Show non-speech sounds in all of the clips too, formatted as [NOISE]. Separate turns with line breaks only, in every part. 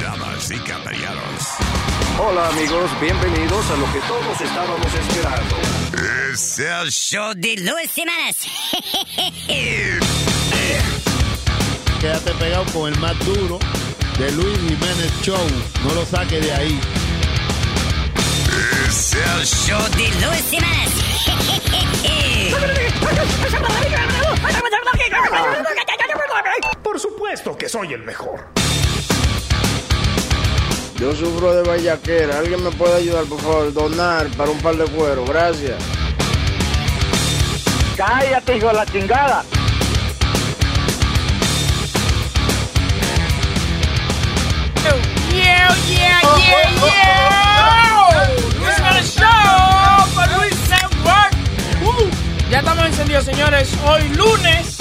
damas y caballeros.
Hola amigos, bienvenidos a lo que todos estábamos esperando.
Es el show
de Luis Semanas.
Quédate pegado con el más duro de Luis Jiménez Show. No lo saques de ahí.
Es el show
De Luis Semanas.
Por supuesto que soy el mejor.
Yo sufro de vallaquera. ¿Alguien me puede ayudar, por favor? Donar para un par de cueros. Gracias.
Cállate, hijo de la chingada.
Yeah, yeah, yeah, yeah. Luis Mara Show por Luis Network. Uh, ya estamos encendidos, señores. Hoy lunes.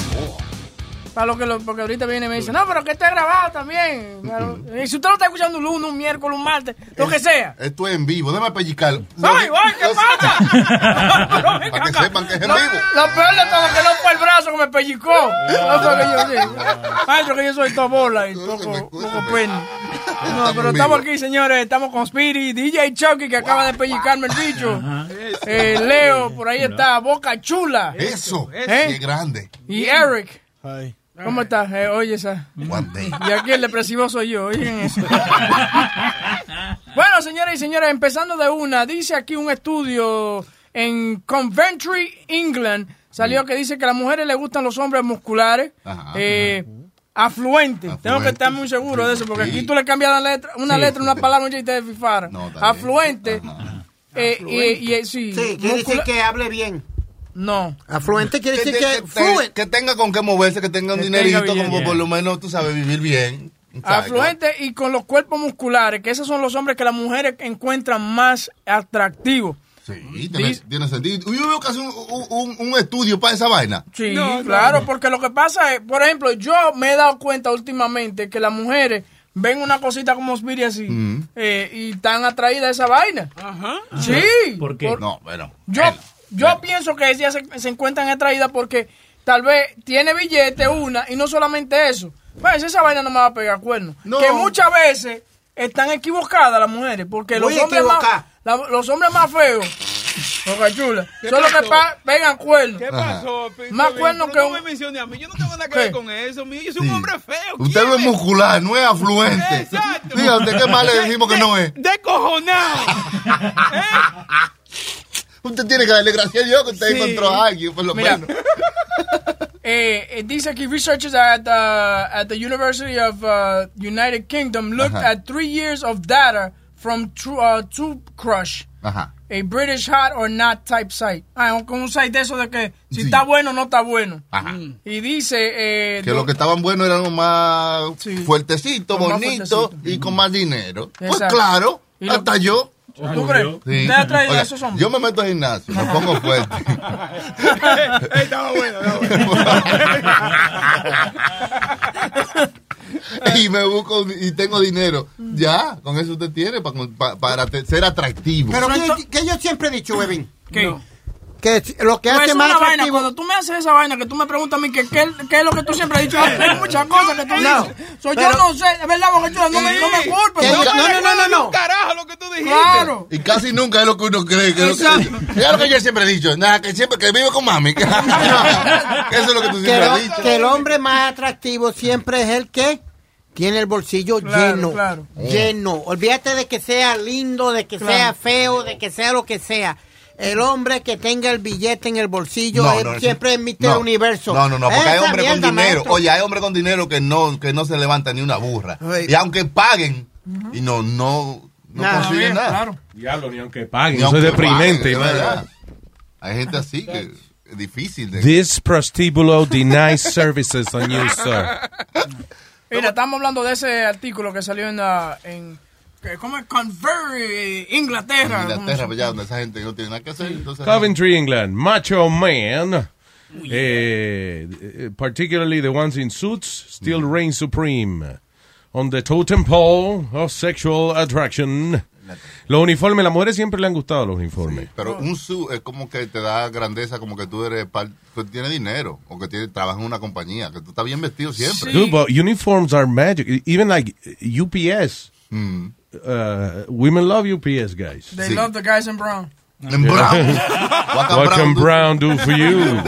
Para lo que lo- porque ahorita viene y me dice, no, pero que está grabado también. Pero, y si usted lo está escuchando un lunes, un miércoles, un martes, lo que sea.
Esto es en vivo, déjame pellicar.
¡Ay, ay, qué pasa!
Para que sepan que es en
Lo,
vivo.
lo peor de todo que no fue el brazo que me pellicó. Eso que yo digo. Maestro, que yo soy todo bola y poco, poco pene. No, pero estamos aquí, señores. Estamos con Spirit, DJ Chucky, que acaba de pellicarme el bicho. Eh, Leo, por ahí está, Boca Chula.
Eso,
¿Eh?
sí es grande.
Y Eric. ¿Cómo estás? Eh, oye esa.
Guante.
Y aquí el depresivo soy yo, oigan eso. bueno, señoras y señores, empezando de una, dice aquí un estudio en Coventry, England, salió que dice que a las mujeres les gustan los hombres musculares,
Mm. Ajá,
eh, afluentes. Tengo que estar muy seguro de eso, porque aquí tú le cambias la letra, una letra, una palabra, un chiste de fifar.
No, está bien.
afluente.
Ajá.
eh, y, y- eh, sí,
Sí, quiere decir
muscula-
que hable bien.
No.
Afluente quiere decir
te-
que
te-
fluent.
que tenga con qué moverse, que tenga un
Que
dinerito,
tenga billete.
como por lo menos tú sabes vivir bien. ¿sabes?
Afluente y con los cuerpos musculares, que esos son los hombres que las mujeres encuentran más atractivos.
Sí, tiene,
Dice-
tiene sentido. Yo veo que hace un, un- un estudio para esa vaina.
Sí, claro, porque lo que pasa es, por ejemplo, yo me he dado cuenta últimamente que las mujeres ven una cosita como Spiri así
Mm.
eh, y están atraídas a esa vaina. Sí.
¿Por qué?
No, bueno.
Yo,
Ah. bueno.
yo pienso que ellas se, se encuentran atraídas porque tal vez tiene billete una y no solamente eso. Pues esa vaina no me va a pegar cuerno.
No.
Que muchas veces están equivocadas las mujeres porque los
Muy
hombres, más,
equivocada.
la- los hombres más feos, boca chula, son los que pa- pegan cuernos.
¿Qué
Ajá.
pasó, Pito?
Más
Bien,
cuerno
pero
que
no
un-
me menciones a mí. Yo no tengo nada que ver
¿Qué?
con eso, mío. Yo soy un
Sí.
hombre feo.
Usted
¿quién
no es muscular, no es afluente.
Exacto.
Diga usted qué más le decimos que no es.
Descojonado.
[LAUGHS]
¿Eh?
Usted tiene que darle gracias a Dios que usted
Sí.
encontró a alguien, por lo
Mira.
menos.
Eh, eh, these aquí researchers at uh, at the University of uh, United Kingdom looked
Ajá.
at three years of data from True uh, Tube Crush,
Ajá.
a British hot or not type site. Ah, con un site de eso de que si
Sí.
está bueno o no está bueno.
Ajá.
Y dice eh,
Que
do-
los que estaban buenos eran los más
Sí.
fuertecitos,
Los más
bonitos
fuertecitos.
y con más dinero. Pues
Exacto.
claro,
Y lo-
hasta yo.
¿Tú crees?
Sí.
¿Te has traído
Oiga,
esos hombres?
yo me meto al gimnasio, me
[LAUGHS]
pongo fuerte.
Eh, Estaba bueno, estaba bueno.
[LAUGHS] y me busco y tengo dinero.
Mm.
Ya, con eso usted tiene pa- pa- para te- ser atractivo.
Pero
Santo-
que, que yo siempre he dicho, Webin,
¿Qué?
que si- lo que
Pues
hace
es
más
una vaina,
atractivo...
cuando tú me haces esa vaina, que tú me preguntas a mí que qué qué es lo que tú siempre has dicho,
[LAUGHS]
hay muchas cosas que tú
No,
dices. So, yo
pero-
no sé, es verdad, porque no me, no me
Sí.
culpes.
Que-
no me-
No, no, no, no, no.
Un carajo lo que tú dijiste.
Claro.
y casi nunca es lo que uno cree. Que es, lo que,
Exacto.
[LAUGHS] es lo que yo siempre he dicho. Nada, que siempre que vive con mami. que eso es lo que tú
Que,
siempre
lo-
has dicho.
que el hombre más atractivo siempre es el que tiene el bolsillo
Claro,
lleno.
claro.
Eh.
Lleno. Olvídate de que sea lindo, de que
Claro.
sea feo, de que sea lo que sea. El hombre que tenga el billete en el bolsillo
[LAUGHS] No,
es-
no,
siempre
sí.
es Mister
No,
Universo.
No, no, no, porque hay
Esa
hombres con
mierda,
dinero.
maestro.
Oye, hay hombres con dinero que no, que no se levanta ni una burra.
Ay.
Y aunque paguen, y no, no, no
Nada,
consiguen nada.
Claro.
Diablo, ni aunque
Ni
paguen. Eso es
aunque
deprimente.
paguen, de
man.
verdad. Hay gente así que es difícil de...
This prostíbulo denies [LAUGHS] services on you, sir.
Mira, estamos hablando de ese artículo que salió en, la- en que- ¿cómo es? Confer, Inglaterra.
Inglaterra, pues, ya, donde esa gente no tiene nada que hacer. entonces-
Coventry, England. Macho man. eh, eh, particularly the ones in suits still
Mm.
reign supreme on the totem pole of sexual attraction. Los uniformes, las mujeres siempre le han gustado los uniformes.
Pero un su es como que te da grandeza, como que tú eres par- que tienes dinero o que tienes, trabajas en una
[LAUGHS] pues.
compañía, que tú estás bien vestido siempre.
Sí.
E-, Dude, but uniforms are magic. Even like UPS.
Hmm.
Uh, women love UPS guys.
They love the guys in brown.
Yeah. what can, Brown, do
[LAUGHS]
for you?
[LAUGHS]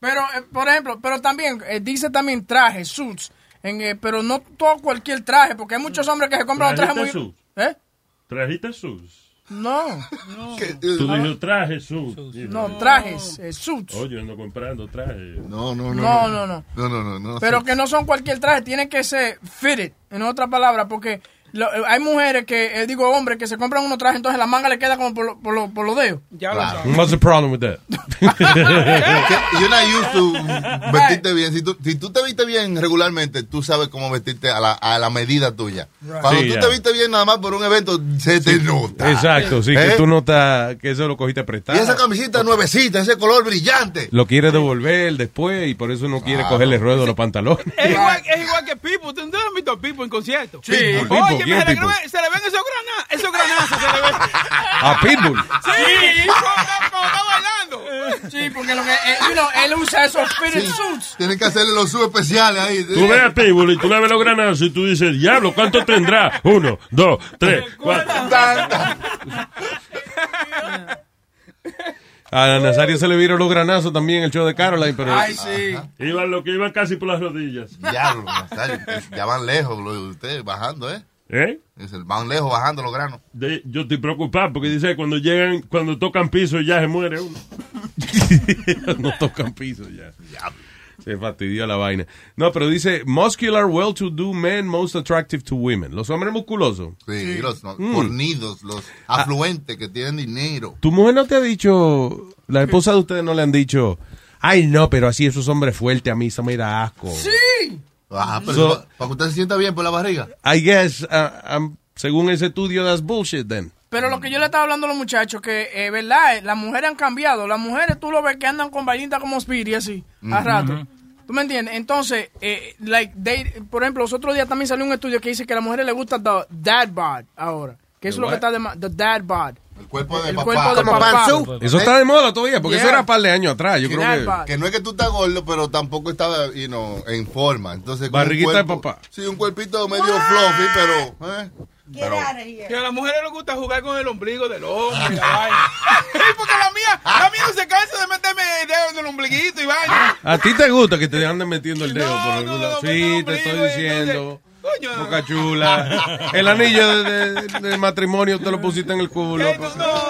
Pero, eh, por ejemplo, pero también, eh, dice también trajes, suits, en, eh, pero no todo cualquier traje, porque hay muchos hombres que se compran un traje
¿Trajiste
muy...
sus?
¿Eh?
¿Trajiste sus?
No.
Tú dices traje sus.
No, trajes, eh, suits.
Oye, ando comprando trajes.
No, no,
No, no, no.
No, no, no. no.
Pero que no son cualquier traje, tiene que ser fitted, en otras palabras, porque lo- eh, hay mujeres que, eh, digo hombres, que se compran unos trajes, entonces la manga le queda como por, lo- por, lo- por los dedos. Ya
What's the problem with that?
You're not used to vestirte bien. Si tú, si tú te viste bien regularmente, tú sabes cómo vestirte a la, a la medida tuya.
Right.
Cuando
Sí,
tú
ya.
te viste bien nada más por un evento, se te nota.
Exacto, sí,
¿Eh?
que tú notas que eso lo cogiste
Y
prestado.
esa camisita nuevecita, ese color brillante.
Lo quiere devolver después y por eso no quiere
Claro.
cogerle ruedo a los pantalones.
Es igual, es igual que Pipo. ¿Ustedes no han visto a Pipo en concierto?
Sí. Pipo,
Oye, me
¿quién es
se le
Pipo?
ven- se le ven esos granazos. Esos granazos se le
[LAUGHS]
ven.
A Pitbull.
[LAUGHS] Sí, como está
bailando. Sí, porque lo que, eh, you know, él usa esos fitted suits.
Tienen que hacerle los subespeciales ahí.
Tú ves a Pitbull y tú le ves los granados y tú dices, diablo, ¿cuánto tendrá? Uno, dos, tres, cuatro.
[LAUGHS] A Nazario se le vieron los granazos también en el show de Caroline, pero
Iban lo que iban casi por las rodillas.
Diablo, Nazario, ya van lejos lo de ustedes, bajando, ¿eh?
¿Eh?
Es el- Van lejos bajando los granos.
De- yo estoy preocupado porque dice que cuando llegan, cuando tocan piso ya se muere
[LAUGHS]
uno. [LAUGHS]
no tocan piso ya. Se fastidió la vaina. No, pero dice, muscular, well-to-do men most attractive to women. Los hombres musculosos.
Sí, los no,
Mm. Ah.
fornidos, los afluentes que tienen dinero.
Tu mujer no te ha dicho, la esposa de ustedes no le han dicho, ay no, pero así esos hombres fuertes a mí se me da asco.
Sí.
Ah, pero
So-
pa- para que usted se sienta bien por la barriga.
I guess, uh, um, según ese estudio, that's bullshit then.
Pero lo que yo le estaba hablando a los muchachos, que eh, verdad, eh, las mujeres han cambiado. Las mujeres tú lo ves que andan con vainitas como Spirit y así, a
Ujú.
rato. ¿Tú me entiendes? Entonces, eh, like they- por ejemplo, los otros días también salió un estudio que dice que a las mujeres les gusta the dad bod ahora. Que eso es
¿El
lo que
what?
está de ma- the dad bod. El
cuerpo
de
papá.
de
Como
papá.
Pansu.
Eso está de moda todavía, porque eso
Yeah.
era un par de años atrás. Ah, Yo creo que...
no es que tú estás gordo, pero tampoco estás you know, en forma. Entonces, con un
Barriguita de
cuerpo-
papá.
Sí, un cuerpito medio fluffy, pero. ¿eh? Pero-
Que a las mujeres les gusta jugar con el ombligo del [LAUGHS] hombre. la vaina. Ey, Porque la mía, la mía no se cansa de meterme el dedo en el ombliguito y vaina.
A ti te gusta que te anden metiendo el dedo por algún lado. Sí, te estoy diciendo. Boca chula. El anillo de, de- de matrimonio te lo pusiste en el culo.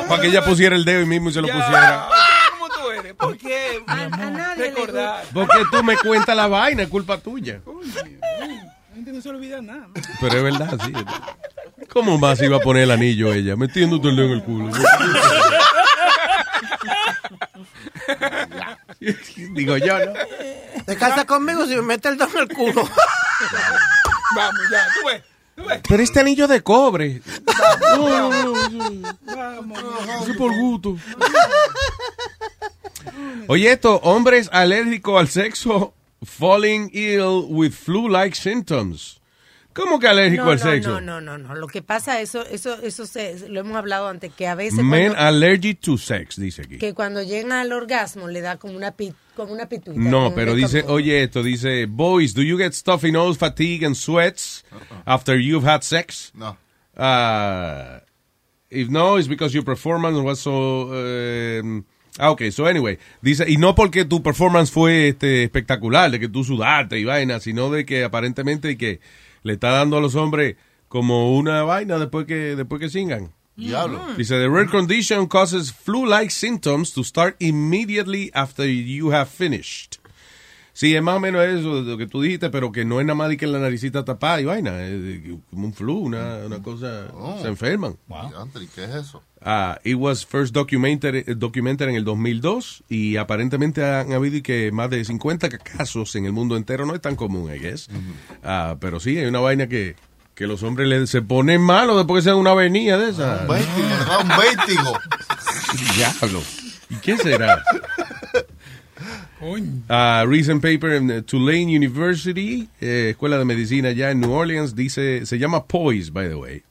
Para que ella pusiera el dedo y mismo y se lo pusiera.
[LAUGHS] ¿Cómo tú eres? ¿Por qué? A, nadie recordar.
Porque tú me cuentas la vaina, es culpa tuya.
La gente no se olvida nada.
Pero es verdad, sí. ¿Cómo más iba a poner el anillo ella? Metiéndote el dedo en el culo. Digo yo, ¿no?
Te casas conmigo si me mete el don en el culo.
[LAUGHS]
Vamos, ya, tú ves.
Pero este anillo de cobre.
No, Vamos.
Eso por gusto. Oye, esto, hombres alérgicos al sexo falling ill with flu-like symptoms. ¿Cómo que alérgico
no,
al
no,
sexo?
No, no, no, no. Lo que pasa, eso, eso, eso se- lo hemos hablado antes, que a veces
Men ah,
cuando,
allergic to sex, dice aquí.
que cuando llega al orgasmo le da como una pit, como una pituita. como
No,
un
pero dice, oye esto, dice, boys, do you get stuffy nose, fatigue and sweats after you've had sex?
No.
Uh, if no, it's because your performance was so... um, ah, ok, so anyway, dice, y no porque tu performance fue este, espectacular, de que tú sudaste y vaina, sino de que aparentemente que le está dando a los hombres como una vaina después que, después que singan.
Diablo.
Dice, the rare condition causes flu-like symptoms to start immediately after you have finished. Sí, es más o menos eso de lo que tú dijiste, pero que no es nada más de que la naricita tapada y vaina, es de- como un flu, una, una cosa,
Oh.
se enferman.
Diantre, ¿Qué es [LAUGHS] eso?
Ah, it was first documented, eh, documented en el 2002 y aparentemente han habido y que más de 50 casos en el mundo entero, no es tan común, I guess. Ah, pero sí, hay una vaina que, que los hombres le- se ponen malos después que sean una avenida de esa.
Le da un vértigo.
[LAUGHS] Diablo. ¿Y qué será? Ah, recent paper en eh, Tulane University, eh, Escuela de Medicina ya en New Orleans, dice, se llama POISE, by the way.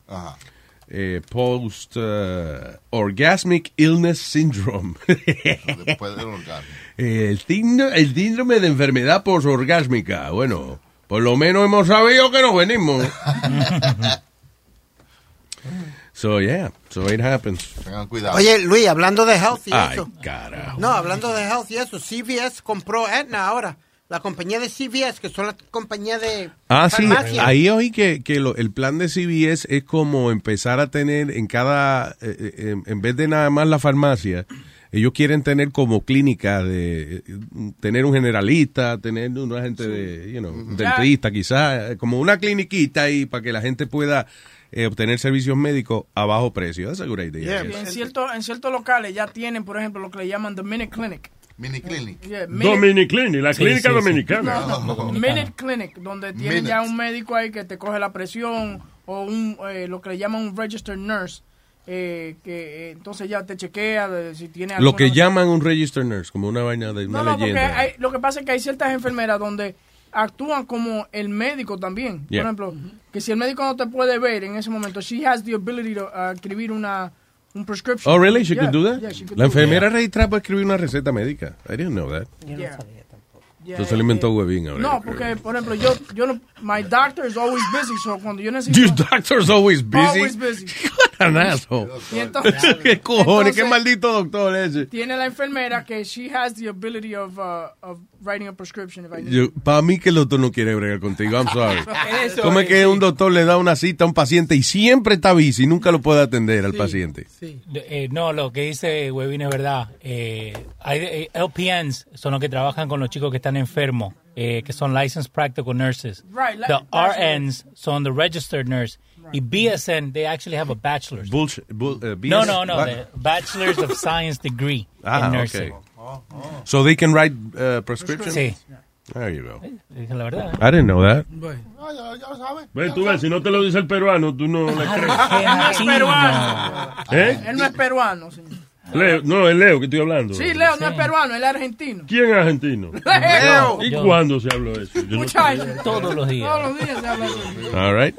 Eh, post eh, Orgasmic Illness Syndrome. [LAUGHS]
Después del orgasmo.
el, síndrome, el síndrome de enfermedad posorgásmica. Bueno, por lo menos hemos sabido que nos venimos. So, yeah. So, it happens.
Tengan
Oye, Luis, hablando de health y
Ay,
eso.
carajo.
No, hablando de health y eso, CVS compró Aetna ahora. La compañía de CVS, que son la compañía de
Ah, sí,
farmacia.
ahí oí que, que lo- el plan de CVS es como empezar a tener en cada, eh, eh, en, en vez de nada más la farmacia, ellos quieren tener como clínica de, eh, tener un generalista, tener una gente de, you know, un
Ya.
dentista quizás, eh, como una cliniquita ahí para que la gente pueda eh, obtener servicios médicos a bajo precio. That's a good idea, I
Y
guess.
en, cierto, en ciertos locales ya tienen, por ejemplo, lo que le llaman The Minute Clinic.
Mini Clinic.
Yeah, Minute-
Dominic Clinic, la
Sí,
clínica
sí, sí.
dominicana.
No, no, Minute Clinic, donde tienen
Minute.
ya un médico ahí que te coge la presión o un eh, lo que le llaman un registered nurse. eh, que eh, entonces ya te chequea de si tiene
Lo que
alguna-
llaman un register nurse, como una vaina de una
No, no, porque
leyenda.
hay- lo que pasa es que hay ciertas enfermeras donde actúan como el médico también.
Yeah.
Por ejemplo, que si el médico no te puede ver en ese momento, she has the ability to uh, escribir una un prescription.
Oh, really? She
Yeah,
could do that?
yeah, she could
la
do that.
enfermera registrada puede escribir una receta médica. I didn't know that.
Yeah. Yeah,
Entonces
eh,
le inventó
eh,
huevín ahora.
No, porque, por ejemplo, yo, yo no, my doctor is always busy, so cuando yo necesito...
Your doctor's always busy.
pues, Always busy.
[LAUGHS] What an asshole.
Y entonces-
[LAUGHS] ¿Qué cojones? ¿Qué
entonces-
maldito doctor ese?
Tiene la enfermera que she has the ability of, uh, of writing a prescription if I need
Yo, para mí que el doctor no quiere bregar contigo. I'm sorry.
[LAUGHS] Eso
¿Cómo es
es,
que un doctor le da una cita a un paciente y siempre está busy y nunca lo puede atender al paciente?
Eh, no, lo que dice Webin es verdad. Eh, hay eh, LPNs, son los que trabajan con los chicos que están enfermos, eh, que son Licensed Practical Nurses.
Right,
the
like- that's right.
RNs son the Registered Nurse. Y BSN, they actually have a bachelor's.
Bullshit. bull- eh,
No,
BS.
no, no.
What?
the Bachelor's of Science degree
Ah,
in
ok.
nursing.
So they can write uh, prescriptions?
Sí.
There you go.
Dije la verdad.
I didn't know
Ah,
that.
ya, ya lo sabe.
Ve, tú ves, si no te lo dice el peruano, tú no le [LAUGHS]
no es
crees.
peruano.
¿Eh?
Ah. Él no es peruano, señor.
Leo, no, es Leo que estoy hablando.
Sí, Leo no es peruano, él es argentino.
¿Quién es
[LAUGHS]
argentino?
[LAUGHS] Leo.
¿Y
Yo.
cuándo se habló eso? Yo no
Muchachos.
Todos los días.
Todos los días se habla así.
All right.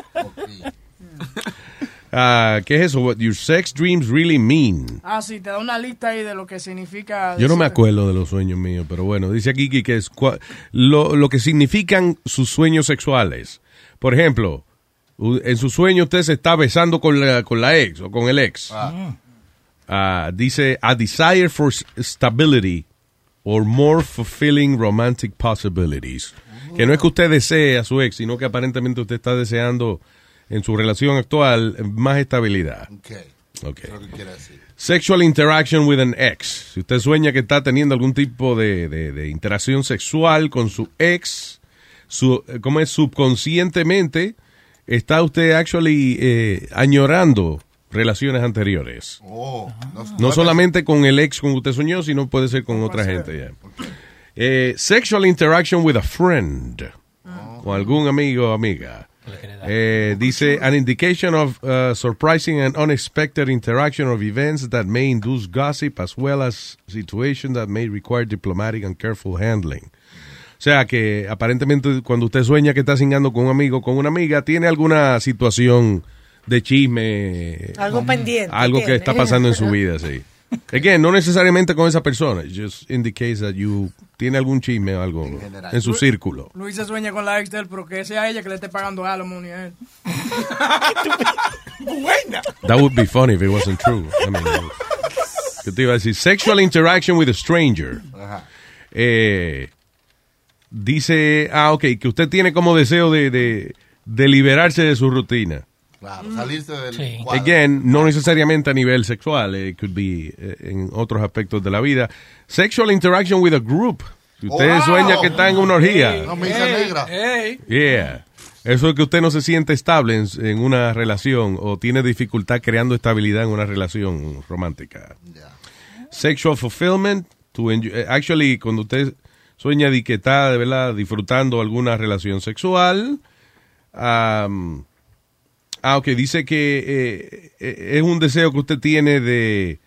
Ah, ¿Qué es eso? What your sex dreams really mean.
Ah, sí, te da una lista ahí de lo que significa.
Yo no me acuerdo de los sueños míos, pero bueno, dice aquí que- que es cua- lo, lo que significan sus sueños sexuales. Por ejemplo, u- en su sueño usted se está besando con la, con la ex o con el ex. Ah, dice, a desire for s- stability or more fulfilling romantic possibilities. Que no es que usted desee a su ex, sino que aparentemente usted está deseando en su relación actual más estabilidad. Ok.
Es lo que quiere decir.
Sexual interaction with an ex. Si usted sueña que está teniendo algún tipo de, de- de interacción sexual con su ex, su, como es subconscientemente, está usted actually eh, añorando relaciones anteriores.
Oh, no,
No solamente con el ex con que usted soñó, sino puede ser con otra gente. ya. Eh, sexual interaction with a friend. Con algún amigo o amiga. Eh, dice, an indication of uh, surprising and unexpected interaction of events that may induce gossip as well as situations that may require diplomatic and careful handling. O sea que aparentemente cuando usted sueña que está cingando con un amigo, con una amiga, tiene alguna situación de chisme,
Algo pendiente.
algo que
tiene.
está pasando en su vida, sí. Again, no necesariamente con esa persona. it Just indicates that you tiene algún chisme o algo en su círculo.
Luis se sueña con la ex de él, pero que sea ella que le esté pagando alimony
[LAUGHS]
a él.
Buena.
That would be funny if it wasn't true. I mean, ¿qué te iba a decir? Sexual interaction with a stranger. Eh, dice, ah, ok, que usted tiene como deseo de, de, de liberarse de su rutina.
Claro, salirse del cuadro.
Again, no necesariamente a nivel sexual, eh, it could be eh, en otros aspectos de la vida. Sexual interaction with a group. Si usted
Oh.
sueña que está en una orgía.
No, misa negra.
Yeah. Eso es que usted no se siente estable en, en una relación o tiene dificultad creando estabilidad en una relación romántica. Sexual fulfillment. to enjo- eh, actually, cuando usted sueña de que está de verdad disfrutando alguna relación sexual. um, am, ah, ok, dice que eh, eh, es un deseo que usted tiene de.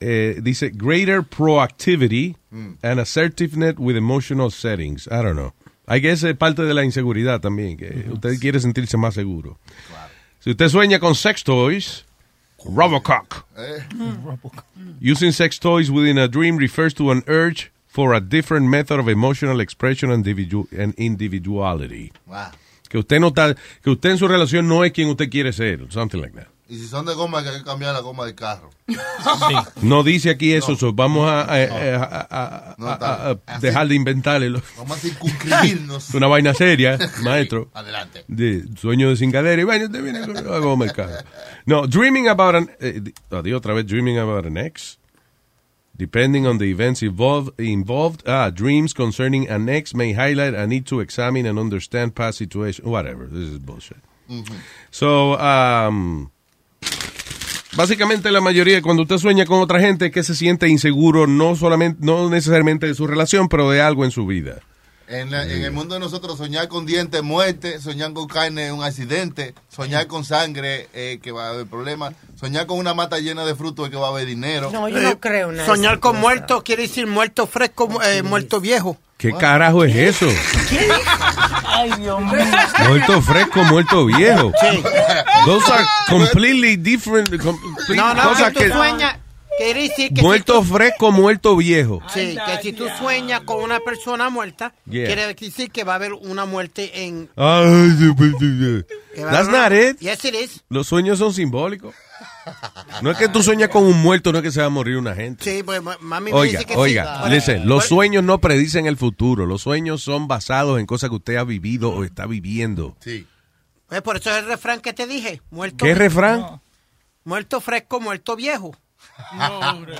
eh, dice greater proactivity and assertiveness with emotional settings. I don't know. Hay que es parte de la inseguridad también, que usted quiere sentirse más seguro. Si usted sueña con sex toys, Robocock.
Eh.
Using sex toys within a dream refers to an urge for a different method of emotional expression and, individu- and individuality.
Wow.
Que usted no está, que usted en su relación no es quien usted quiere ser, something like that.
Y si son de goma, hay que cambiar la goma del carro.
No dice aquí eso, so vamos a, eh, a- a- a- a- a- a dejar de inventarlo.
Vamos a circunscribirnos.
Es [LAUGHS] una
[LAUGHS]
vaina seria, maestro.
Adelante.
De sueño de sin cadera y vaina, te viene con la goma del carro. No, dreaming about an. eh, di- adiós, otra vez, dreaming about an ex. Depending on the events involved, involved, ah, dreams concerning an ex may highlight a need to examine and understand past situation. Whatever, this is bullshit.
Ujú.
So, um, básicamente la mayoría, cuando usted sueña con otra gente, que se siente inseguro, no solamente, no necesariamente de su relación, pero de algo en su vida.
En, la- en el mundo de nosotros, soñar con dientes, muerte, soñar con carne, un accidente, soñar con sangre, eh, que va a haber problemas, soñar con una mata llena de frutos, que va a haber dinero.
No, yo no creo nada.
Eh, Soñar con muerto quiere decir muerto fresco, eh, muerto viejo.
¿Qué carajo es eso?
[LAUGHS] Ay, Dios mío.
Muerto fresco,
[LAUGHS]
muerto viejo.
Sí.
Those are completely different. com-
No, no,
cosas
que tú
que-
sueñas, quiere decir que si
Muerto fresco, muerto viejo.
Sí, que si tú sueñas con una persona muerta,
Yeah.
quiere decir que va a haber una muerte en...
Ay, sí, pues, sí, sí, sí.
que va a
That's
haber
not
una-
it.
Yes, it is.
Los sueños son simbólicos. No es que tú sueñas con un muerto, no es que se va a morir una gente.
Sí, pues ma- mami me
Oiga,
dice que sí.
oiga,
Bueno,
listen, los sueños no predicen el futuro. Los sueños son basados en cosas que usted ha vivido o está viviendo.
Sí.
pues por eso es el refrán que te dije. Muerto,
¿Qué refrán?
Muerto fresco, muerto viejo.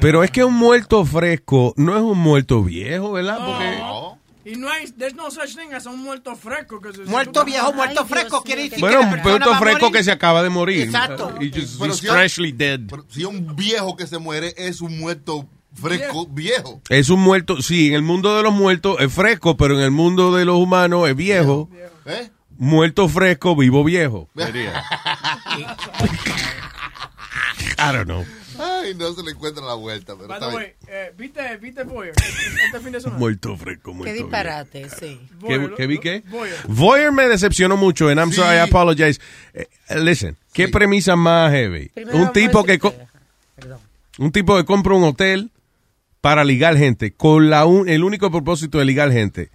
Pero es que un muerto fresco no es un muerto
[LAUGHS]
viejo, ¿verdad? Porque
No. Y no hay, there's no such thing as un muerto fresco. Que se-
Muerto viejo, muerto
Ay, Dios
fresco,
mío,
quiere
qué-
decir
bueno,
que la
un
persona
muerto
va a
fresco
morir.
que se acaba de morir.
Exacto.
Uh, he just-
Pero
he's
si-
freshly dead.
Pero Si un viejo que se muere es un muerto fresco viejo.
Es un muerto, sí, en el mundo de los muertos es fresco, pero en el mundo de los humanos es viejo.
¿Eh?
Muerto fresco, vivo viejo. I don't know.
[LAUGHS] Ay, no se le encuentra la vuelta, pero
By
está
the
bien.
way, eh, ¿viste, viste Boyer este fin de semana?
Muerto fresco,
Qué
muerto viejo.
disparate, sí.
¿Qué,
Boyer,
qué vi qué?
Boyer.
Voyer me decepcionó mucho, and I'm sorry, I apologize. Eh, listen, ¿qué premisa más heavy?
Primero
un tipo
vamos a
que co- un tipo que compra un hotel para ligar gente con la un- el único propósito de ligar gente.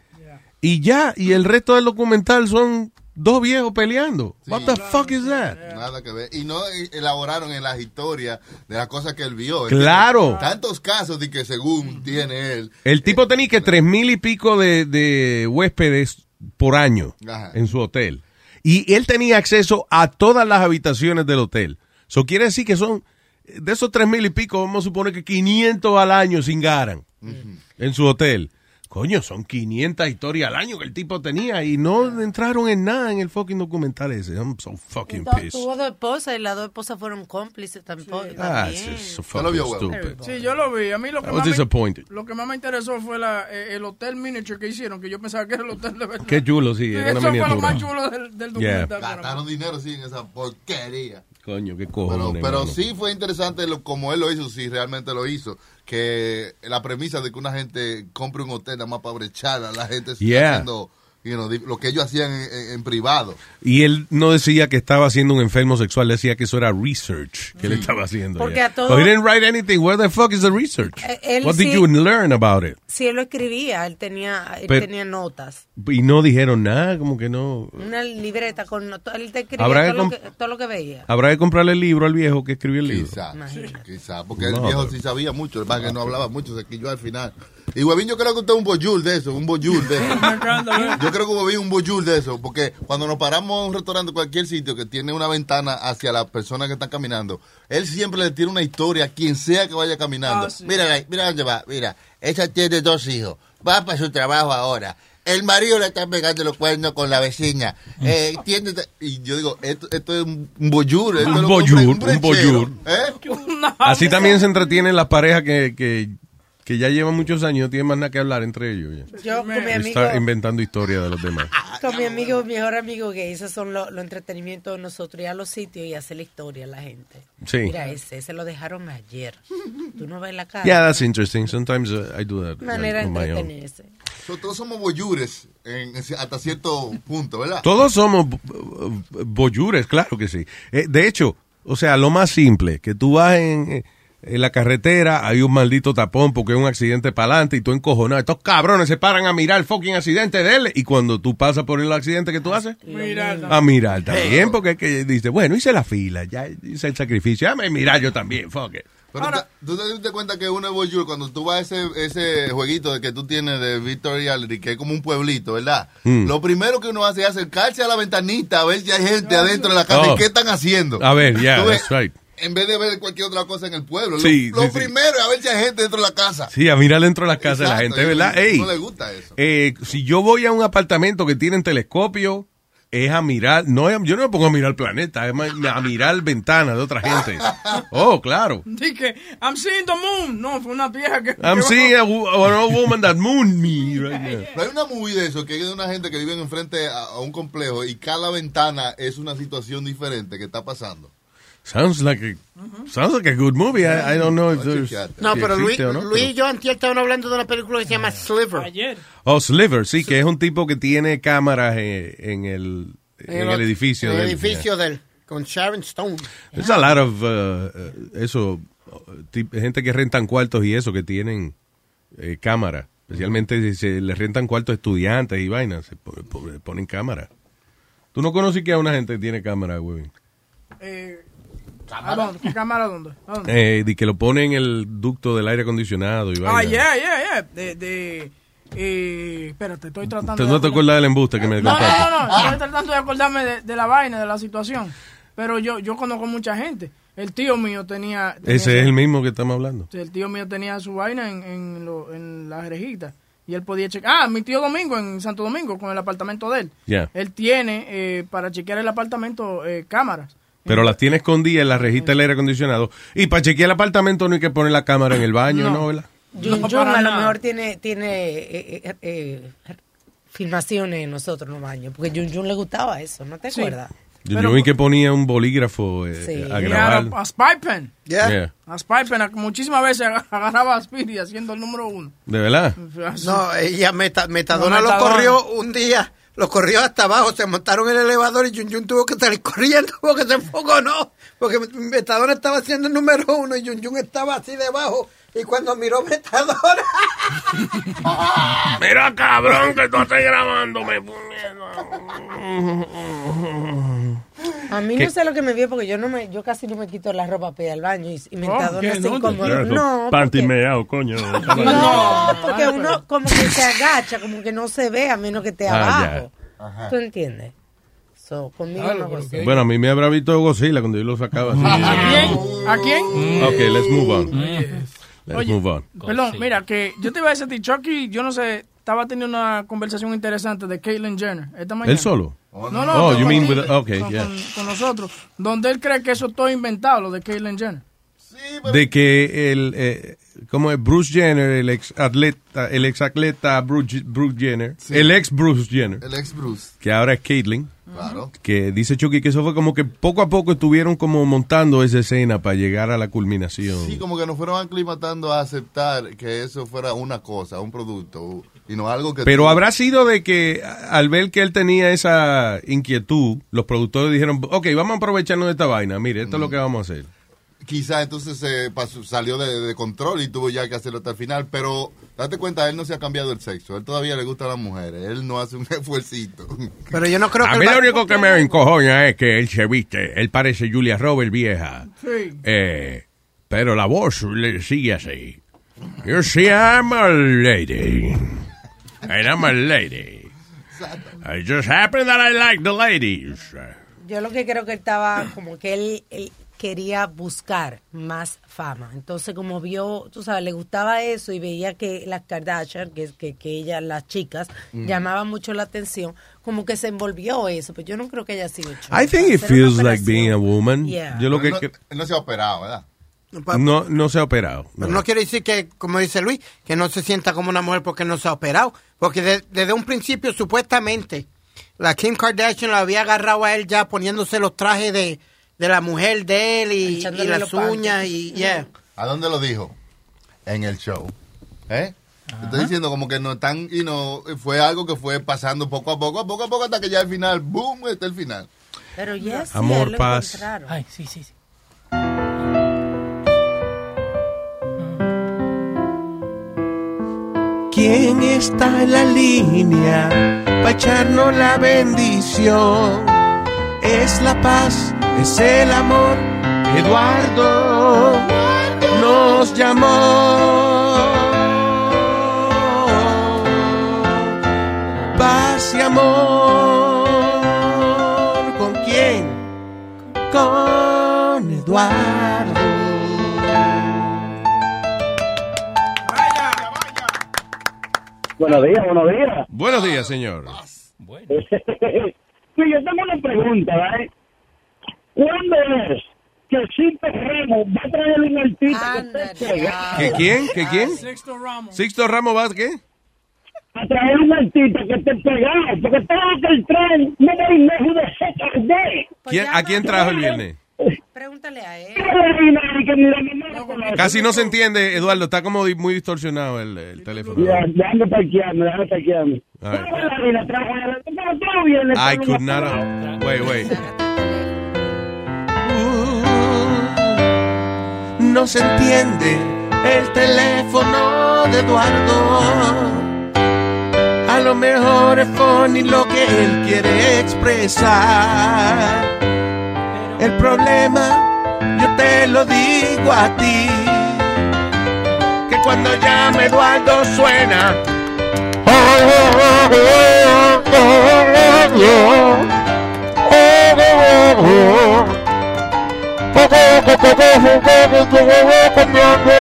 Y ya, y el resto del documental son dos viejos peleando. What the fuck is that?
Nada que ver. Y no eh, elaboraron en las historias de las cosas que él vio.
Claro.
Tantos casos de que según tiene él.
El tipo tenía
eh,
que tres mil y pico de, de huéspedes por año
Ajá.
en su hotel. Y él tenía acceso a todas las habitaciones del hotel. Eso quiere decir que son, de esos tres mil y pico, vamos a suponer que 500 al año sin garan en su hotel. Coño, son 500 historias al año que el tipo tenía y no entraron en nada en el fucking documental ese. I'm so fucking
Entonces,
pissed.
tuvo dos esposas y las dos esposas fueron cómplices tampoco.
Ah,
también.
it's just so
Yo lo vi,
fucking
huevo.
stupid.
Sí, yo lo vi. A mí lo que,
I was
más me,
disappointed.
lo que más me interesó fue la, eh, el hotel miniature que hicieron, que yo pensaba que era el hotel de verdad.
Qué chulo, sí, era una
eso fue lo
miniatura.
más chulo del, del
Yeah.
documental. para mí.
Gastaron dinero, sí, en esa porquería.
Coño, qué
Pero,
cojones.
pero
mano.
sí fue interesante lo, como él lo hizo, si realmente lo hizo. Que la premisa de que una gente compre un hotel nada más para brechar a la gente
Yeah.
haciendo you know, di- lo que ellos hacían en, en- en privado.
Y él no decía que estaba siendo un enfermo sexual, decía que eso era research que él estaba haciendo.
Porque
ya.
a todo-
But he didn't write anything. Where the fuck is the research?
Eh, él
What did
sí-
you learn about it?
Sí, él lo escribía, él tenía, él
Pero-
tenía notas.
Y no dijeron nada, como que no.
Una libreta con notas. Él te escribía
Habrá
Mm, todo, lo
que
que, todo lo que veía.
Habrá que comprarle el libro al viejo que escribió el libro.
Quizás, quizás, porque
No,
el viejo
pero- Ah,
sí sabía mucho, el más que no hablaba mucho, se quilló al final. Y Huevín, yo creo que usted es un boyul de eso, un boyul
[LAUGHS]
de eso. Yo creo que Huevín es un boyul de eso, porque cuando nos paramos en un restaurante, cualquier sitio que tiene una ventana hacia la persona que está caminando, él siempre le tiene una historia a quien sea que vaya caminando.
Ah, sí.
Mira, ahí, mira dónde va, mira, ella tiene dos hijos, va para su trabajo ahora. El marido le está pegando los cuernos con la vecina.
Mm.
Eh, tiene- y yo digo, esto, esto es un boyur. esto
Un
lo compra
boyur, un
brechero,
boyur.
¿eh?
Ah,
Así también se entretienen las parejas que, que, que ya llevan muchos años y no tienen más nada que hablar entre ellos. ya.
Yo con mi
Y
amigo, Ah.
Está inventando historias de los demás.
con mi amigo, mi mejor amigo gay, esos son los los entretenimientos de nosotros, ir a los sitios y hacer la historia a la gente.
Sí.
Mira, ese, se lo dejaron ayer. Tú no ves la cara.
Yeah, that's interesting. Sometimes uh, I do that.
manera
like,
de
on my own.
entretenerse.
Nosotros somos boyures en- en- hasta cierto punto, ¿verdad?
Todos somos bo- bo- boyures, claro que sí. Eh, de hecho, o sea, lo más simple, que tú vas en, en la carretera, hay un maldito tapón porque hay un accidente para adelante y tú encojonado. Estos cabrones se paran a mirar el fucking accidente de él y cuando tú pasas por el accidente que tú haces, a mirar también porque es que dice, bueno, hice la fila, ya hice el sacrificio, ya mirar yo también, fuck it.
Pero ¿tú, tú te diste cuenta que uno es Bonjour cuando tú vas a ese, ese jueguito de que tú tienes de Victory Gallery, que es como un pueblito, ¿verdad?
Mm.
Lo primero que uno hace es acercarse a la ventanita a ver si hay gente adentro de la casa
Oh.
y qué están haciendo.
A ver, ya,
Tú ves,
that's right.
En vez de ver cualquier otra cosa en el pueblo. Lo-
Sí,
lo
sí, sí.
primero es a ver si hay gente dentro de la casa.
Sí, a mirar dentro de las casas de la gente,
Exacto,
¿verdad?
y
Ey,
No le gusta eso.
eh, si yo voy a un apartamento que tienen telescopio, es a mirar, no, yo no me pongo a mirar el planeta, es más, a mirar ventanas de otra gente. Oh, claro.
[LAUGHS] Dije, I'm seeing the moon. No, fue una vieja que.
I'm seeing a, wo- a woman that moon me right now.
No hay una movie de eso, que hay de una gente que vive enfrente a, a un complejo y cada ventana es una situación diferente que está pasando.
Sounds like a, sounds like a good movie. I, I don't know if there's
No,
si
pero Luis,
existe o no, Ah.
Luis y yo antier estaban hablando de una película que se llama Sliver. Ayer.
pero- Oh, Sliver, sí, que es un tipo que tiene cámaras eh, en, el en el edificio.
En el
del-
edificio del... Con Sharon Stone.
There's a lot of uh, uh, eso uh, tip- gente que rentan cuartos y eso que tienen eh, cámara, especialmente si se les rentan cuartos a estudiantes y vainas, se po- po- le ponen cámara. Tú no conoces que a una gente que tiene cámara, güey.
Eh, ¿A dónde? ¿Qué cámara dónde? ¿A dónde?
Eh, y que lo ponen en el ducto del aire acondicionado y
Ah,
vaina.
yeah, yeah, yeah. De. de eh, espérate, estoy tratando.
¿Te-
de
¿No te acuerdas del embuste que me
No,
contaste?
no, no, no, Estoy tratando de acordarme de, de la vaina, de la situación. Pero yo, yo conozco mucha gente. El tío mío tenía. tenía
Ese es el mismo que estamos hablando.
El tío mío tenía su vaina en, en, lo- en la rejita. Y él podía checar. Ah, mi tío Domingo en Santo Domingo, con el apartamento de él.
Ya.
Él tiene, eh, para chequear el apartamento, eh, cámaras.
Pero las tiene escondidas en la rejita del aire acondicionado. Y para chequear el apartamento no hay que poner la cámara en el baño, ¿no? ¿Verdad?
Jun
No,
Jun
para
a lo
nada.
mejor tiene, tiene eh, eh, eh, filmaciones de nosotros en los baños, porque Jun Jun le gustaba eso, ¿no te
Sí.
[LAUGHS]
acuerdas?
Yo, yo
pues
vi que ponía un bolígrafo eh,
Sí.
Era
a grabar.
a spy pen.
Yeah.
A spy pen. a- Muchísimas veces [LAUGHS] aga- agarraba a Speedy haciendo el número uno.
¿De verdad?
No, ella Meta- Metadona
No,
lo
Metadona.
corrió un día, lo corrió hasta abajo, se montaron en el elevador y Jun Jun tuvo que salir corriendo porque se enfocó, no, porque Metadona estaba haciendo el número uno y Jun Jun estaba así debajo y cuando miró [LAUGHS] Metadona...
Mira, cabrón, que tú estás grabándome.
A mí
¿Qué?
no sé lo que me vio porque yo no me, yo casi no me quito la ropa para ir al baño y, y me
Oh,
Metadona
¿qué?
se
¿Dónde?
incomoda.
Claro,
No,
Panty meao, coño.
porque- no, porque uno como que se agacha, como que no se ve a menos que esté
Ah,
abajo. ¿Tú entiendes? So, conmigo
Ah,
Claro,
no gozo.
Bueno, a mí me habrá visto Godzilla cuando yo lo sacaba.
¿A
Ah,
así.
quién? ¿A quién?
Mm. ok, let's move on.
Mm.
Let's
Oye,
move on.
Perdón, mira, que yo te iba a decir, a ti, Chucky, yo no sé, estaba teniendo una conversación interesante de Caitlyn Jenner esta mañana.
¿Él solo?
No,
no.
no,
Oh,
con-
you mean
con-
with- okay,
con,
yeah.
con- con nosotros, donde él cree que eso es todo inventado, lo de Caitlyn Jenner.
De que el, eh, ¿cómo es? Bruce Jenner, el ex atleta, el ex atleta Bruce, Bruce Jenner,
Sí.
el ex Bruce Jenner,
El ex Bruce.
que ahora es Caitlyn,
Claro.
que dice Chucky que eso fue como que poco a poco estuvieron como montando esa escena para llegar a la culminación.
Sí, como que nos fueron aclimatando a aceptar que eso fuera una cosa, un producto, y no algo que...
Pero habrá sido de que a- al ver que él tenía esa inquietud, los productores dijeron, ok, vamos a aprovecharnos de esta vaina, mire, esto es lo que vamos a hacer.
Quizá entonces se pasó- salió de, de control y tuvo ya que hacerlo hasta el final, pero date cuenta, él no se ha cambiado el sexo, él todavía le gustan las mujeres, él no hace un [LAUGHS] esfuercito.
Pero yo no creo
A mí lo único que me encojoña es que él se viste, él parece Julia Roberts vieja,
Sí.
eh, pero la voz le sigue así. You see, I'm a lady, and I'm a lady. I just happen that I like the ladies.
Yo lo que creo que él estaba, como que él, él quería buscar más fama. Entonces, como vio, tú sabes, le gustaba eso y veía que las Kardashian, que, que, que ellas, las chicas,
Mm.
llamaban mucho la atención, como que se envolvió eso. Pero yo no creo que haya sido hecho.
I think it
Hacer una
feels like being a woman.
Yeah.
Yo lo que
Él no, él no se ha operado, ¿verdad?
no, no se ha operado. no.
Pero no quiere decir que, como dice Luis, que no se sienta como una mujer porque no se ha operado. Porque de- desde un principio, supuestamente, la Kim Kardashian lo había agarrado a él ya poniéndose los trajes de, de la mujer de él y, y
Echándole
las
los panties.
uñas y yeah.
¿A dónde lo dijo? En el show. ¿Eh? Te Estoy diciendo como que no tan y no fue algo que fue pasando poco a poco, poco a poco hasta que ya al final, boom, está el final.
Pero yes,
[LAUGHS] Amor, paz.
Ay, sí, sí, sí.
¿Quién está en la línea para echarnos la bendición? Es la paz, es el amor. Eduardo nos llamó. Paz y amor. ¿Con quién? Con Eduardo.
Buenos días, buenos días.
Buenos días, señor.
[LAUGHS] Sí, yo tengo una pregunta, ¿vale? ¿Cuándo es que Sixto Ramos va a traer un artista que esté pegado?
¿Qué quién? ¿Qué quién?
Sixto Ramos.
Sixto Ramos va qué?
A traer un artista que esté pegado, porque todo lo que él trae no va lejos de Saturday.
¿Quién- ¿A quién trajo el viernes? Casi no se entiende, Eduardo. Está como di- muy distorsionado el, el teléfono.
Ya, déjame parquearme, déjame parquearme.
All right.
Bailarina, trajo todo, todo bien.
I
todo
could
bien.
not. Wait, wait.
no se entiende el teléfono de Eduardo. A lo mejor es funny lo que él quiere expresar. El problema, yo te lo digo a ti, que cuando llama Eduardo suena.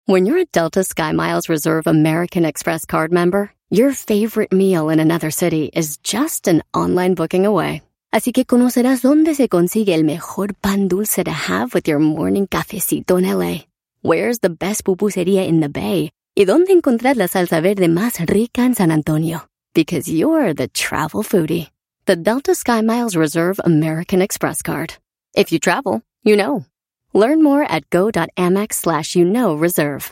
When you're a Delta SkyMiles Reserve American Express card member, your favorite meal in another city is just an online booking away. Así que conocerás dónde se consigue el mejor pan dulce to have with your morning cafecito en LA. Where's the best pupusería in the Bay? Y dónde encontrar la salsa verde más rica en San Antonio. Because you're the travel foodie. The Delta SkyMiles Reserve American Express card. If you travel, you know. Learn more at go.amex slash you know reserve.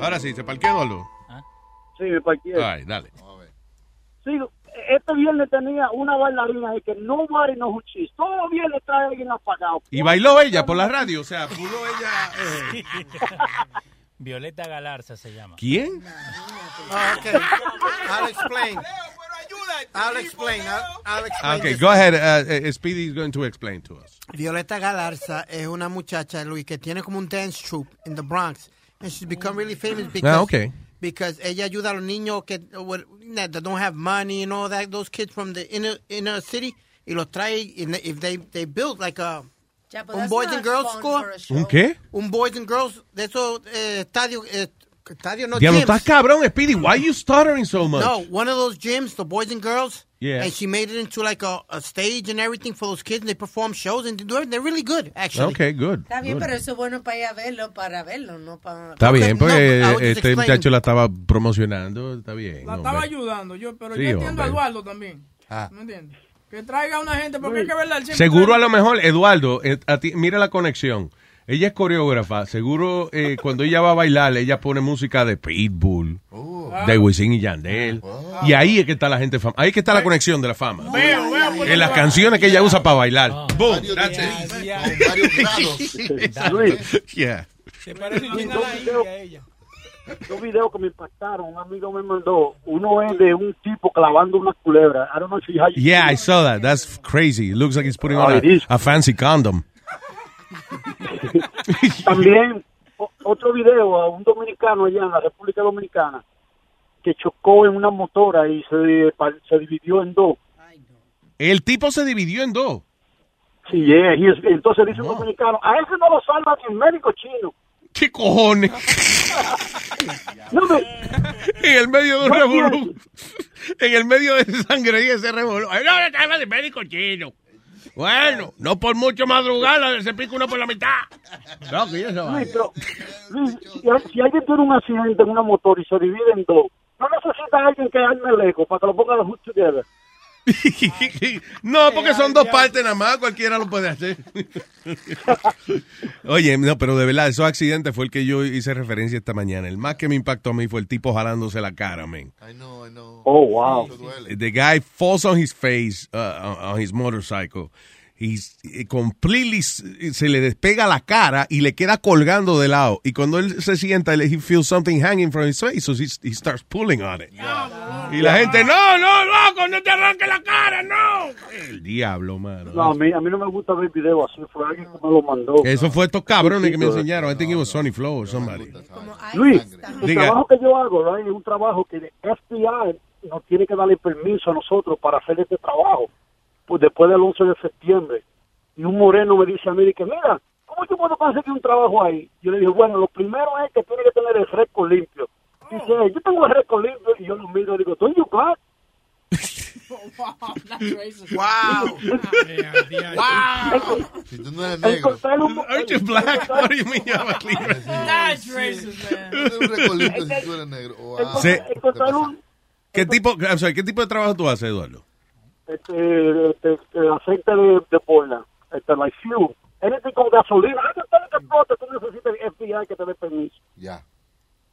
Ahora sí, ¿se parqueó, Eduardo?
Sí, me parqueé.
Ay, dale.
Sí, este viernes tenía una bailarina de que nobody knows who she is. Todos los viernes trae alguien apagado.
Y bailó ella por la radio, o sea, pudo e- ella... eh.
[LAUGHS] Violeta Galarza se llama.
¿Quién?
[LAUGHS]
Okay. Ah, I'll explain. I'll explain. I'll, I'll explain.
Okay,
this.
Ah, go ahead. uh, uh, Speedy is going to explain to us.
Violeta Galarza es una muchacha, Luis, que tiene como un dance troupe in the Bronx. And she's become really famous because,
Ah, okay.
because ella ayuda a los niños que with- that don't have money and all that, those kids from the inner, inner city, y los trae, and if they, they build like a,
Ya, but
un
that's
boys
not
and girls
fun
school.
for a
¿Un qué?
Un boys and girls, de esos eh, estadios, eh, estadios no
Diablo,
gyms.
estás cabrón, Speedy. Why you stuttering so much?
No, one of those gyms, the boys and girls.
Yeah.
And she made it into like a, a stage and everything for those kids. And they perform shows and they do it. They're really good, actually.
Okay, good.
Está bien,
good.
pero eso es bueno para ir a verlo, para verlo, no para...
Está bien, porque
No, I was just
eh, este
explaining.
muchacho la estaba promocionando. Está bien.
La
hombre.
estaba ayudando, yo, pero
Sí,
yo entiendo
hombre.
a Eduardo también.
Ah.
¿No entiendes? Que traiga a una gente, porque hay que verla al
Seguro a lo mejor, Eduardo, eh, a ti- mira la conexión. Ella es coreógrafa. Seguro eh, cuando ella va a bailar, ella pone música de Pitbull, de Wisin y Yandel. Y ahí es que está la gente fama. Ahí es que está la conexión de la fama.
Veo, veo, por
En las
la-
canciones que ella usa para bailar. Boom. that's it.
[LAUGHS]
[LAUGHS] Yeah.
Se parece un
Sí,
chin a
dos
la
videos-
India a ella.
Dos videos que me impactaron, un amigo me mandó. Uno es de un tipo clavando una culebra. I don't know if you have
Yeah, I saw that. That's crazy. It looks like he's putting
Oh,
on
it
a,
is.
a fancy condom. [LAUGHS]
También o- otro video a un dominicano allá en la República Dominicana que chocó en una motora y se, pa- se dividió en dos.
El tipo se dividió en dos. Ah.
Sí, yeah, he is- entonces dice un dominicano, a ese no lo salva ni el médico chino.
¿Qué cojones?
No, me-
[LAUGHS] En el medio de un revolú. En el medio de sangre y ese revolú. ¡Ay, no, no, no, de médico chino! Bueno, no por mucho madrugada, se pica uno por la mitad. No, que eso
Luis, pero, Luis, si, al- si alguien tiene un accidente en una motor y se divide en dos, no necesita alguien que arme el eco para que lo ponga de justo together.
[LAUGHS] No, porque son dos partes nada más, cualquiera lo
[LAUGHS]
puede hacer. Oye, no, pero de verdad, esos accidentes fue el que yo hice referencia esta mañana. El más que me impactó a mí fue el tipo jalándose la cara, man.
Oh, wow.
The guy falls on his face uh, on on his motorcycle. He's eh, completely s- eh, se le despega la cara y le queda colgando de lado. Y cuando él se sienta, él- he feels something hanging from his face, so he, he starts pulling on it. Y la gente, no, no, loco, no te arranques la cara, no. el diablo, mano.
No, a mí, a mí no me gusta ver videos así, fue alguien que me lo mandó.
Eso fue estos cabrones que me enseñaron. I think it was Sonny Flow or somebody.
Luis, eh. el
Diga.
trabajo que yo hago ¿verdad? es un trabajo que el FBI nos tiene que darle permiso a nosotros para hacer este trabajo pues después del 11 de septiembre. Y un moreno me dice a mí, que mira, ¿cómo yo puedo conseguir un trabajo ahí? Yo le dije, bueno, lo primero es que tiene que tener el récord limpio. Dice, yo tengo el récord limpio y yo lo miro y digo, ¿tú you black?
Wow.
wow.
Si tú no eres
El
negro.
costal un- Aren't you black? What
[LAUGHS]
do you mean you're
black?
That's racist, man.
Tú eres un recolito
um
si tú eres negro. ah, Wow.
Se-
El costal un-
¿Qué tipo, I'm sorry, ¿Qué tipo de trabajo tú haces, Eduardo?
este, este, este, aceite de, de bola, este, like fuel, anything con gasolina, ah, que todo lo que explota, tú necesitas el FBI que te dé permiso.
Ya.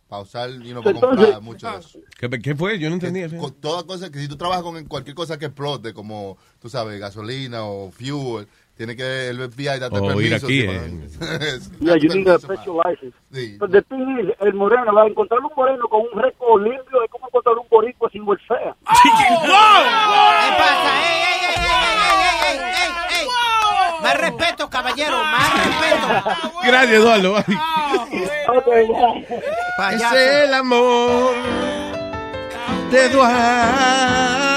Pausar y no
Entonces-
comprar mucho de eso.
¿Qué, qué fue? Yo no entendía.
Con toda cosa que si tú trabajas con cualquier cosa que explote, como tú sabes, gasolina o fuel, tiene que el FBI darte
O
permiso.
Oh,
sí,
ir aquí,
[LAUGHS]
eh.
Yeah, you need a special license. But the thing is, el Então, moreno, va a encontrar un moreno con un récord limpio es é como encontrar un boricua sin welfare.
¿Qué pasa? ¡Ey, ey, ey, ey, ey, ey, ey, ey, ey! Más respeto, caballero, más respeto.
Gracias, Eduardo.
Ah.
Payaso.
Es el amor de Eduardo.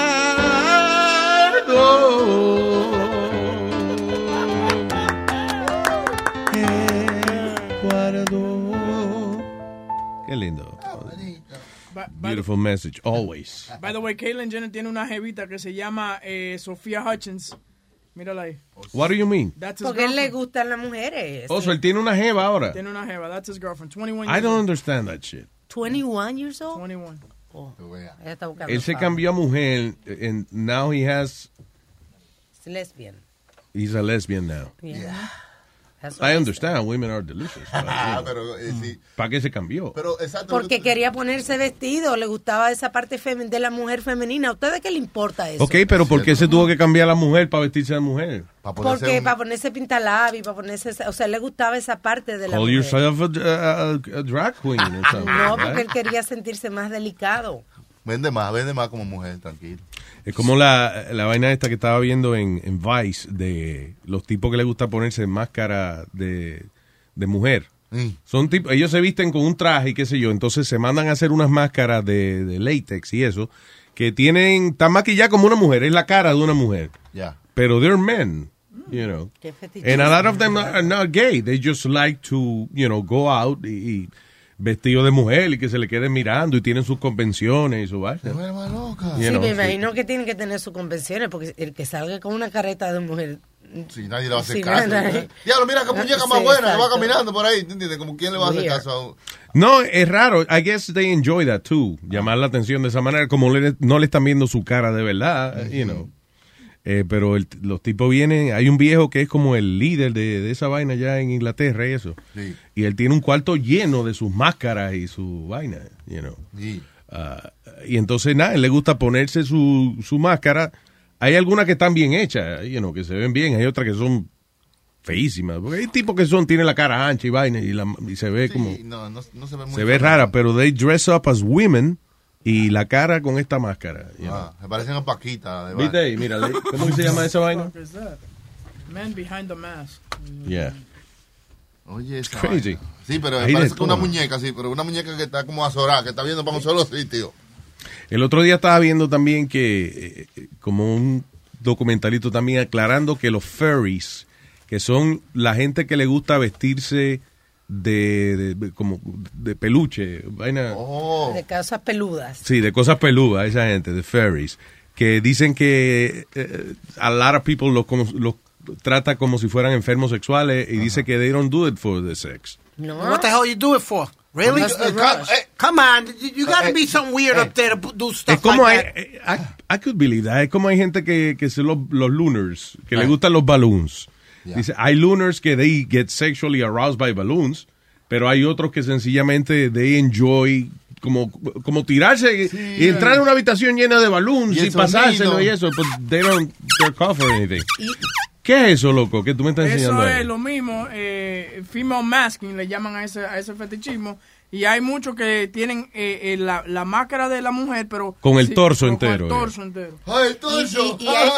Qué lindo.
Ah,
Beautiful message, always.
By the way, Caitlyn Jenner tiene una jevita que se llama eh, Sofía Hutchins. Mírala ahí.
What do you mean?
That's his
Porque él le
girlfriend.
gustan las mujeres.
Oh, so él tiene una jeva ahora.
Tiene una jeva. That's his girlfriend. 21
I
years
don't
old.
understand that shit.
21 years old. Oh.
21.
Ella está buscando
Él se
fama.
cambió a mujer and now he has
Es lesbian.
he's a lesbian now.
Yeah. That's what
I
he
understand women are delicious.
Pero, eh, sí.
¿Para qué se cambió?
Pero exacto.
Porque quería ponerse vestido, le gustaba esa parte femen- de la mujer femenina. ¿A ustedes qué le importa eso?
Ok, pero ¿por qué se tuvo que cambiar la mujer para vestirse de mujer?
Porque para ponerse pintalabi, para ponerse, esa- o sea, le gustaba esa parte de la
Call
mujer.
yourself a, a- a drag queen
[LAUGHS]
or something.
No,
right?
porque él quería sentirse más delicado.
Vende más, vende más como mujer, tranquilo.
Es como la, la vaina esta que estaba viendo en, en Vice de los tipos que les gusta ponerse máscara de, de mujer. Son tip- ellos se visten con un traje y qué sé yo, entonces se mandan a hacer unas máscaras de, de látex y eso, que tienen, tan maquilladas como una mujer, es la cara de una mujer.
Ya.
Pero they're men, you know. And a lot of them are not gay. They just like to, you know, go out y, y vestido de mujer y que se le queden mirando y tienen sus convenciones y su vaina. You
sí,
know,
me
sí.
imagino que tienen que tener sus convenciones, porque el que salga con una carreta de mujer.
Si nadie le va a hacer
Sí,
caso. ¿eh?
nadie.
[LAUGHS]
Ah,
Diablo, mira qué muñeca más
Sí,
buena, que va
exacto.
caminando por ahí, ¿tú ¿entiendes? Como quién le va a hacer
Weird.
caso a un...
No, es raro. I guess they enjoy that too. Llamar la atención de esa manera, como le- no le están viendo su cara de verdad, you know. Eh, pero el- los tipos vienen. Hay un viejo que es como el líder de, de esa vaina ya en Inglaterra y eso.
Sí.
Y él tiene un cuarto lleno de sus máscaras y su vaina, you know. Ah, y entonces, nada, él le gusta ponerse su, su máscara. Hay algunas que están bien hechas, you know, que se ven bien. Hay otras que son feísimas. Porque hay tipos que son, tienen la cara ancha y vaina y, la- y se ve como.
No, no, no se ve muy
Se ve rara, pero they dress up as women y la cara con esta máscara. you know.
Ah, me parecen a Paquita. la de
¿Viste ahí? Mira, le- ¿cómo que se llama esa vaina?
What is that? Man behind the mask.
Yeah.
Oye, esa
Crazy.
vaina. Sí, pero me
Ahí de
parece que una
todo.
muñeca, sí, pero una muñeca que está como azorada, que está viendo para un solo sitio.
El otro día estaba viendo también que, eh, como un documentalito también aclarando que los furries, que son la gente que le gusta vestirse de, de- de- como de peluche,
Oh.
vaina,
De casas peludas.
sí, de cosas eh, peludas, esa gente, de furries, que dicen que eh, a lot of people los, con- los trata como si fueran enfermos sexuales y dice que they don't do it for the sex.
What the hell you do it for? Really? Eh,
That's the rush.
Come on, you, you gotta be some weird up there to do stuff
Es como hay,
like that.
eh, I, I could believe that. Es como hay gente que, que son los, los lunars, que le gustan los balloons. Dice, hay lunars que they get sexually aroused by balloons, pero hay otros que sencillamente they enjoy como, como tirarse y entrar en una habitación llena de balloons
Y
y,
el
pasárselo
sonido.
y eso, but they don't they're covered or anything. ¿Qué es eso, loco? ¿Qué tú me estás enseñando?
Eso
ahí?
es lo mismo, eh, female masking le llaman a ese, a ese fetichismo. Y hay muchos que tienen eh, eh, la, la máscara de la mujer, pero...
Con el
sí,
torso
con- con el
entero, eh.
torso entero.
Y, y- y
[LAUGHS]
hay,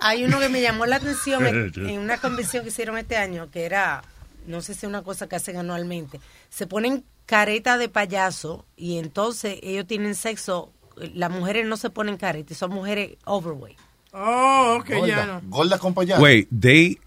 hay uno que me llamó la atención en, en una convención que hicieron este año, que era, no sé si es una cosa que hacen anualmente, se ponen careta de payaso y entonces ellos tienen sexo, las mujeres no se ponen careta, y son mujeres overweight.
Oh, ok,
ya no. Gorda con payaso.
Wait, they,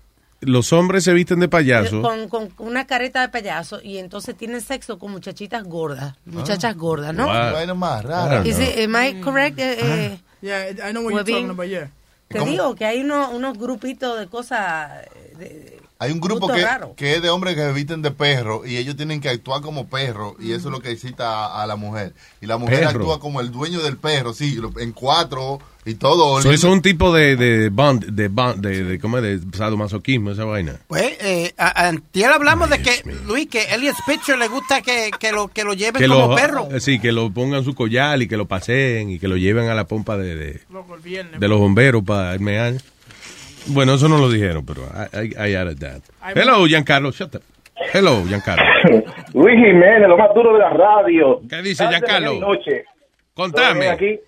los hombres se visten de payaso.
Eh,
Con, con una careta de payaso y entonces tienen sexo con muchachitas gordas,
Ah.
muchachas gordas, ¿no?
Wow.
Vaina más
I
rara.
don't
Is
know.
it- am I correct? Eh,
Ah.
eh,
Yeah, I know what you're
Webin.
talking about, yeah.
Te
¿Cómo?
digo que hay uno- unos grupitos de cosas. eh, de-
Hay un grupo
Gusto
que,
raro.
que es de hombres que se visten de perro y ellos tienen que actuar como perro y eso es lo que excita a, a la mujer. Y la mujer
Perro.
actúa como el dueño del perro, sí, lo- en cuatro y todo.
So, eso es un tipo de, de bond, de bond, de, de, ¿cómo es? De sadomasoquismo, esa vaina.
Pues, eh, a- antier hablamos de que, Luis, que Elliot Spitzer le gusta que, que lo, que lo lleven
que
como
lo, eh,
perro.
Sí, que lo pongan su collar y que lo paseen y que lo lleven a la pompa de, de,
Loco, el
[LAUGHS]
viernes.
de los bomberos para el mear. Bueno, eso no lo dijeron, pero I, I, I added that. Hello, Giancarlo. Shut up. Hello, Giancarlo.
Luis Jiménez, lo más duro de la radio.
¿Qué dice
Tarde,
Giancarlo?
mañana y Noche.
Contame.
Estoy Aquí.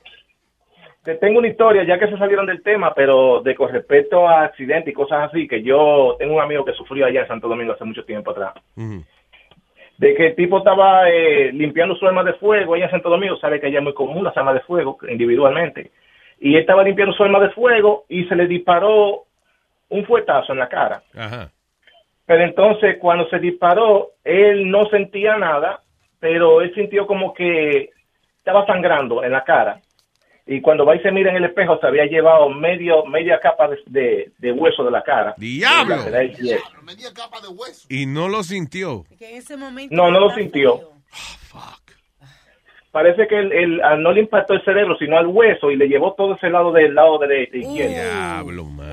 Te tengo una historia, ya que se salieron del tema, pero de con respecto a accidentes y cosas así, que yo tengo un amigo que sufrió allá en Santo Domingo hace mucho tiempo atrás. de que el tipo estaba eh, limpiando su arma de fuego, ella en Santo Domingo sabe que allá es muy común las armas de fuego individualmente, y él estaba limpiando su arma de fuego y se le disparó un fuetazo en la cara.
Ajá.
Pero entonces cuando se disparó, él no sentía nada, pero él sintió como que estaba sangrando en la cara. Y cuando va y se mira en el espejo, se había llevado medio, media capa de, de- de hueso de la cara.
¡Diablo!
No,
Y no lo sintió.
que en ese momento.
no lo sintió. parece que el, el- ah, no le impactó el cerebro, sino al hueso y le llevó todo ese lado del lado derecho izquierdo.
Diablo, man.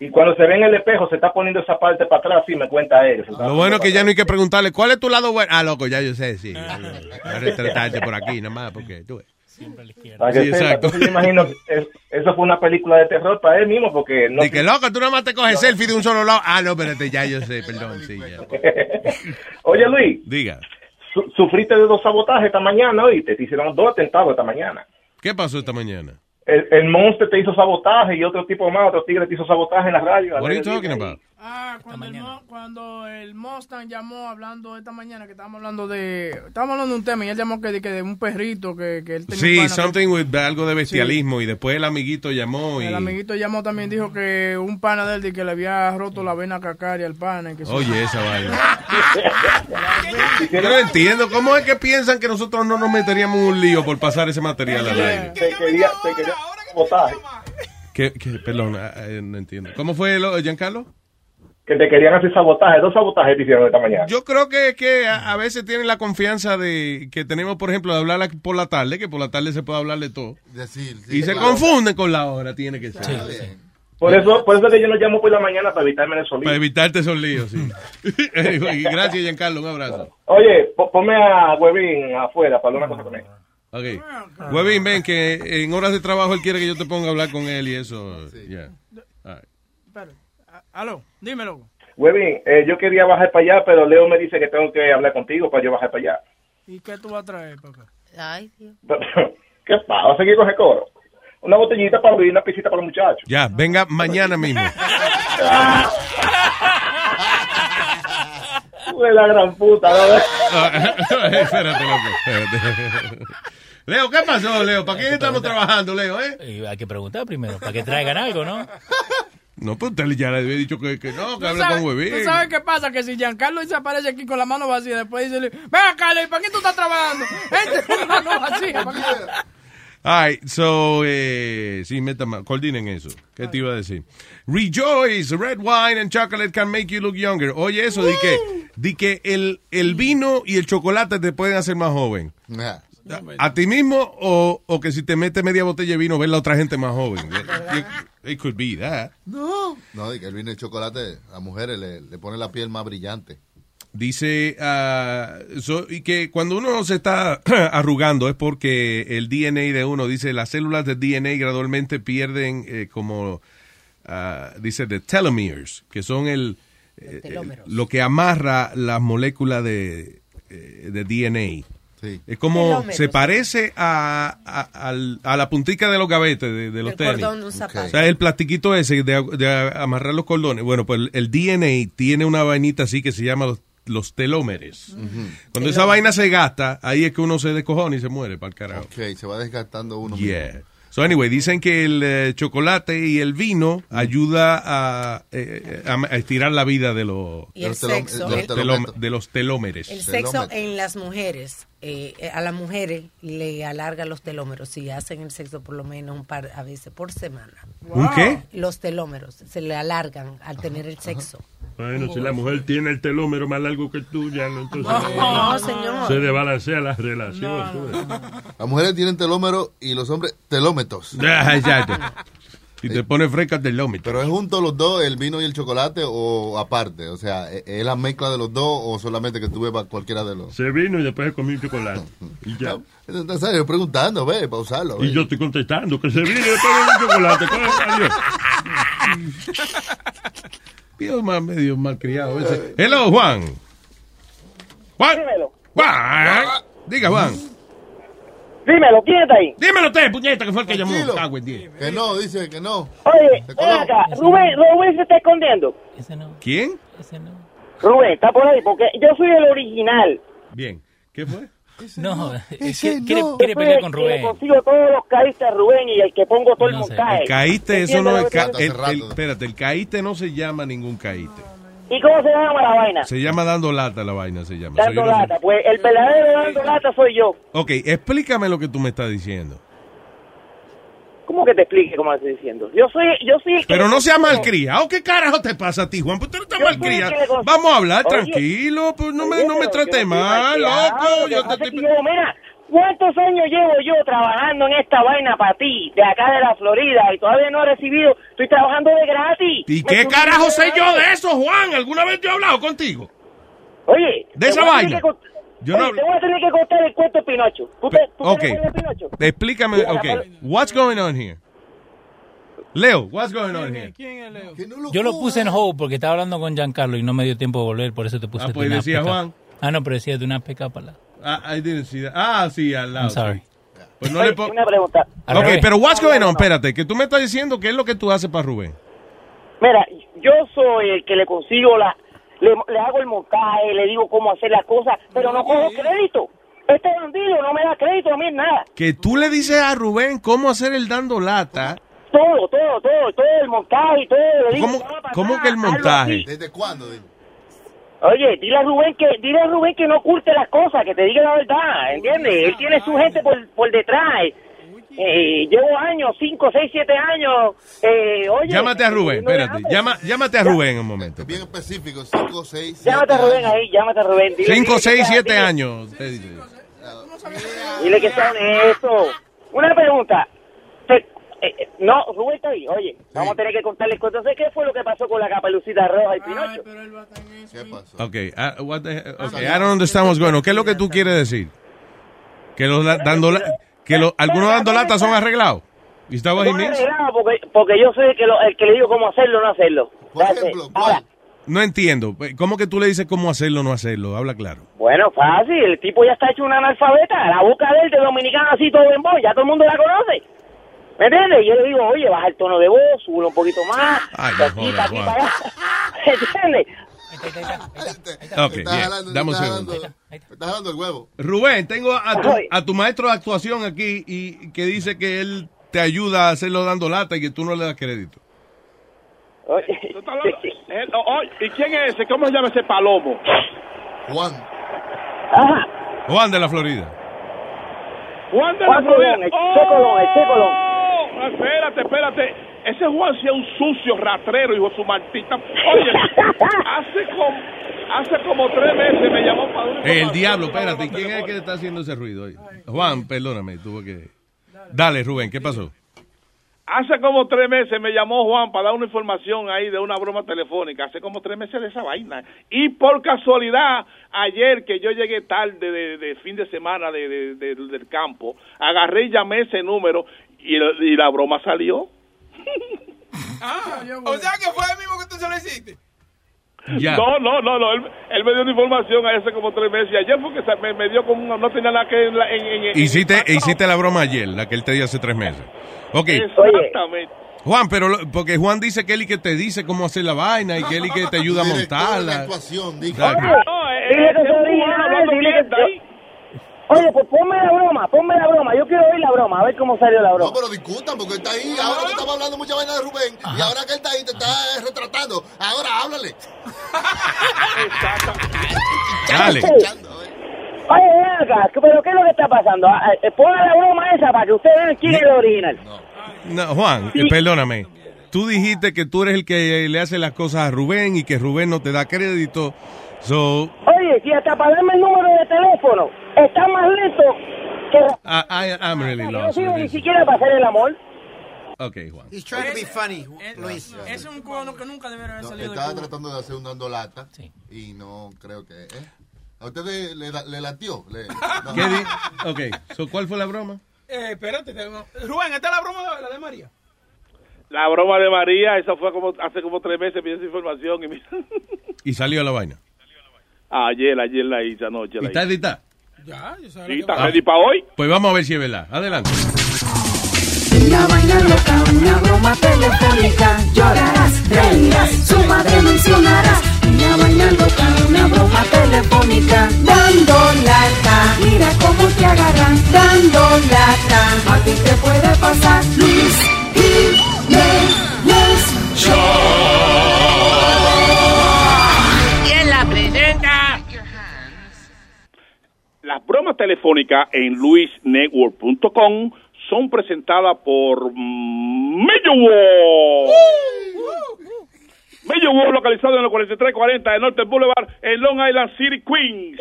Y cuando se ve en el espejo, se está poniendo esa parte para atrás y me cuenta él. Se está
Lo bueno es que ya no hay que preguntarle, ¿cuál es tu lado bueno? Ah, loco, ya yo sé, sí.
[LAUGHS]
Voy a retratarte por aquí, nada más, porque tú...
para que
Sí,
sepa.
exacto.
Entonces, yo imagino que es- eso fue una película de terror para él mismo porque no...
De que loco, tú nada más te coges selfie de un solo lado. Ah, no, espérate, ya yo sé, perdón, sí, ya.
Oye, Luis,
Diga,
su- sufriste de dos sabotajes esta mañana, oíste. Te hicieron dos atentados esta mañana.
¿qué pasó esta mañana?
El, el monstruo te hizo sabotaje y otro tipo más, otro tigre te hizo sabotaje en la radio.
What are you talking about?
Ah, cuando el, Mo- cuando el Mustang llamó hablando esta mañana, que estábamos hablando de... Estábamos hablando de un tema y él llamó que de, que de un perrito que, que él tenía. un
Sí,
pana que-
something with algo de bestialismo y después el amiguito llamó y...
El amiguito llamó también, dijo que un pana de él de que le había roto la vena cacaria al pana. y que se- [LAUGHS]
Oye, esa vaina. Yo no entiendo, ¿cómo es que piensan que nosotros no nos meteríamos en un lío por pasar ese material al aire?
Te quería, te quería sabotaje.
¿Qué, qué? Perdón, ah, eh, no entiendo. ¿Cómo fue, lo, Giancarlo?
Que te querían hacer sabotaje, dos sabotajes te hicieron esta mañana.
Yo creo que, que a, a veces tienen la confianza de que tenemos, por ejemplo, de hablar la- por la tarde, que por la tarde se puede hablar de todo. y se
claro.
confunden con la hora, tiene que ser.
Por eso, por eso es que yo no llamo por la mañana para evitarme el sonido.
Para [LAUGHS] evitarte esos
[LAUGHS]
líos, sí. Y Gracias, Giancarlo. Un abrazo.
Oye, po- ponme a Webin afuera para hablar una cosa con él.
Ok. Webin, ven que en horas de trabajo él quiere que yo te ponga a hablar con él y eso. ya. Ah, All right.
Espérate. A- Aló, dímelo.
Webin, eh, yo quería bajar para allá, pero Leo me dice que tengo que hablar contigo para yo bajar para allá. [LAUGHS]
¿Y qué tú vas a traer, papá?
Ay, Dios.
¿Qué pasa? ¿Vas a seguir con el coro? Una botellita para Luis, una pisita para los muchachos.
Ya, venga
[LAUGHS]
mañana mismo.
Tú eres la gran puta, ¿no?
Ah, [LAUGHS] Espérate, loco. Espérate. [LAUGHS] Leo, ¿qué pasó, Leo? ¿Para quién estamos trabajando, Leo? Eh?
Y hay que preguntar primero, para que traigan algo,
[LAUGHS]
¿no?
No, pues usted ya le había dicho que, que no, que
¿Tú
hable
sabes,
con Webin.
¿Tú sabes qué pasa? Que si Giancarlo se aparece aquí con la mano
[LAUGHS]
vacía, después dice, ven acá, Luis, ¿para qué tú estás trabajando? Este con la mano vacía. ¿para qué?
All right, so, eh, sí, metan, coordinen eso. ¿Qué te iba a decir? Rejoice, red wine and chocolate can make you look younger. Oye, eso, di que, di que el, el vino y el chocolate te pueden hacer más joven. A, a ti mismo o, o que si te metes media botella de vino, ves la otra gente más joven. It, it could be that.
No. No, de que el vino y el chocolate a mujeres le, le pone la piel más brillante.
Dice ah, so- y que cuando uno se está [CLEARS THROAT] arrugando es porque el DNA de uno, dice, las células de DNA gradualmente pierden eh, como, ah, dice, de telomeres, que son el, eh,
telómeros.
lo que amarra las moléculas de, eh, de DNA. Es como,
Telómeros.
se parece a, a- al- a la puntica de los gavetes de, de
Del
los tenis.
cordón de un zapato.
O sea, el plastiquito ese de, de amarrar los cordones. Bueno, pues el DNA tiene una vainita así que se llama los, los telómeres. Cuando esa vaina se gasta, ahí es que uno se descojona y se muere para el carajo.
Ok, se va desgastando uno
Yeah. So anyway, dicen que el eh, chocolate y el vino ayuda a, eh, a- a estirar la vida de los,
Y el Los telom- sexo,
los
el-
telom- de los telómeres.
El sexo en las mujeres, eh, eh, a las mujeres le alarga los telómeros y hacen el sexo por lo menos un par a veces por semana.
¿Un qué?
Los telómeros se le alargan al tener el sexo.
Bueno, si la mujer tiene el telómero más largo que tú, ya no, entonces
No, no, señor.
se desbalancea la relación. pues. tú ves.
Las mujeres tienen telómero y los hombres
[LAUGHS]
telómetros.
Ah, exacto. Si te pone fresca telómetro.
Pero es junto los dos, el vino y el chocolate, o aparte. O sea, ¿e- ¿es la mezcla de los dos o solamente que tú bebas cualquiera de los?
Se vino y después se comió un chocolate.
[LAUGHS]
Y ya.
Entonces, ¿sabes? Yo preguntando, ve, para usarlo.
Y yo estoy contestando que se vino y después comió un
[LAUGHS]
chocolate. Coge, adiós.
Dios más medio malcriado ese. Hello, Juan. Juan. Juan. Diga, Juan.
Dímelo, ¿quién está ahí?
Dímelo usted, puñeta, que fue el que llamó.
Tranquilo.
Cago en diez.
Que no, dice que no.
Oye, ven acá. Rubén, Rubén se está escondiendo.
¿Quién?
Rubén, está por ahí, porque yo soy el original.
Bien. ¿Qué fue?
No,
Ese
quiere-
no.
quiere
Yo
pelear
soy
con
el que
Rubén.
Consigo todos los caíste Rubén y el que pongo todo el montaje.
Caíste, eso
¿Entiendes
no
lo
es.
que
ca-
te
el-
digo?
el- espérate, el caíste no se llama ningún caíste.
¿Y cómo se llama la vaina?
Se llama dando lata la vaina, se llama.
Dando
So, yo no sé-
lata. Pues el verdadero dando lata soy yo.
Ok, explícame lo que tú me estás diciendo.
¿Cómo que te explique cómo estoy diciendo? Yo soy, yo soy el que...
Pero no sea malcriado. ¿Qué carajo te pasa a ti, Juan? Pues tú eres tan
Yo soy el que
malcriado.
le consigo-
Vamos a hablar
Oye,
tranquilo. Pues no me,
oye,
no me
pero
trates
yo no soy
mal,
malcriado,
loco.
lo que
Yo te
pasa
estoy
es que yo, mira, ¿cuántos años llevo yo trabajando en esta vaina para ti, de acá de la Florida, y todavía no he recibido, estoy trabajando de gratis?
¿Y
Me
Pues
qué
estoy-
carajo sé yo de eso, Juan? ¿Alguna vez yo he hablado contigo?
Oye.
De
te
esa
voy a tener
vaina.
que cont-
Yo no
Oye,
hablo-
Te voy a tener que contar el cuento de Pinocho. ¿Usted,
Ok.
usted recuerda de Pinocho?
Explícame,
Mira,
ok.
para-
What's going on here? Leo, what's going on here?
Yo lo puse en hold porque estaba hablando con Giancarlo y no me dio tiempo de volver, por eso te puse
Ah,
tú
pues
una
decía
peca-
Juan.
Ah, no, pero decía de una peca para la...
Ah, I didn't see that. Ah, sí, al lado.
I'm sorry.
Pues no le po-
Una pregunta.
Al
Ok,
revés.
pero what's going on? Espérate, que tú me estás diciendo qué es lo que tú haces para Rubén.
Mira, yo soy el que le consigo la... Le, le hago el montaje, le digo cómo hacer las cosas, pero no cojo crédito. Este bandido no me da crédito a mí en nada.
Que tú le dices a Rubén cómo hacer el dando lata.
Todo, todo, todo, todo el montaje y todo. Le digo,
¿Cómo,
"Vamos para
cómo
atrás,
que el
hazlo
montaje?
así".
¿Desde cuándo? Dile?
Oye, dile a Rubén que dile a Rubén que no oculte las cosas, que te diga la verdad, ¿entiendes? Él tiene su gente por, por detrás. Eh, llevo años, 5, 6, 7 años. Eh, oye,
Llámate a Rubén,
no me
espérate.
hables.
Llama, llámate a Rubén un momento.
Bien específico, 5, 6,
Llámate a Rubén ahí, llámate a Rubén. Dile,
5,
dile que
6,
sea-
7
dile-
años. te dice.
Dile que sea honesto. Una pregunta. Te- eh, eh, no, Rubén está ahí. Oye, vamos a tener que contarles cuento. Sé qué fue lo que pasó con la capelucita roja y Pinocho.
[LAUGHS]
Ok, ah, what the- ok, I don't understand what's going on. ¿Qué es lo que tú quieres decir? Que los la- dando la- que los, algunos dando lata son arreglados. ¿Y está what he
No
means?
arreglado porque, porque yo soy el que, lo- el que le digo cómo hacerlo o no hacerlo. Gracias. Ahora,
No entiendo. ¿Cómo que tú le dices cómo hacerlo o no hacerlo? Habla claro.
Bueno, fácil, el tipo ya está hecho un analfabeta, la boca de él de dominicano así todo en voz, ya todo el mundo la conoce. ¿Me entiendes? Y Yo le digo, oye, baja el tono de voz, súbelo un poquito más,
Ay,
de
no
aquí, para
jodas,
aquí,
Juan.
para allá. ¿Me entiendes?
Ok,
Estás
bien.
jalando,
Dame un
estás
segundo.
jalando, estás jalando el huevo.
Rubén, tengo a tu,
Ay.
a tu maestro de actuación aquí y que dice que él te ayuda a hacerlo dando lata y que tú no le das crédito.
Oye,
Eh, oh, oh, ¿Y quién es ese? ¿Cómo se llama ese palomo?
Juan.
Juan de la Florida.
Juan de
Juan
la Florida.
Colón, el Che Colón, el Che Colón.
¡Oh! Espérate, espérate. Ese Juan sí es un sucio ratrero, hijo de su
[LAUGHS]
martita. Oye, hace como, hace como tres meses me llamó Padrino.
El diablo, espérate, ¿quién es el que está haciendo ese ruido? ahí? Juan, perdóname, tuvo que. Dale, Rubén, ¿qué pasó?
Hace como tres meses me llamó Juan para dar una información ahí de una broma telefónica. Hace como tres meses de esa vaina. Y por casualidad, ayer que yo llegué tarde de, de fin de semana de- de- de- del campo, agarré y llamé ese número y, y la broma salió.
Ah, o sea que fue el mismo que tú se lo hiciste.
No, no, no, no. Él, él me dio una información hace como tres meses. Y ayer porque se- me, me dio como una- no tenía nada que... en la- en- en- en-
Hiciste, hiciste la broma ayer, la que él te dio hace tres meses. Ok.
Exactamente.
Juan, pero lo- porque Juan dice que él y que te dice cómo hacer la vaina y que él y que te ayuda a montarla. Exacto.
eh,
Dile que soy original, dile que soy- Oye, pues ponme la broma, ponme la broma. Yo quiero oír la broma, a ver cómo salió la broma.
Pero discutan porque él está ahí. Ahora tú estabas hablando mucha vaina de Rubén y ahora que él está ahí te está eh, retratando. Ahora háblale.
Dale.
Oye, ven acá, pero ¿qué es lo que está pasando? Ah, eh, Ponga la broma esa para que ustedes vean quién es el original.
No, Juan, eh, perdóname. Tú dijiste que tú eres el que le hace las cosas a Rubén y que Rubén no te da crédito. So,
Oye, si hasta para darme el número de teléfono está más lento que...
I, I- I'm really
Ah, Yo no
lost.
sirvo ni siquiera para hacer el amor.
Ok, Juan.
He's trying to be funny, Luis.
Ese es un cuadro que nunca debería haber
No,
salido.
estaba
de Cuba.
tratando de hacer un dando lata y no creo que. ¿eh? ¿A usted le, le, le latió?
[LAUGHS]
Le- no.
¿Qué di- ok, so, ¿cuál fue la broma?
Eh, espérate, tengo- Rubén, esta es la broma de la de María.
La broma de María, esa fue como hace como tres meses, me [LAUGHS] dio esa información y mira.
Y salió la vaina.
Ayer, ayer la hice, anoche
¿Y
la
está
hice.
editada?
Sí, está
Ah.
ready para hoy.
Pues vamos a ver si es verdad. Adelante.
Una vaina loca, una broma telefónica, llorarás, reirás, su madre mencionarás. Una vaina loca, una broma telefónica, dando lata. Mira cómo te agarran, dando lata. A ti te puede pasar, Luis Jiménez
¿Quién la presenta?
Las bromas telefónicas en luisnetwork.com son presentadas por Mellow Mellow localizado en el 4340 de Norte Boulevard en Long Island City, Queens.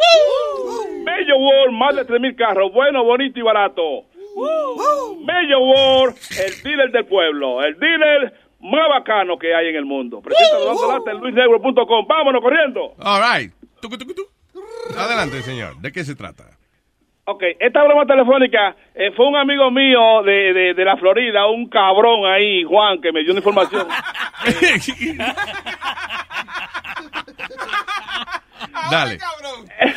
Mellow más de 3.000 carros, bueno, bonito y barato.
Uh. [LAUGHS]
Uh.
Mellow el dealer del pueblo, el dealer más bacano que hay en el mundo. Preséntalo dando lata en luisnetwork.com. Vámonos corriendo.
All right. Tucu, tucu, tucu. Adelante, señor. ¿De qué se trata?
Ok, esta broma telefónica eh, fue un amigo mío de, de, de la Florida, un cabrón ahí, Juan, que me dio una información.
Dale.
Eh,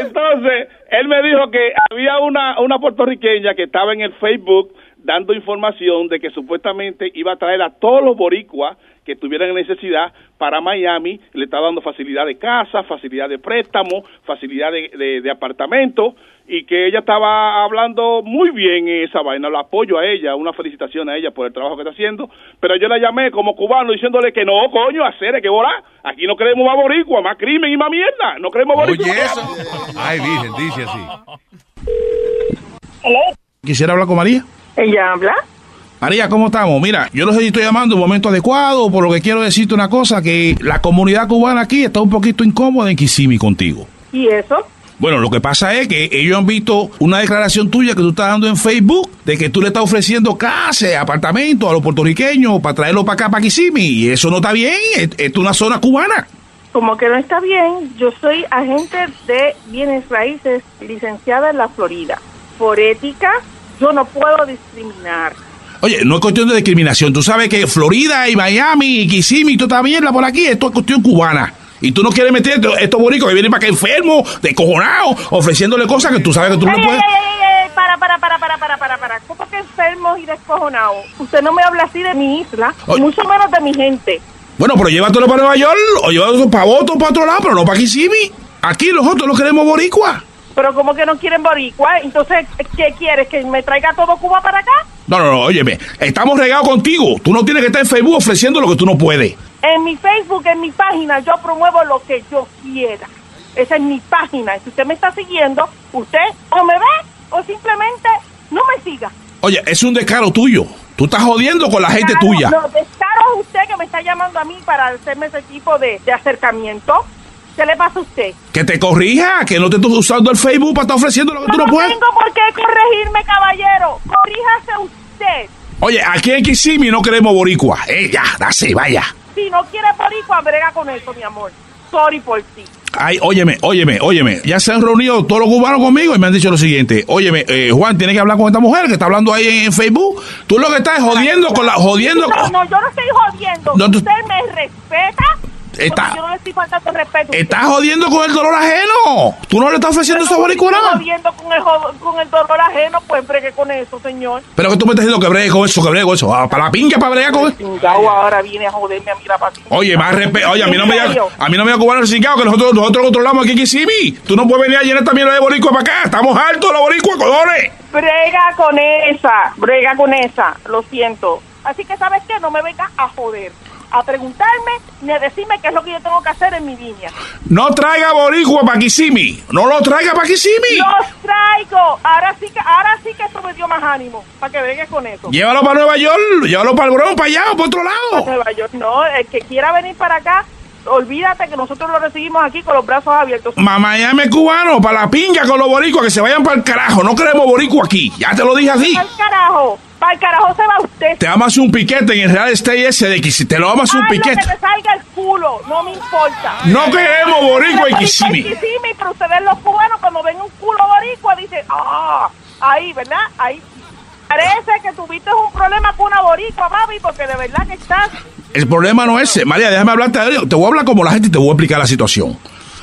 Entonces, él me dijo que había una, una puertorriqueña que estaba en el Facebook dando información de que supuestamente iba a traer a todos los boricuas que tuvieran necesidad para Miami, le estaba dando facilidad de casa, facilidad de préstamo, facilidad de, de- de apartamento, y que ella estaba hablando muy bien en esa vaina, lo apoyo a ella, una felicitación a ella por el trabajo que está haciendo, pero yo la llamé como cubano diciéndole que no, coño, hacer es que volá, aquí no creemos más boricua, más crimen y más mierda, no creemos boricua.
Oye, eso. Ay, virgen, dice así.
Quisiera hablar con María.
Ella habla.
María, ¿cómo estamos? Mira, yo los estoy llamando en un momento adecuado, por lo que quiero decirte una cosa, que la comunidad cubana aquí está un poquito incómoda en Kissimmee contigo.
¿Y eso?
Bueno, lo que pasa es que ellos han visto una declaración tuya que tú estás dando en Facebook de que tú le estás ofreciendo casas, apartamentos a los puertorriqueños para traerlos para acá, para Kissimmee. Y eso no está bien. Esto es una zona cubana.
Como que no está bien, yo soy agente de bienes raíces, licenciada en la Florida. Por ética, yo no puedo discriminar.
Oye, no es cuestión de discriminación. Tú sabes que Florida y Miami y Kissimmee y toda esta mierda por aquí, esto es cuestión cubana. Y tú no quieres meter a estos boricos que vienen para acá enfermos, descojonados, ofreciéndole cosas que tú sabes que tú no
Ey,
puedes.
ey, ey, ey, ey, para, para, para, para, para, para, para. ¿Cómo que enfermos y descojonados? Usted no me habla así de mi isla,
Oye.
mucho menos de mi gente.
Bueno, pero llévatelo para Nueva York o llévatelo para otro, para otro lado, pero no para Kissimmee. Aquí nosotros no queremos boricua.
Pero como que no quieren boricua, entonces, ¿qué quieres? ¿Que me traiga todo Cuba para acá?
No, no, no, óyeme, estamos regados contigo. Tú no tienes que estar en Facebook ofreciendo lo que tú no puedes.
En mi Facebook, en mi página, yo promuevo lo que yo quiera. Esa es mi página. Y Si usted me está siguiendo, usted o me ve o simplemente no me siga.
Oye, es un descaro tuyo. Tú estás jodiendo con la gente
Claro,
tuya.
Lo descaro es usted que me está llamando a mí para hacerme ese tipo de, de acercamiento. ¿Qué le pasa a usted?
Que te corrija, que no te estés usando el Facebook para estar ofreciendo lo que tú no puedes.
tengo por qué corregirme, caballero. Corríjase usted.
Oye, aquí en Kissimmee no queremos boricua. Eh, ya, dase, vaya.
Si no quiere boricua, brega con eso, mi amor. Sorry por ti.
Ay, óyeme, óyeme, óyeme. Ya se han reunido todos los cubanos conmigo y me han dicho lo siguiente. Óyeme, eh, Juan, tienes que hablar con esta mujer que está hablando ahí en, en Facebook. Tú lo que estás es jodiendo con la... Jodiendo
No,
con...
no, yo no estoy jodiendo.
No, tú-
Usted me respeta. porque
Está-
Yo no le estoy faltando respeto. a
Estás
usted.
jodiendo con el dolor ajeno. Tú no le estás ofreciendo esa boricua
Estoy
nada.
jodiendo con el, jo- con el dolor ajeno, pues bregue con eso, señor.
Pero que tú me estás diciendo que bregue con eso, que bregue con eso. Ah, para la pinga, para bregar con
Chingao ahora viene a joderme a mí la patita.
Oye, más respeto. Oye, a mí no
¿En
me diga,
serio?
a mí no me diga cubano resingado, que nosotros, nosotros controlamos aquí en Kissimmee. Tú no puedes venir a llenar esta mierda de boricua para acá. Estamos hartos de la boricua, codones.
Brega con esa, brega con esa, lo siento. Así que, ¿sabes qué? No me venga a joder, a preguntarme ni a decirme qué es lo que yo tengo que hacer en mi línea.
No traiga boricua para Kissimmee. No lo traiga para Kissimmee.
Los traigo. Ahora sí que, ahora sí que esto me dio más ánimo, para que bregues con eso.
Llévalo para Nueva York, llévalo para el Bronx, para allá, o para otro
Para
lado.
Nueva York, no, el que quiera venir para acá, olvídate que nosotros lo recibimos aquí con los brazos abiertos.
Mamá, llame cubano, para la pinga con los boricuas, que se vayan para el carajo. No queremos boricua aquí. Ya te lo dije así.
Para el carajo, para el carajo se va usted.
Te vamos a hacer un piquete en el Real Estate ese de Kissimmee. Te lo vamos a hacer un
Haz lo
piquete.
que te salga el culo, no me importa.
No queremos boricua en Kissimmee.
en Kissimmee, pero ustedes los cubanos cuando ven un culo boricua dicen, ah, ahí, ¿verdad? Ahí. Parece que tuviste un problema con una boricua, mami, porque de verdad que estás...
El problema no es ese. María, déjame hablarte. de ello. Te voy a hablar como la gente y te voy a explicar la situación.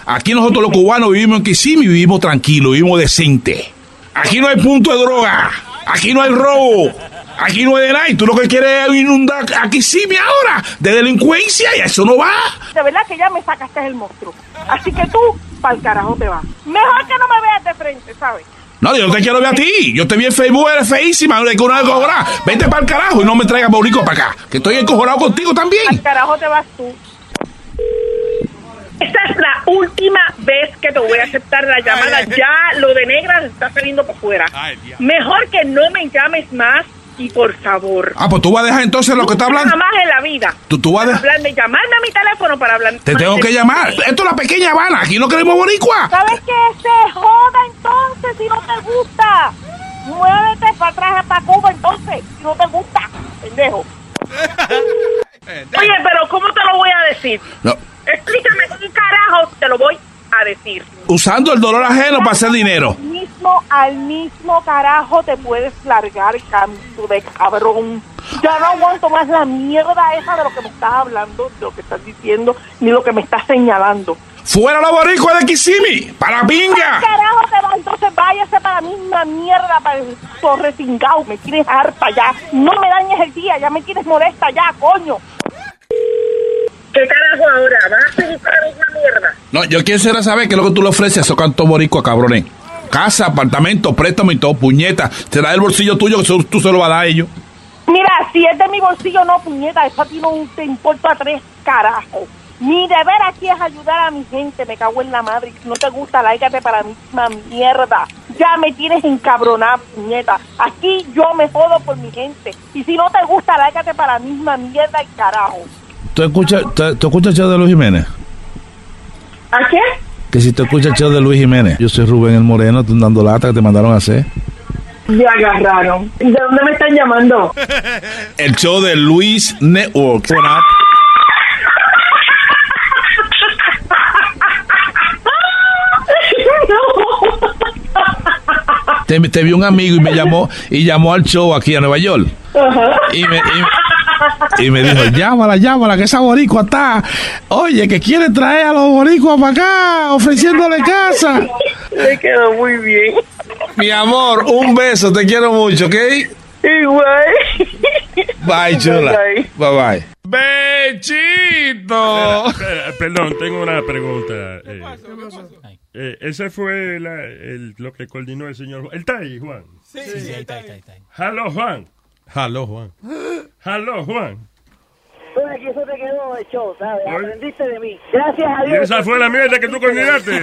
Aquí nosotros los cubanos vivimos en Kissimmee, vivimos tranquilos, vivimos decente. Aquí no hay punto de droga. Aquí no hay robo. Aquí no hay de nada. Y tú lo que quieres es inundar a Kissimmee ahora de delincuencia y eso no va.
De verdad que ya me sacaste el monstruo. Así que tú, para el carajo te vas. Mejor que no me veas de frente, ¿sabes?
No, yo no te quiero ver a ti. Yo te vi en Facebook, eres feísima. Que una vez cojoná. Vete para el carajo y no me traigas boricua para acá. Que estoy encojonado contigo también.
Al carajo te vas tú. Esta es la última vez que te voy a aceptar la llamada. Ya lo de negra se está saliendo para afuera. Mejor que no me llames más y por favor.
Ah, pues tú vas a dejar entonces lo que está hablando.
Jamás en la vida.
Tú, tú vas a dejar.
Hablarme, llamarme a mi teléfono para hablar.
Te
más
tengo
de
que
ti.
llamar. Esto es la pequeña Habana. Aquí no queremos boricua.
¿Sabes qué? Se joda entonces si no te gusta. Muévete para atrás hasta Cuba entonces si no te gusta, pendejo. Oye, pero ¿cómo te lo voy a decir?
No.
Explícame qué carajo te lo voy a decir.
Usando el dolor ajeno para hacer dinero.
Mismo al mismo carajo te puedes largar, canto de cabrón. Ya no aguanto más la mierda esa de lo que me estás hablando, de lo que estás diciendo, ni lo que me estás señalando.
Fuera la boricua de Kissimmee. Para pinga.
carajo te va? Entonces váyase para la misma mierda, para el torre cingao. Me tienes harta ya. No me dañes el día, ya me tienes molesta ya, coño. ¿Qué carajo ahora? ¿Vas a seguir para la misma mierda?
No, yo quisiera saber qué es lo que tú le ofreces a esos cantos boricua, cabrones. Casa, apartamento, préstamo y todo, puñeta. Te da el bolsillo tuyo que eso tú se lo vas a dar a ellos.
Mira, si es de mi bolsillo, no, puñeta, eso a ti no te importa tres carajos. Mi deber aquí es ayudar a mi gente, me cago en la madre. Si no te gusta, lárgate para la misma mierda. Ya me tienes encabronada, puñeta. Aquí yo me jodo por mi gente. Y si no te gusta, lárgate para la misma mierda y carajo.
¿Tú escuchas, ¿Tú escuchas el show de Luis Jiménez?
¿A qué?
Que si te escuchas el show de Luis Jiménez. Yo soy Rubén el Moreno, te dando lata que te mandaron a hacer.
Me agarraron. ¿De dónde me están llamando?
El show de Luis Network. Te, te vi un amigo y me llamó y llamó al show aquí a Nueva York. Y me, y, y me dijo, llámala, llámala, que esa boricua está. Oye, que quiere traer a los boricuas para acá, ofreciéndole casa.
Le quedó muy bien.
Mi amor, un beso, te quiero mucho, ¿ok?
Igual.
Bye, chula.
Bye,
Bye, bye.
¡Bechito! Perdón, tengo una pregunta. eh. Eh, ese fue la- el- lo que coordinó el señor. Él está ahí, Juan.
Sí, sí, sí, ahí está, ahí
Hello, Juan.
Jaló, Juan.
Hello, Juan.
Bueno, aquí eso te quedó el show, ¿sabes? Aprendiste de mí. Gracias a
Y
Dios.
esa fue la mierda que tú coordinaste.
[LAUGHS]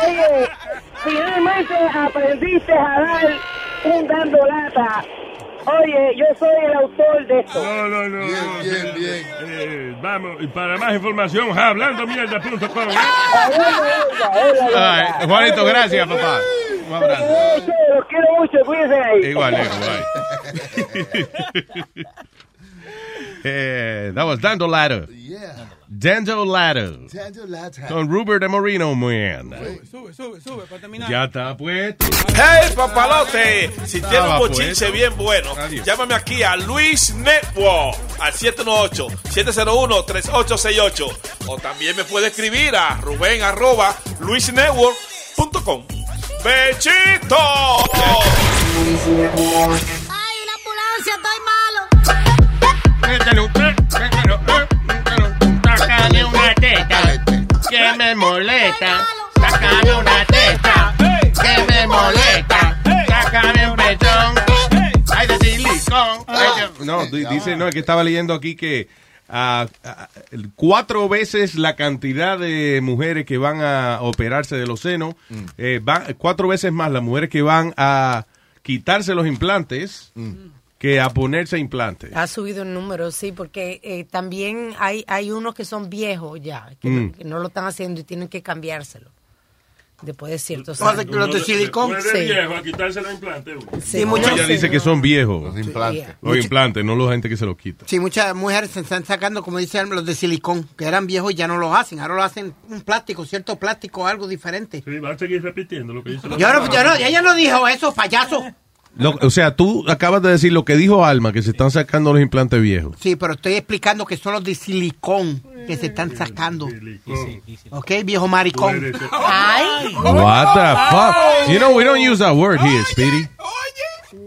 Oye, Finalmente aprendiste a dar un dando lata. Oye, yo soy el autor de esto.
No, no, no. Bien, bien, bien. Eh, vamos, y para más información, hablando mierda.com. ¿eh?
Ay, Juanito, gracias, papá. Un abrazo.
Los quiero mucho, cuídense ahí.
Igual, igual.
[LAUGHS]
Eh, that was Dando Ladder.
Yeah.
Dando Ladder.
Dando Ladder.
Con Rupert de Moreno, man.
Sube, sube, sube, para terminar.
Ya está puesto.
¡Hey, papalote! Si tienes un
Ah,
bochinche
pues.
bien bueno, llámame aquí a Luis Network al 718-701-3868. O también me puede escribir a Rubén arroba luisnetwork.com. ¡Bechito!
Sácame una teta que me molesta. Sácame una teta que me molesta. Sácame un pechón. Ay, de silicón.
Ah, No, di- dice, no, es que estaba leyendo aquí que ah, ah, cuatro veces la cantidad de mujeres que van a operarse de los senos, eh, va- cuatro veces más las mujeres que van a quitarse los implantes que a ponerse implantes.
Ha subido el número, sí, porque eh, también hay, hay unos que son viejos ya, que,
Mm.
no, que no lo están haciendo y tienen que cambiárselo. Después de ciertos
Pasa que los de silicón,
Sí.
Después de viejo a quitarse los implantes. güey.
Sí, muchos-
Ella dice que son viejos. Los
implantes.
Los implantes, no la gente que se los quita.
Sí, muchas mujeres se están sacando, como dicen los de silicón, que eran viejos y ya no los hacen. Ahora lo hacen un plástico, cierto plástico, algo diferente.
Sí, va a seguir repitiendo lo que dice.
Yo no, yo no, ella no dijo eso, payaso.
Lo- o sea, tú acabas de decir lo que dijo Alma, que se están sacando los implantes viejos.
Sí, pero estoy explicando que son los de silicón que se están sacando. Ok, viejo maricón.
Ay.
What the fuck? You know, we don't use that word here, Speedy.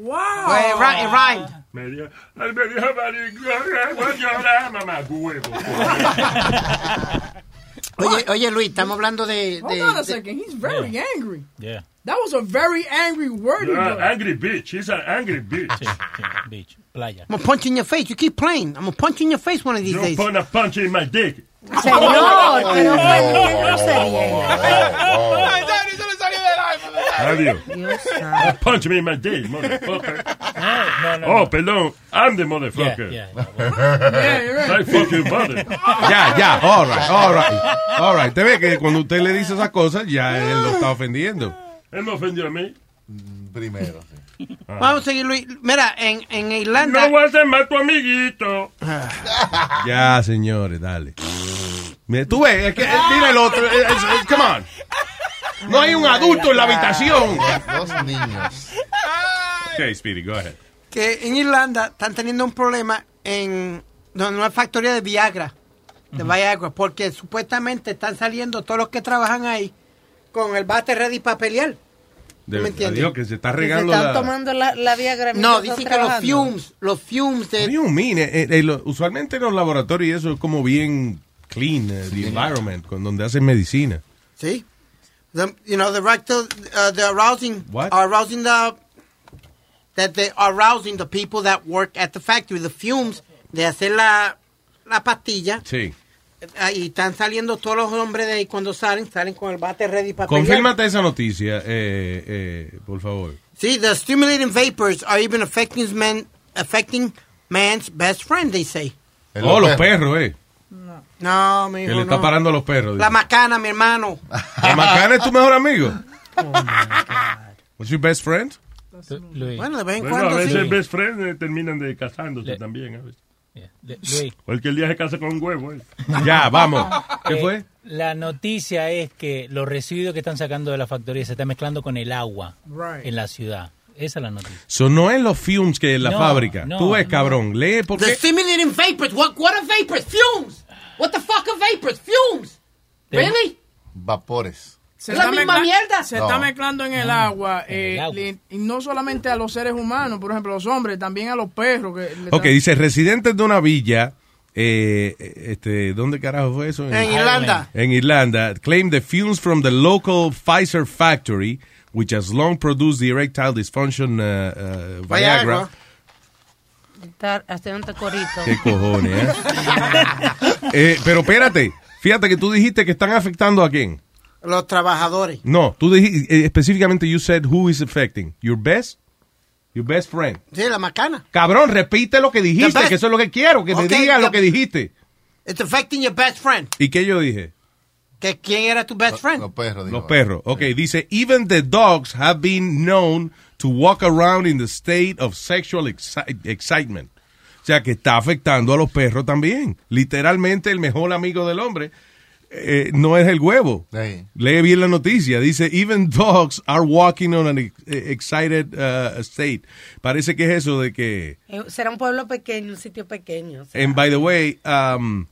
Wow.
Eh, right, eh, right.
Me dio, ay, me dio maricón, voy a llorar, mamá, huevo.
Oye, oye, Luis, estamos hablando de...
Hold
de-
on a
de-
second. He's very angry.
Yeah.
That was a very angry word. he
You're an
used.
angry bitch. He's an angry bitch.
Bitch, playa.
I'm gonna punch you in your face. You keep playing. I'm gonna punch you in your face one of these
Don't
days.
put a punch in my dick.
Señor, pero fue-
qué Adiós. Don't punch me in my dick, motherfucker.
Ah,
No,
Oh, perdón. I'm the motherfucker.
Yeah,
[LAUGHS] I fuck your mother.
Ya, ya, all right, all right, all right. Te ve que cuando usted le dice esas cosas, ya él lo está ofendiendo.
Él me ofendió a mí.
Mm,
Primero.
Vamos a seguir, Luis. Mira, en, en Irlanda...
No voy a ser más tu amiguito.
Ya, señores, dale. Mira, Tú ves, es que eh, mira el otro. eh, eh, come on. No hay un adulto en la habitación.
Dos niños.
Okay, Speedy, go ahead.
que en Irlanda están teniendo un problema en, no, en una factoría de Viagra, de Viagra, porque supuestamente están saliendo todos los que trabajan ahí con el bate ready para pelear.
De,
¿Me entiendes?
adiós, que se está
Que se
regando
están
la-
Tomando la, la Viagra.
No,
mientras
dicen
están
que los
trabajando.
fumes, los fumes de...
What do you mean? Eh, eh, eh, lo- usualmente en los laboratorios y eso es como bien clean, eh, the environment, con donde hacen medicina.
Sí. The, you know, the rectal, uh, the arousing,
What?
arousing the, that they are arousing the people that work at the factory, the fumes de hacer la, la pastilla.
Sí.
Ah, Y están saliendo todos los hombres de ahí cuando salen, salen con el bate ready para
Confírmate esa noticia, eh, eh, por favor.
See, the stimulating vapors are even affecting men, affecting man's best friend, they say.
oh, los perros, eh.
No, mi
Que
hijo,
le está
no.
parando a los perros.
La
dice.
macana, mi hermano.
¿La macana es tu mejor
[LAUGHS]
amigo?
Oh,
[LAUGHS] ¿What's your best friend?
Bueno, de vez en
Bueno,
cuando
a veces
sí.
best friends eh, terminan de casándose también. A veces. Porque el día se casa con un huevo. eh.
[LAUGHS]
Ya, vamos. ¿Qué
Eh,
fue?
La noticia es que los residuos que están sacando de la factoría se están mezclando con el agua
Right.
en la ciudad. Esa es la noticia.
Eso no es los fumes que es la
No,
fábrica.
no,
Tú ves,
no.
cabrón. Lee por
The
qué.
stimulating vapors. What? What are vapors? Fumes. What the fuck are vapors? Fumes. Really?
Vapores.
Se
Es la
está
misma
mezcla-
mierda.
Se
No.
está mezclando en el agua,
En
eh,
el agua.
le- y no solamente a los seres humanos, por ejemplo, a los hombres, también a los perros. Que le
Ok,
están-
dice residentes de una villa. eh, este, ¿Dónde carajo fue eso?
En Irlanda.
En Irlanda, claim the fumes from the local Pfizer factory, which has long produced the erectile dysfunction uh, uh, Viagra.
Estar haciendo un corito.
Qué cojones, eh? Eh, pero espérate, fíjate que tú dijiste que están afectando a quién.
Los trabajadores.
No, tú dijiste, eh, específicamente you said who is affecting. Your best, your best friend.
Sí, la macana.
Cabrón, repite lo que
The
dijiste,
best.
que eso es lo que quiero, que
Ok,
me digas
the-
lo que dijiste.
It's affecting your best friend.
¿Y qué yo dije?
¿Que ¿Quién era tu
Ah,
best friend? Los
perros.
Los perros. Ok, dice, even the dogs have been known to walk around in the state of sexual exci- excitement. O sea, que está afectando a los perros también. Literalmente el mejor amigo del hombre eh, no es el huevo. Lee bien la noticia. Dice, even dogs are walking on an ex- excited uh, state. Parece que es eso de que...
[LAUGHS] Eh, Será un pueblo pequeño, un sitio pequeño. o sea.
And by the way, um,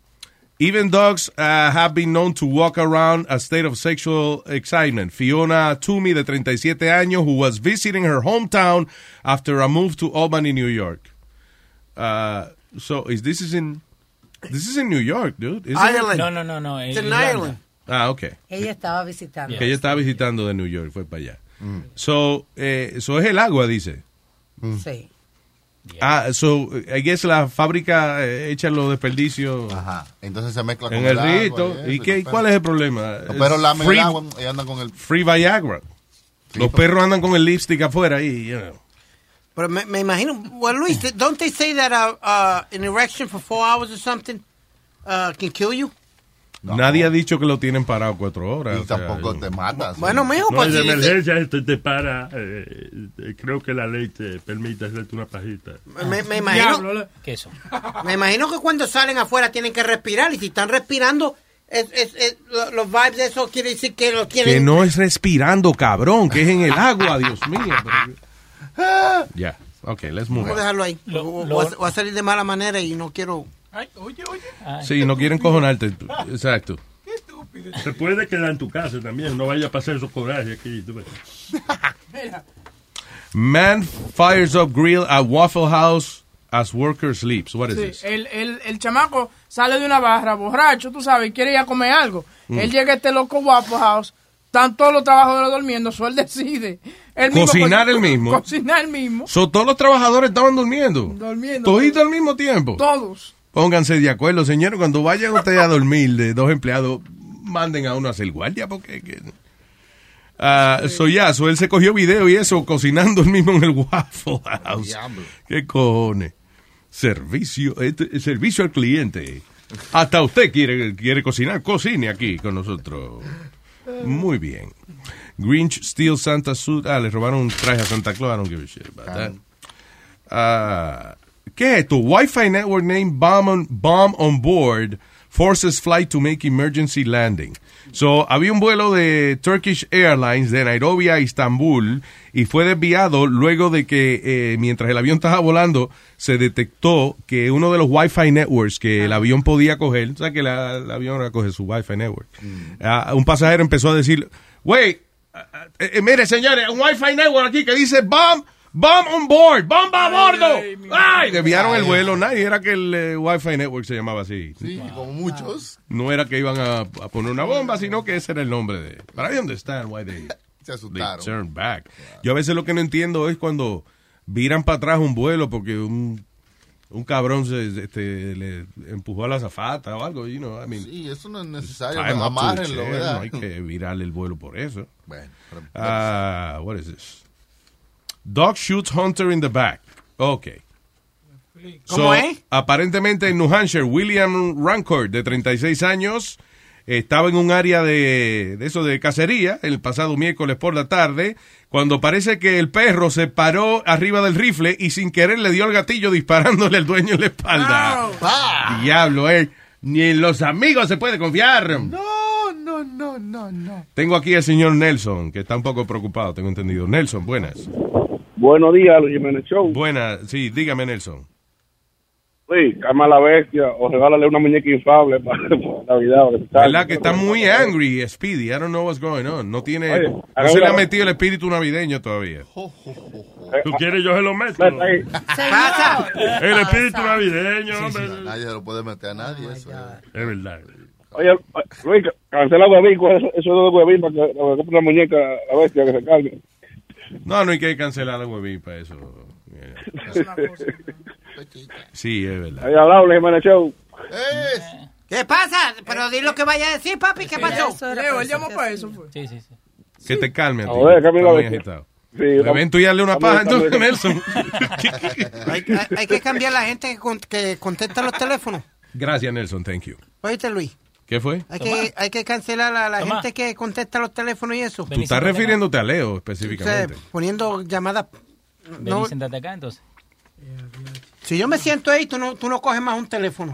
even dogs uh, have been known to walk around a state of sexual excitement. Fiona Toomey, de 37 años, who was visiting her hometown after a move to Albany, New York. Uh, so is this is in this is in New York, dude? Isn't it?
No, no, no, no.
It's
eh,
in
Irlanda.
Ireland.
Ah, okay.
Ella estaba visitando.
Que ella estaba visitando de New York, fue para allá.
Mm.
So, eh, so es el agua, dice.
Sí.
Ah, so, I guess la fábrica eh, echa los desperdicios.
Ajá. Entonces se mezcla con
en
el
el
agua y
rito.
eso,
¿Y, qué,
los
cuál es el problema?
Los perros lamen
Free-
el agua y andan con el...
Free Viagra. Los perros andan con el lipstick afuera y, you know.
Pero me, me imagino, well,
[LAUGHS]
Luis, th- don't they say that uh, uh, an erection for four hours or something uh, can kill you?
Nadie ha dicho que lo tienen parado cuatro horas.
Y tampoco te matas.
Bueno, mijo,
No,
pues,
de
si-
emergencia esto te para. eh, eh, creo que la ley te permite hacerte una pajita.
Me, me imagino,
¿Qué eso?
[LAUGHS] me imagino que cuando salen afuera tienen que respirar y si están respirando, es, es- es- lo- los vibes de eso quiere decir que lo
Que
quieren.
no es respirando, cabrón, que es en el agua, Dios mío.
[LAUGHS]
pero-
Ah,
Ya. Okay, let's move
voy a
on.
dejarlo ahí. Voy a- voy a salir de mala manera y no quiero.
Sí, no quieren cojonarte. Exacto.
Se puede quedar en tu casa también. No vaya a pasar esos corajes aquí. tú ves.
Man fires up grill at Waffle House as worker sleeps. What is
Sí,
this?
el, el, el chamaco sale de una barra, borracho, tú sabes, y quiere ir a comer algo.
Mm.
Él llega a este loco guapo house, están todos los trabajadores durmiendo, [LAUGHS] so él decide. Él
Cocinar
co-
él mismo.
[LAUGHS] Cocinar el mismo.
So, todos los trabajadores estaban durmiendo.
Durmiendo.
Toditos al mismo tiempo.
Todos.
Pónganse de acuerdo, señores. Cuando vayan ustedes a dormir de dos empleados, manden a uno a hacer guardia porque... que- Ah, so, ya, so él se cogió video y eso, cocinando él mismo en el [LAUGHS] Waffle House.
Diablo.
¿Qué cojones? Servicio, este- servicio al cliente. Hasta usted quiere, quiere cocinar, cocine aquí con nosotros. Muy bien. Grinch steals Santa suit. Ah, le robaron un traje a Santa Claus. I don't give a shit about that. Ah, ¿Qué es esto? Wi-Fi network named bomb on, bomb on board forces flight to make emergency landing. So, había un vuelo de Turkish Airlines de Nairobi a Estambul y fue desviado luego de que eh, mientras el avión estaba volando se detectó que uno de los Wi-Fi networks que el avión podía coger, o sea que la- el avión ahora coge su Wi-Fi network, Ah, un pasajero empezó a decir, wey, ah, ah, eh, eh, mire señores, un Wi-Fi network aquí que dice bomb, bomb on board, bomba a bordo. Ay, [LAUGHS] desviaron el vuelo, nadie era que el eh, Wi-Fi network se llamaba así.
Sí, como muchos.
No era que iban a, a poner una bomba, sino que ese era el nombre de. But I understand why they,
Se
they
asustaron.
turned back. Yo a veces lo que no entiendo es cuando viran para atrás un vuelo porque un, un cabrón se, este, le empujó a la zafata o algo, you know, I mean.
Sí, eso no es necesario.
time up to the
Amárrenlo,
chair,
¿verdad?
No hay que virar el vuelo por eso.
Bueno, pero-
Ah, what is this? Dog shoots hunter in the back. Okay.
¿Cómo es?
Aparentemente en New Hampshire, William Rancourt, de 36 años, estaba en un área de, de eso de cacería el pasado miércoles por la tarde, cuando parece que el perro se paró arriba del rifle y sin querer le dio el gatillo disparándole al dueño en la espalda. Diablo, eh. Ni en los amigos se puede confiar.
No, Oh, no, no, no, no.
Tengo aquí al señor Nelson, que está un poco preocupado, tengo entendido. Nelson, buenas.
Buenos días, Luis Jiménez Show.
Buenas, sí, dígame Nelson.
Sí, calma a la bestia o regálale una muñeca infable para, [LAUGHS] para Navidad. o que tal.
¿Verdad que está muy angry, Speedy? I don't know what's going on. No tiene,
Oye,
no se le ha
hágalo.
metido el espíritu navideño todavía.
¿Tú
quieres yo se lo meto?
Pasa.
El espíritu navideño,
Sí, sí,
hombre.
Nadie se lo puede meter a nadie. eso es.
Es verdad.
Oye, Luis, cancela huevín, coge eso- esos dos huevín para que para que compre una muñeca a la bestia que se calme.
No, no hay que cancelar a huevín para eso. Sí, es verdad.
Ahí hablado, Luis Jiménez Show.
¿Qué pasa? Pero di lo que vaya a decir, papi. ¿Qué pasó?
eso era Eh, Leo, para él eso, llamó para eso. pues.
Sí, sí, sí.
Que te calme a ti.
Ahora,
Está
Camilo,
muy
que-
agitado.
Sí,
Le
vamos-
ven tú y hazle una
vamos
paja
a estar
entonces,
muy-
Nelson. [LAUGHS]
Hay, hay- hay que cambiar la gente que, con- que contesta los teléfonos.
Gracias, Nelson. Thank you.
Oíste, Luis.
¿Qué fue?
Hay que, hay que cancelar a la
Tomá.
gente que contesta los teléfonos y eso.
Tú estás refiriéndote a Leo específicamente.
O sea, poniendo llamadas.
Ven
No,
y sentate acá entonces.
si yo me siento ahí, tú no, tú no coges más un teléfono.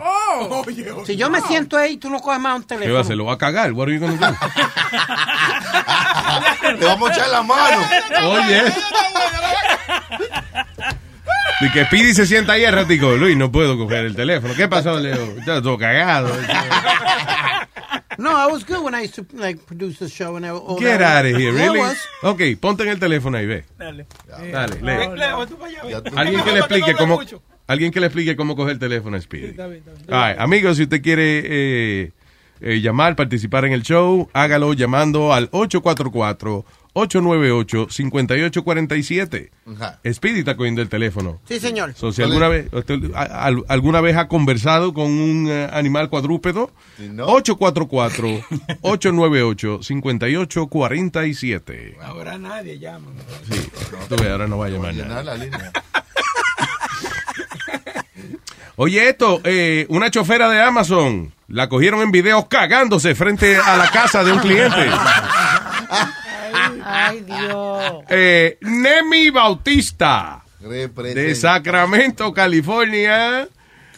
si yo me siento ahí, tú no coges más un
¿Qué va a
teléfono.
hacer? ¿Lo va a cagar? What are you gonna do?
[LAUGHS] Te vamos a echar la mano. [LAUGHS]
Oye. Y que Pidi se sienta ahí al ratico. Luis, no puedo coger el teléfono. ¿Qué pasó, Leo? Está todo cagado.
No, I was good when I used to like, produce the show. And I, all
Get
that.
out of here,
Yeah, I
really?
was.
Ok, ponte en el teléfono ahí, ve.
Dale.
Dale, Leo.
Leo, tú para allá, ve.
Alguien que le explique cómo, alguien que le explique cómo coger el teléfono a Speedy. Ay, amigos, si usted quiere eh, eh, llamar, participar en el show, hágalo llamando al 844-898-5847.
Ajá.
Speedy está cogiendo el teléfono.
Sí, señor.
So, si alguna vez, usted, a- al- alguna vez ha conversado con un eh, animal cuadrúpedo, [LAUGHS] 844-898-5847.
Ahora nadie llama.
Tú ve, ahora no va a llamar nada.
Llenar la línea.
Oye, esto, eh, una chofera de Amazon la cogieron en videos cagándose frente a la casa de un cliente.
[LAUGHS] Ay, Dios.
Eh, Nemi Bautista,
Representa.
de Sacramento, California.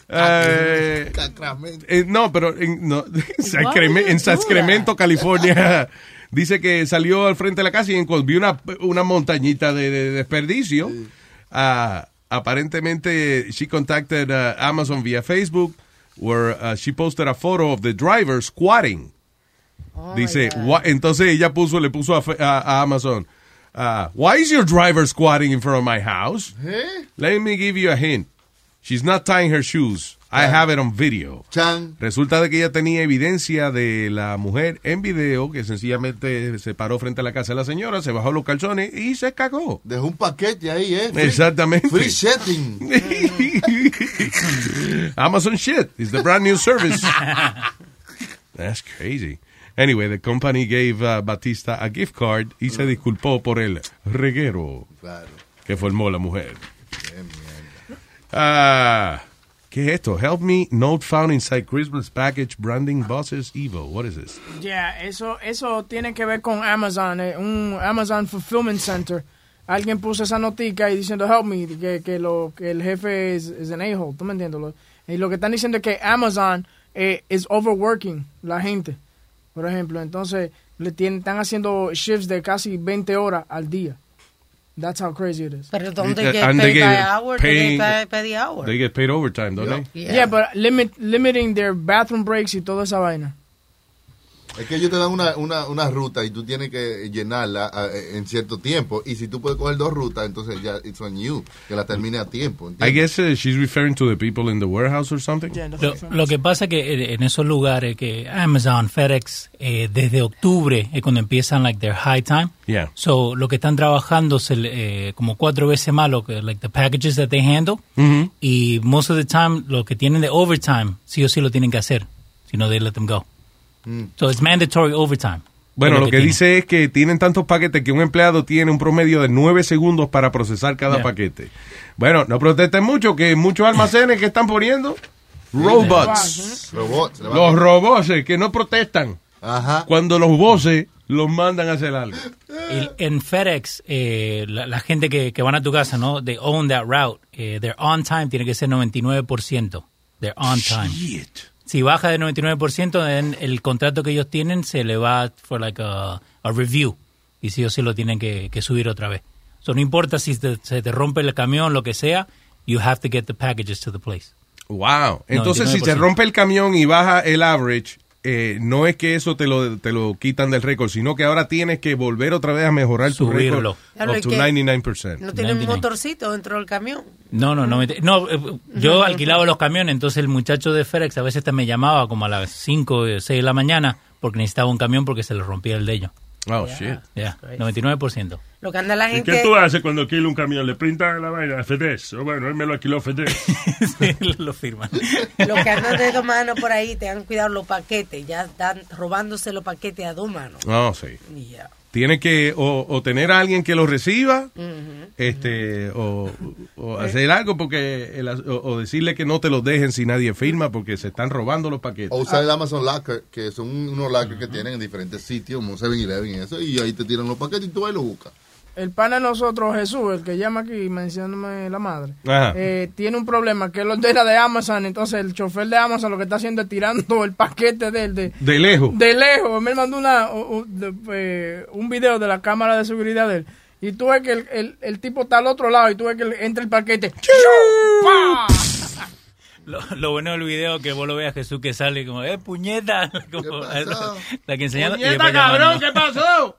Eh,
Sacramento.
eh, no, pero en, no, [LAUGHS] Sacrame- en Sacramento, California. [LAUGHS] Dice que salió al frente de la casa y encontró una, una montañita de, de desperdicio. Ah, aparentemente, she contacted uh, Amazon via Facebook, where uh, she posted a photo of the driver squatting. Dice, "Why-" entonces ella puso, le puso a, fe- a- a Amazon, ah, why is your driver squatting in front of my house?
¿Eh?
Let me give you a hint. She's not tying her shoes. I have it on video. Resulta de que ella tenía evidencia de la mujer en video que sencillamente se paró frente a la casa de la señora, se bajó los calzones y se cagó.
Dejó un paquete ahí, ¿eh?
Exactamente.
Free setting.
[LAUGHS] Amazon shit is the brand
[LAUGHS]
new service. That's crazy. Anyway, the company gave uh, Batista a gift card y se disculpó por el reguero
Claro.
que formó la mujer. Ah, ¿Qué es esto? Help me. Note found inside Christmas package branding bosses Evo. What is this?
Ya, eso, eso tiene que ver con Amazon, eh, un Amazon Fulfillment Center. Alguien puso esa notica y diciendo, help me, que, que lo, que el jefe es es an a-hole, ¿tú me entiendes? Lo- y lo que están diciendo es que Amazon eh, is overworking la gente, por ejemplo. Entonces, le tienen, están haciendo shifts de casi 20 horas al día. That's how crazy it is.
Pero
Uh,
¿dónde get
and
paid
they
by
get
hour?
paid-
They get paid by the hour.
They get paid overtime, don't they?
Yeah.
Yeah, but limit, limiting their bathroom breaks y toda esa vaina.
Es que ellos te dan una, una, una ruta y tú tienes que llenarla a- en cierto tiempo. Y si tú puedes coger dos rutas, entonces ya it's on you, que la termine a tiempo.
I guess uh, she's referring to the people in the warehouse or something.
Lo, lo que pasa que eh, en esos lugares que Amazon, FedEx, eh, desde octubre es cuando empiezan like their high time.
Yeah.
So lo que están trabajando es el, eh, como cuatro veces más lo que like the packages that they handle
Mhm.
y most of the time lo que tienen de overtime sí o sí lo tienen que hacer, si no they let them go. So it's mandatory overtime.
Mm. Bueno,
Es
lo que
tienen.
dice es que tienen tantos paquetes que un empleado tiene un promedio de nueve segundos para procesar cada
Yeah.
paquete. Bueno, no protesten mucho, que muchos almacenes que están poniendo robots.
Robots. le va a-
Los robots que no protestan.
Ajá.
Cuando los voces los mandan a hacer algo.
El- en FedEx, eh, la, la gente que, que van a tu casa, ¿no? They own that route. Eh, their on time tiene que ser 99%. Their on time. Si baja de 99%, then el contrato que ellos tienen se le va for like a, a review. Y sí o sí lo tienen que, que subir otra vez. So, no importa si te- se te rompe el camión, lo que sea, you have to get the packages to the place.
Wow. Entonces, si se
99%.
rompe el camión y baja el average, eh, no es que eso te lo, te lo quitan del récord, sino que ahora tienes que volver otra vez a mejorar
Subirlo.
tu
Claro,
récord
y
up to
que
99%.
No tiene un
99.
motorcito dentro del camión.
No, no, no. me- no eh, yo alquilaba los camiones, entonces el muchacho de FedEx a veces hasta me llamaba como a las 5 o 6 de la mañana porque necesitaba un camión porque se le rompía el de ellos.
Oh,
Ya, 99%.
Lo que anda la
¿Y
gente.
qué tú haces cuando alquila un camión? ¿Le printa la vaina a FedEx? O bueno, él me lo alquiló a FedEx.
lo firman.
Los que andan de dos manos por ahí, tengan cuidado los paquetes. Ya están robándose los paquetes a dos manos.
No, sí.
Ya.
Tiene que o, o tener a alguien que lo reciba
Ujú. Eh.
este o, o hacer algo porque el as- o, o decirle que no te los dejen si nadie firma porque se están robando los paquetes.
O usar el Amazon Locker, que son unos lockers que tienen en diferentes sitios, como 7-Eleven y eso, y ahí te tiran los paquetes y tú ahí los buscas.
El pana de nosotros, Jesús, el que llama aquí mencionándome la madre,
Ajá.
eh, tiene un problema que él ordena de Amazon. Entonces, el chofer de Amazon lo que está haciendo es tirando el paquete de él de,
De lejos.
de lejos. Me mandó una, u- u- de- eh, un video de la cámara de seguridad de él. Y tú ves que el, el- el tipo está al otro lado y tú ves que le entra el paquete. ¡Pa!
Lo, lo bueno del video que vos lo veas Jesús que sale como, ¡eh, puñeta! [LAUGHS] Como, la que enseñando. y después llamando.
[LAUGHS] pasó?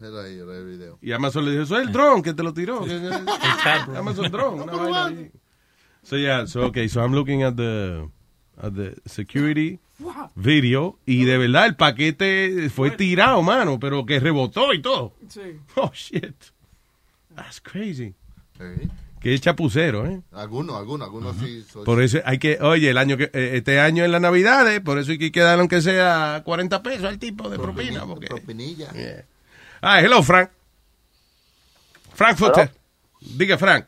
Era ahí, era el video.
Y Amazon le dijo, eso es el dron que te lo tiró.
Exacto.
Amazon dron. una vaina ahí. [LAUGHS] So yeah, so okay, so I'm looking at the at the security video y de verdad el paquete fue tirado, mano, pero que rebotó y todo.
Sí.
Oh shit. That's crazy. Qué chapucero, ¿eh?
Algunos, algunos, algunos sí. son-
Por eso hay que, oye, el año que eh, este año en las Navidades, por eso hay que quedar aunque sea 40 pesos al tipo de propina, porque
propinilla.
Ah, hello Frank. Frank Futter. Diga Frank.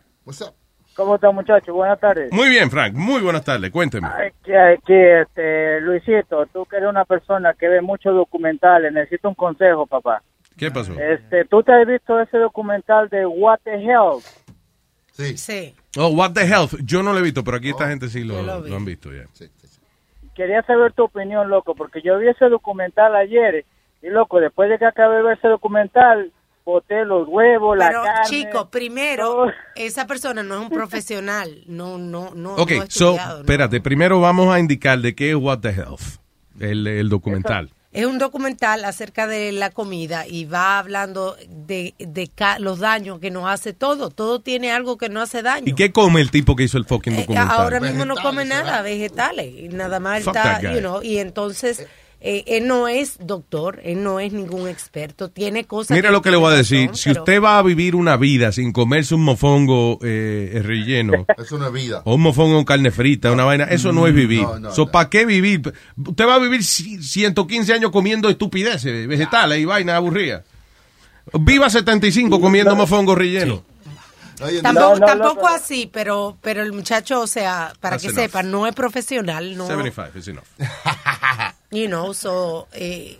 ¿Cómo está, muchachos? Buenas tardes.
Muy bien, Frank. Muy buenas tardes. Cuénteme.
Que, que, este, Luisito, tú que eres una persona que ve muchos documentales, necesito un consejo, papá.
¿Qué pasó?
Este, ¿Tú te has visto ese documental de What the Hell?
Sí.
Sí.
Oh, What the Health. Yo no lo he visto, pero aquí esta gente sí lo,
oh. yo lo vi.
lo han visto ya.
Quería saber tu opinión, loco, porque yo vi ese documental ayer y, loco, después de que acabé de ver ese documental, boté los huevos, la
Pero,
carne. Oh.
chico, primero, esa persona no es
[LAUGHS]
un profesional. No, no, no.
Ok,
no ha
so,
estudiado, ¿no?
espérate. Primero vamos a indicar de qué es What the Health, el, el documental.
Es un documental acerca de la comida y va hablando de, de ca- los daños que nos hace todo. Todo tiene algo que no hace daño.
¿Y qué come el tipo que hizo el fucking
Eh,
documental?
Ahora mismo no come nada, vegetales, y nada más él
Fuck
está,
that guy.
you know, y entonces eh, él no es doctor, él no es ningún experto, tiene cosas.
Mira lo que le voy a decir.
razón,
Si
pero-
usted va a vivir una vida sin comerse un mofongo eh, relleno,
[LAUGHS] Es una vida. Mm,
o un mofongo con carne frita, una vaina, eso no es vivir.
No, no,
so, ¿Para qué vivir? Usted va a vivir ci- 115 años comiendo estupideces, vegetales y vainas aburridas. Viva 75 comiendo mofongo relleno.
Tampoco,
No, no,
tampoco
loco.
así, pero pero el muchacho, o sea, para
That's
que
enough.
sepa, no es profesional, no,
75 is enough.
you know, so, eh,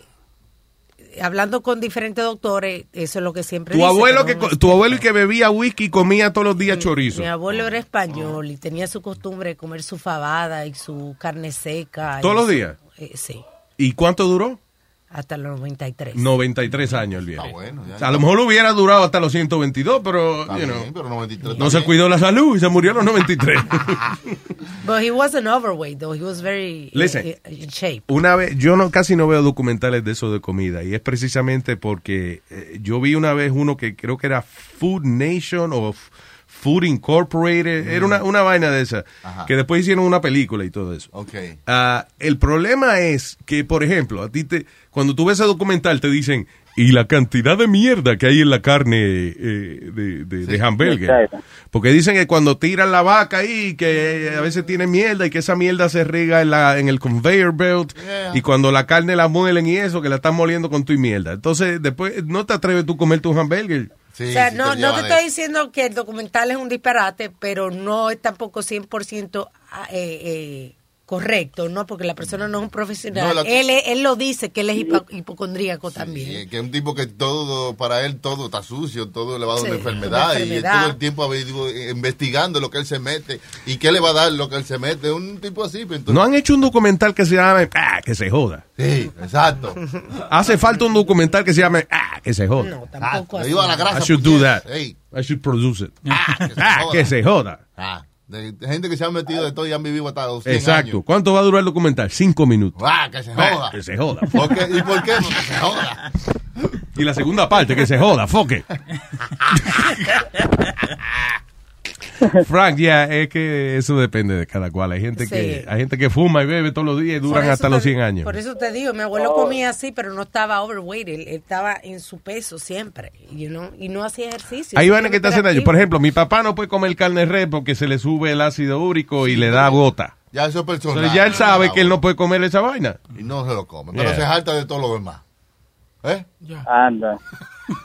hablando con diferentes doctores, eso es lo que siempre
Tu
dice,
abuelo,
no
que,
es-
co- tu abuelo que bebía whisky y comía todos los
Mm,
días chorizo.
Mi abuelo
Ah.
era español y tenía su costumbre de comer su fabada y su carne seca. y
¿Todos los
su-
días?
eh, sí,
¿Y cuánto duró?
hasta los 93.
93 años el viejo.
ya.
O sea, Mm. a lo mejor lo hubiera durado hasta los 122, pero, you know,
Oh. Bien, pero 93
no se
también.
cuidó la salud y se murió a los
[LAUGHS]
93.
But he wasn't overweight, though. He was very eh,
Listen.
eh, in shape.
Una vez, yo no, casi no veo documentales de eso de comida y es precisamente porque eh, yo vi una vez uno que creo que era Food Nation o F- Food Incorporated, era una, una vaina de esa,
Mm. Ajá.
que después hicieron una película y todo eso.
Ok.
Ah, el problema es que, por ejemplo, a ti te, cuando tú ves ese documental te dicen, y la cantidad de mierda que hay en la carne eh, de, de, de hamburger. Porque dicen que cuando tiran la vaca ahí, que a veces tiene mierda y que esa mierda se riega en, la, en el conveyor belt. Y cuando la carne la muelen y eso, que la están moliendo con tu mierda. Entonces, después no te atreves tú a comer tu hamburger.
o sea, no, no te estoy diciendo que el documental es un disparate, pero no es tampoco 100% a- eh, eh, correcto, ¿no? Porque la persona no es un profesional.
No, la-
él, es- él lo dice, que él es hipo- hipocondríaco también.
Y es que es un tipo que todo, para él todo está sucio, todo le va a dar
Sí,
una enfermedad,
una
y
enfermedad.
todo el tiempo ha ido investigando lo que él se mete y qué le va a dar lo que él se mete. Un tipo así, pues, entonces-
No han hecho un documental que se llame ah, que se joda.
Sí, exacto.
Hace falta un documental que se llame ah, que se joda.
Ah, le iba a la grasa,
I should do
puñeta.
that.
Ey,
I should produce it.
Ah,
que se joda.
Ah, de, de gente que se ha metido de todo y han vivido hasta los 100
Exacto.
años.
¿Cuánto va a durar el documental? Cinco minutos.
Ah, que se
Ah,
joda.
que se joda.
¿Por qué? ¿Y por qué? Porque se
[LAUGHS]
joda.
Y la segunda parte, que se joda, foque. Frank, ya, es que eso depende de cada cual. Hay gente,
Sí.
que, hay gente que fuma y bebe todos los días y
Por
duran
eso
hasta
te-
los 100 años.
Por eso te digo, mi abuelo comía así, pero no estaba overweight, él, él estaba en su peso siempre, you know, y no hacía ejercicio.
Hay vainas que
simplemente
te hacen
era
daño.
activo.
Por ejemplo, mi papá no puede comer carne de res porque se le sube el ácido úrico y le da gota.
Ya eso es personal.
Entonces, ya él sabe que él no puede comer esa vaina.
Y no se lo come. Pero
Yeah.
se jalta de todo lo demás. ¿Eh?
Anda.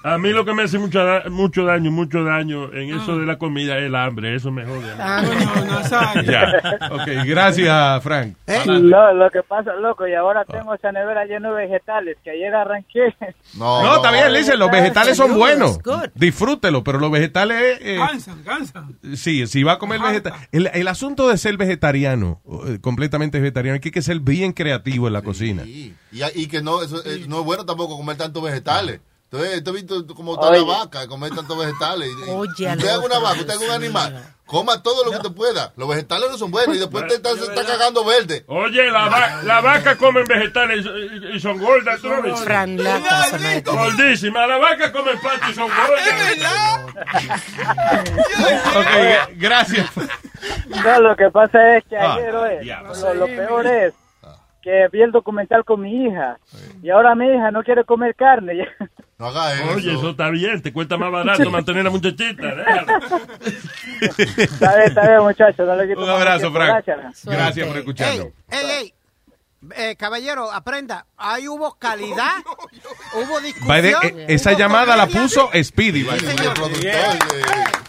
A mí lo que me hace mucho, da- mucho daño, mucho daño en eso de la comida es el hambre. Eso me jode.
[LAUGHS]
Ya. Ok, gracias, Frank.
Eh,
No, [LAUGHS] lo que pasa, loco, y
Ah.
ahora tengo esa nevera llena de vegetales que ayer arranqué.
No, está bien, dice, los vegetales son buenos. Disfrútelo, pero los vegetales... eh,
Cansan, cansan.
Sí, si va a comer vegetal. El, el asunto de ser vegetariano, o, eh, completamente vegetariano, es que hay que ser bien creativo en la cocina.
Y, y que no, eso, eh, no es bueno tampoco comer tantos vegetales.
Ah.
Entonces, tú has visto cómo está
Oye.
la vaca, comer tantos vegetales. Y- y-
Oye,
usted haga una
loco,
vaca, usted haga un
Dios
animal. Coma todo lo que usted pueda. Los vegetales no son buenos y después te está, se está
[LAUGHS]
cagando verde.
Oye, la, va- la vaca comen vegetales y, y son gordas. ¿tú no ves?
Fran, lata, son ahí.
Gordísima. La vaca come pato y son gordas.
Ok, [LAUGHS] gracias.
No, lo que pasa es que
Ah,
ayer, oye,
ya,
lo-
pues.
lo, peor es
Ah.
que vi el documental con mi hija y ahora mi hija no quiere comer carne.
No haga eso.
Oye, eso está bien. Te cuesta más
[LAUGHS]
barato mantener a la muchachita. déjala.
[LAUGHS] está bien, está bien, muchachos, no le quito
Un
más
abrazo,
tiempo.
Frank.
Gracias.
Gracias por escucharnos.
Ey, ey, eh, caballero, aprenda. Ahí hubo calidad, hubo discusión.
By the- eh, esa
hubo
llamada la
comedia,
puso Speedy. by the way.
El productor eh,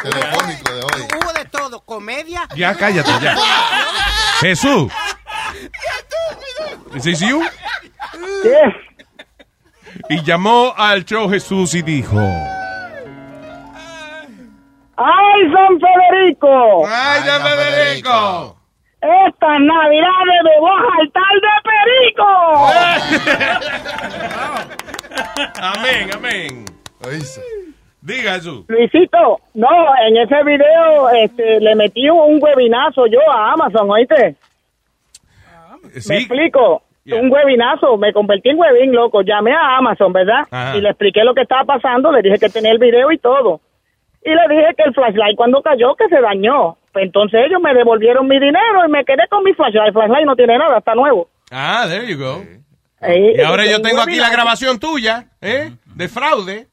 telefónico de hoy.
eh.
Hubo de todo, comedia.
Ya cállate, ya. Jesús. This is you? Y llamó al show Jesús y dijo:
¡Ay, San Federico!
Ah.
¡Ay, San Federico!
Estas navidades me voy a saltar de perico.
[LAUGHS] Amén, amén. Diga Jesús.
Luisito, no, en ese video este, le metí un webinazo yo a Amazon, ¿oíste?
Ah,
Me explico. Un webinazo, me convertí en webin, loco. Llamé a Amazon, ¿verdad?
Ajá.
Y le expliqué lo que estaba pasando, le dije que tenía el video y todo. Y le dije que el flashlight cuando cayó, que se dañó. Pues entonces ellos me devolvieron mi dinero y me quedé con mi flashlight. El flashlight no tiene nada, está nuevo.
Ah, there you go.
Eh,
Y ahora yo
un
tengo aquí la
webinazo.
grabación tuya, ¿eh? De fraude.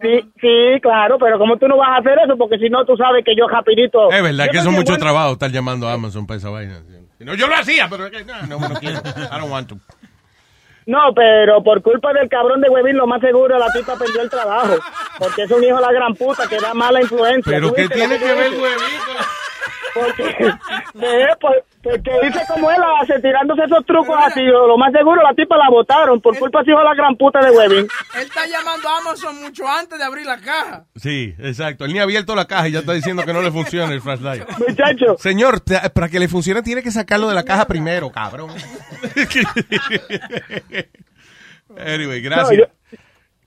Sí, sí, claro, pero ¿cómo tú no vas a hacer eso? Porque si no, tú sabes que yo rapidito...
Es verdad
Yo
que
no
eso es
sé,
mucho
bueno,
trabajo estar llamando a Amazon para esa vaina. Si no, yo lo hacía, pero es que Eh, no, no, no quiero. I don't want to.
No, pero por culpa del cabrón de Webin, lo más seguro la tipa perdió el trabajo. Porque es un hijo de la gran puta que da mala influencia.
Pero
¿Tú
¿qué
viste
tiene
lo
que ver
dice?
Webin
Porque, eh, por- porque dice como él hace, tirándose esos trucos así. Lo más seguro la tipa la votaron
Eh.
por culpa de ese hijo de la gran puta de Webin.
Él está llamando a Amazon mucho antes de abrir la caja.
Sí, exacto. Él ni ha abierto la caja y ya está diciendo que no le funciona el flashlight.
Muchacho.
Señor, te- para que le funcione tiene que sacarlo de la caja primero, cabrón. [LAUGHS] anyway, gracias.
No,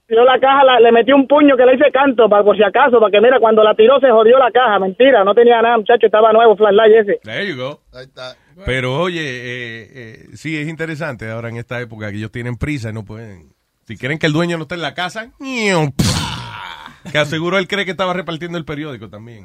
Yo la caja la- le metí un puño que le hice canto, para, por si acaso, para que mira, cuando la tiró se jodió la caja. Mentira, no tenía nada, muchacho, estaba nuevo, flashlight ese.
There you go. Pero oye, eh, eh, sí, es interesante ahora en esta época que ellos tienen prisa y no pueden. Si quieren que el dueño no esté en la casa, que aseguro él cree que estaba repartiendo el periódico también.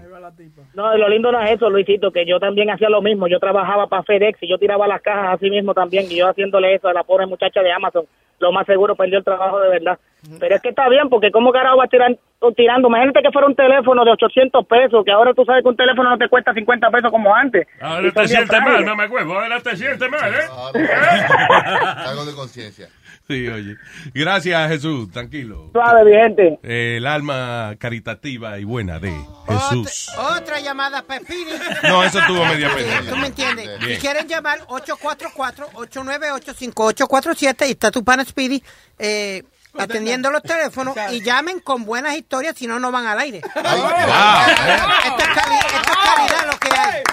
No, y lo lindo no es eso, Luisito, que yo también hacía lo mismo. Yo trabajaba para FedEx y yo tiraba las cajas así mismo también. Y yo haciéndole eso a la pobre muchacha de Amazon, lo más seguro perdió el trabajo de verdad. Pero es que está bien, porque ¿cómo carajo va tirar, tirando? Imagínate que fuera un teléfono de 800 pesos, que ahora tú sabes que un teléfono no te cuesta 50 pesos como antes. Y
Ahora
son
te
bien
sientes mal,
frágiles.
mamá huevo. Ahora te sientes mal, ¿eh?
Ah, Algo de conciencia.
Sí, oye. Gracias, Jesús. Tranquilo.
Suave, mi gente.
Eh, el alma caritativa y buena de Jesús.
Otra llamada para Speedy.
No, eso tuvo media pena.
¿Tú me entiendes?
Bien.
Si quieren llamar 844-898-5847 y está tu pana Speedy eh, atendiendo los teléfonos y llamen con buenas historias, si no, no van
[LAUGHS]
al aire. Esto es cali- esto es calidad lo que hay.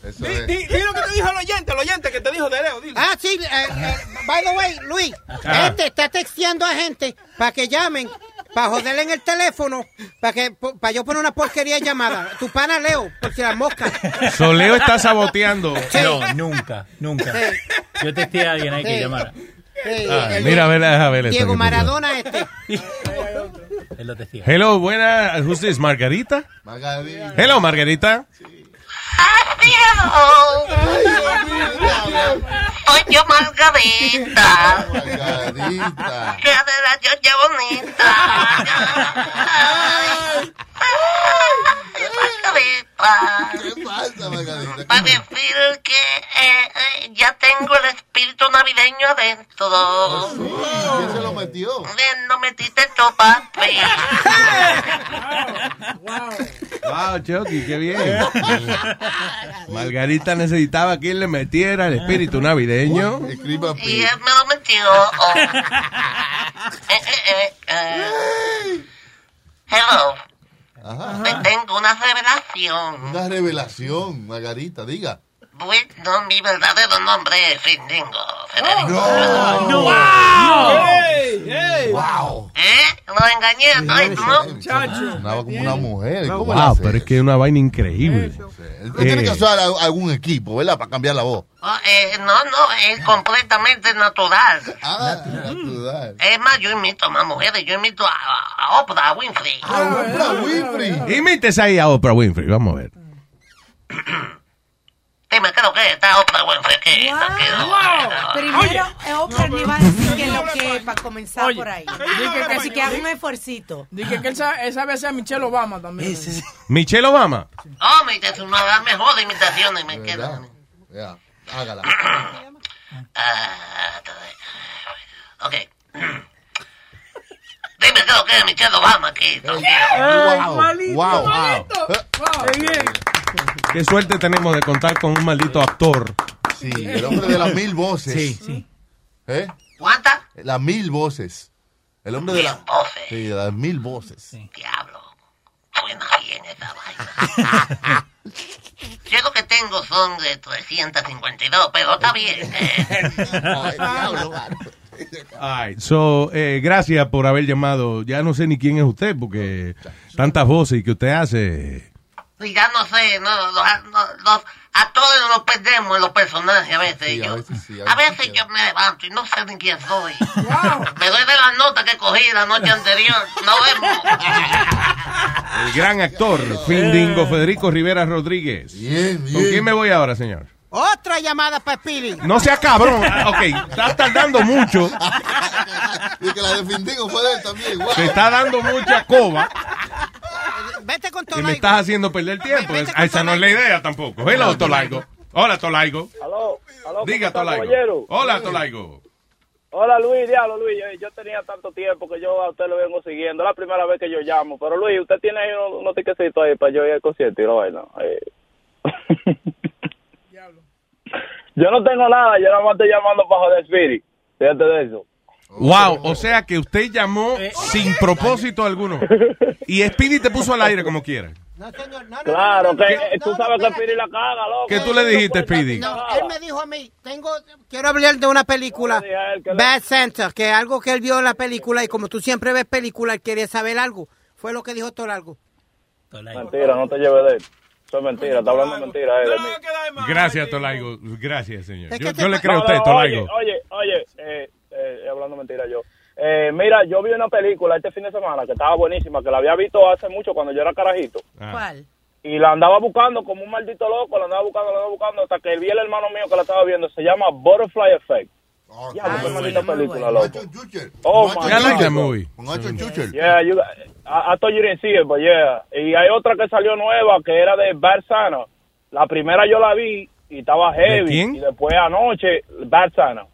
Di, di- di lo que te dijo el oyente, el oyente que te dijo de Leo. Dile.
Ah, sí, eh, eh, by the way, Luis,
Ajá.
este está texteando a gente para que llamen, para joderle en el teléfono, para que para yo poner una porquería de llamada. Tu pana Leo, por si las moscas.
Soleo está saboteando.
[LAUGHS] No, nunca, nunca. Yo testé a alguien ahí que
Sí.
llamara.
Ah, mira, a ver, a ver. esto
Diego
que puso.
Maradona
[LAUGHS]
este.
Hello, buena. Who's this? Margarita?
Margarita.
Hello, Margarita.
Soy Pues yo Margarita. Margarita. Que de la chocha bonita. Ay, Margarita. ¿Qué pasa, Margarita? Para decir que eh, eh, ya tengo el espíritu navideño adentro. Oh, ¿Quién se lo metió? No metiste pues.
[LAUGHS]
tu papi.
Wow, Chucky, qué bien. Margarita necesitaba quien le metiera el espíritu navideño.
Y él me lo metió. [LAUGHS] Oh. Eh, eh, eh, eh. Hello. Te tengo una revelación.
Una revelación, Margarita, diga.
Bueno, mi verdadero nombre es Findingo. Federico.
No.
¡Wow!
No.
¡Wow! ¿Eh? Lo engañé a Toys, ¿no?
Andaba como una mujer. ¿cómo la
Wow,
hace?
pero es que es una vaina increíble.
Usted tiene que
Eh.
usar a- algún equipo, ¿verdad? Para cambiar la voz.
Oh, eh, no, no, es completamente natural. Ah, Es más, yo imito a más mujeres, yo imito a, a Oprah Winfrey. ¡A Ah, Oprah Winfrey!
Imítese ahí a Oprah Winfrey, vamos a ver.
Dime, ¿qué es lo que es? está Oprah Winfrey? ¿Qué es? ¿Qué es?
Primero, eh, Oprah ni va a decir que lo que para comenzar por ahí.
que-
Así que haga un esfuercito.
Dije que él sabe, él sabe hacer a Michelle Obama también.
Michelle Obama.
Oh, me dice una de las mejores imitaciones, me queda.
Ya, hágala.
Ah, ok. Dime qué es lo que es Michelle Obama aquí.
Wow, wow, wow. Qué suerte tenemos de contar con un maldito actor.
Sí, el hombre de las mil voces.
Sí, sí.
¿Eh?
¿Cuántas?
Las mil voces. El hombre de las voces. Sí, de las mil voces. [LAUGHS]
Diablo. Suena bien esa vaina. Yo lo que tengo son de 352, pero está bien. eh.
All right, So, eh, gracias por haber llamado. Ya no sé ni quién es usted, porque tantas voces que usted hace.
Y ya no sé, no, los, no- los actores los perdemos en los personajes a veces. yo, a veces, yo me levanto y no sé ni quién soy. Me doy de las notas que cogí la noche anterior. Nos vemos.
El gran actor, Findingo Federico Rivera Rodríguez. ¿Con quién me voy ahora, señor?
Otra llamada para Speedy.
No sea cabrón. Ah, Ok, estás tardando mucho.
Y que la defendimos fue de él también. Wow.
Te está dando mucha coba.
Vete con
Y me estás haciendo perder tiempo. Ah, Esa no es la idea tampoco. Hello, Tolaigo. Hola, Tolaigo.
Aló, aló.
Diga,
¿cómo está,
Tolaigo.
caballero?
Hola, Tolaigo.
Hola, Luis, diablo, Luis. Yo, yo tenía tanto tiempo que yo a usted lo vengo siguiendo. Es la primera vez que yo llamo. Pero, Luis, usted tiene ahí unos unos tiquecitos ahí para yo ir al concierto y la vaina. Eh. yo no tengo nada. Yo nada más estoy llamando para joder Spirit. Fíjate de eso.
Wow, o sea que usted llamó sin propósito alguno. Y Speedy te puso al aire como quiera.
claro, que tú sabes que Spirit la caga, loco.
¿Qué tú le dijiste, Speedy?
No,
Él me dijo a mí, tengo, quiero hablar de una película, Bad Santa, que es algo que él vio en la película y como tú siempre ves películas, él quería saber algo. Fue lo que dijo Tolargo.
Mentira, no te lleves de él. Eso es mentira. Está hablando mentira él de mí.
Gracias, Tolaigo. Gracias, señor.
Es
Yo,
que te
yo le
pa-
creo a
No,
usted,
no,
Tolaigo.
Oye, oye, oye, eh, eh, hablando mentira yo. Eh, mira, yo vi una película este fin de semana que estaba buenísima, que la había visto hace mucho cuando yo era carajito.
Ah.
¿Cuál?
Y la andaba buscando como un maldito loco, la andaba buscando, la andaba buscando, hasta que vi el hermano mío que la estaba viendo. Se llama Butterfly Effect. Ya, qué maldita película, loco. Oh, my
I like
God.
that movie. [LAUGHS]
Yeah, you, I, I thought you didn't see it, but yeah. Y hay otra que salió nueva que era de Bad Santa. La primera yo la vi y estaba heavy.
quién?
Y después anoche, Bad Santa.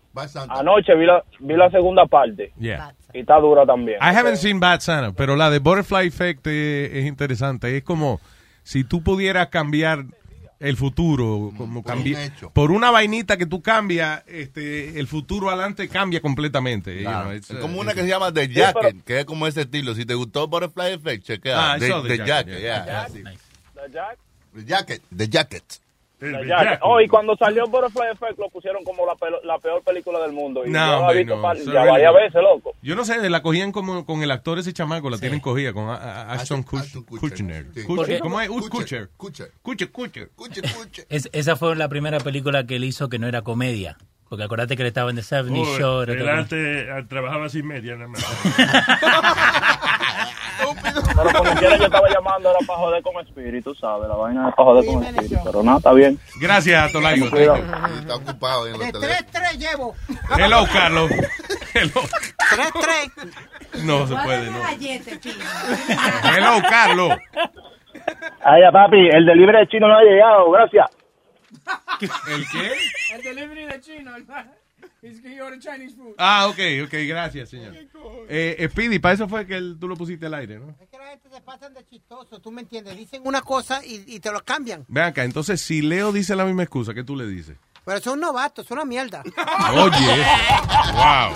Anoche vi la, vi la segunda parte.
Yeah.
Y está dura también.
I haven't seen Bad Santa, pero la de Butterfly Effect eh, es, interesante. Es como si tú pudieras cambiar el futuro, como cambi- por una vainita que tú cambias, este, el futuro adelante cambia completamente. you know,
Claro.
it's,
Es
uh,
como
it's-
una que se llama The Jacket, que es como ese estilo. Si te gustó Butterfly Effect, chequea.
Ah, I
the,
saw The
The
Jacket,
Jacket,
yeah.
yeah.
The Jack-
The Jacket. The Jacket.
The Jack. Oh, y cuando salió Butterfly Effect lo pusieron como la, pelo- la peor película del mundo. Y
No,
yo la he
hombre,
visto
no.
par-
Eso
ya
es
varias
really-
veces, loco.
Yo no sé, la cogían como con el actor ese chamaco, la tienen cogida con a- a- Ashton Kutcher. Kutcher. Kutcher. ¿Cómo es? Ut- Kutcher.
Kutcher.
Kutcher, Kutcher.
Es- esa fue la primera película que él hizo que no era comedia. Porque acuérdate que le estaba en The 70
Uy,
Show. era
él
todo-
antes ah, trabajaba sin media nada más.
Pero como quiera yo estaba llamando, era para joder con espíritu, ¿sabes? La vaina es para joder con espíritu. Pero nada, está bien.
Gracias, Tolayo.
Cuidado.
Está ocupado
Mm,
en los teléfonos.
Tres, tres llevo.
Hello, Carlos.
Tres, tres.
No se puede, no.
Gallete,
Hello, Carlos.
Ay, ya, papi, el delivery de chino no ha llegado, gracias.
¿El qué?
El delivery de chino. He's he ordered Chinese food.
Ah, ok, ok, gracias, señor. Eh, Speedy, para eso fue que el- tú lo pusiste al aire, ¿no?
Chistoso, tú me entiendes. Dicen una cosa y, y te lo cambian.
Ven acá, entonces si Leo dice la misma excusa, ¿qué tú le dices?
Pero son novatos, son una mierda.
Oye, eso. wow.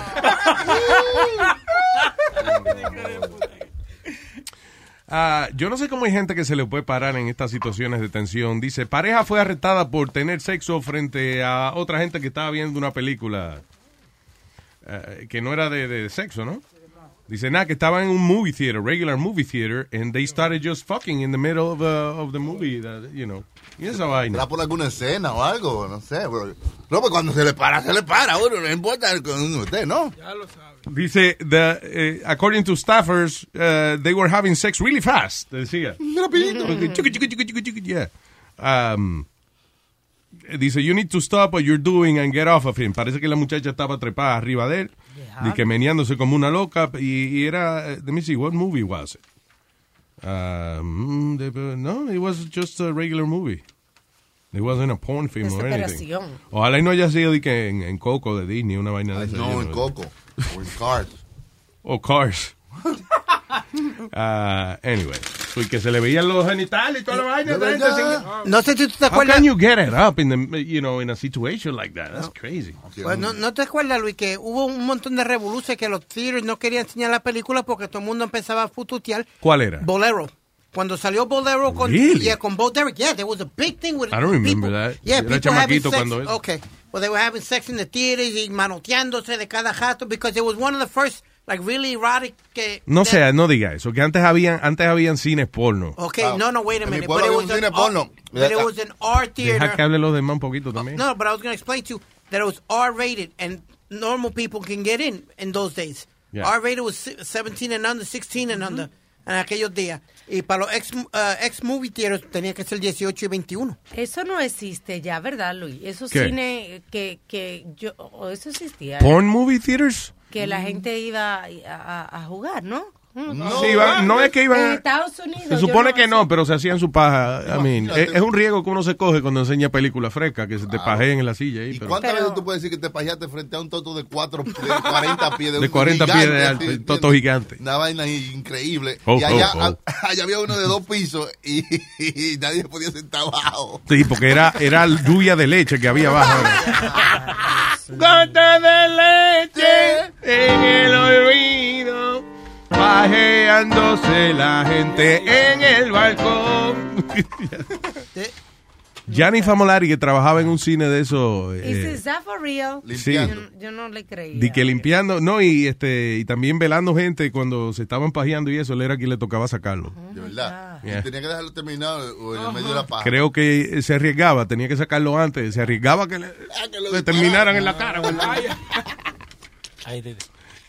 Ah, yo no sé cómo hay gente que se le puede parar en estas situaciones de tensión. Dice, pareja fue arrestada por tener sexo frente a otra gente que estaba viendo una película eh, que no era de, de sexo, ¿no? Dice, nada, que estaba en un movie theater, regular movie theater, and they started just fucking in the middle of, uh, of the movie, that, you know. Y esa vaina.
Será por alguna escena o algo, no sé. Bro. No, pues cuando se le para, se le para. Bueno, no importa con usted, ¿no?
Dice, the, eh, according to staffers, uh, they were having sex really fast, decía.
Rapidito.
Chiqui, chiqui, chiqui, chiqui, chiqui, yeah. Um, dice, you need to stop what you're doing and get off of him. Parece que la muchacha estaba trepada arriba de él, y que meneándose como una loca, y, y era, eh, let me see, what movie was it? Um, de- no, it was just a regular movie. It wasn't a porn film or anything.
Desesperación.
Ojalá y no haya sido de que en, en Coco de Disney, una vaina de esa.
No, en Coco. O en Cars.
[LAUGHS]
O Cars. Ah, anyway, porque se le veían los genitales y toda la vaina. esa gente sin-
Eh, No sé si tú te
How
acuerdas.
can you get it up in the, you know, in a situation like that? That's crazy.
Pues, no, no te acuerdas, Luis, que hubo un montón de revoluciones que los theaters no querían enseñar la película porque todo el mundo empezaba a fututear
¿Cuál era?
Bolero. Cuando salió Bolero con,
Really?
yeah, con Bo Derek, yeah, there was a big thing with
I don't remember that.
Yeah,
Yo era
people having
chamaquito
sex.
cuando eso.
Okay. Well, they were having sex in the theaters y manoteándose de cada jato because it was one of the first, like, really erotic. Que,
No sea, no diga eso, que antes habían, antes habían cines porno.
Okay, no, no, wait a
En mi
minute. But
pueblo
it,
había
was
un
an
cine porno.
R, but it was an R theater.
Deja que hable los demás un poquito también.
No, but I was going to explain to you that it was R rated and normal people can get in in those days.
Yeah. Mm-hmm.
R rated was si- 17 and under, 16 and under en aquellos días. Y para los ex, ah, ex movie theaters tenía que ser 18 y 21.
Eso no existe ya, ¿verdad, Luis? Esos
¿Qué?
cine que, que yo... o eso existía.
Porn movie theaters?
Que la gente iba a, a- a jugar, ¿no? Mm.
No. Sí, iban- no es que iban a-
En Estados Unidos.
Se
yo
supone
no-
que no, pero se hacían su paja. I mean, es, es un riesgo que uno se coge cuando enseña películas frescas, que se te pajeen en la silla ahí. pero-
¿Cuántas veces tú puedes decir que te pajeaste frente a un toto de, cuatro, de 40 pies?
De
un
40 pies de
gigante,
alto,
¿sí?
toto gigante.
Una vaina increíble.
Oh,
y allá,
oh, oh.
a- [LAUGHS] allá había uno de dos pisos y, y nadie podía sentar abajo.
Sí, porque era, era lluvia de leche que había [LAUGHS] abajo.
Gota de leche
en el olvido, pajeándose la gente en el balcón. Gianni Famolari, que trabajaba en un cine de eso. eh,
¿Is that for real?
Sí.
Yo, no- yo no le creía.
Di que limpiando, no, y este y también velando gente cuando se estaban pajeando y eso, él era quien le tocaba sacarlo.
De verdad.
Yeah.
Y tenía que dejarlo terminado o en el medio de la paja.
Creo que se arriesgaba, tenía que sacarlo antes, se arriesgaba que le,
Ah,
le terminaran en la cara. güey.
Ahí te-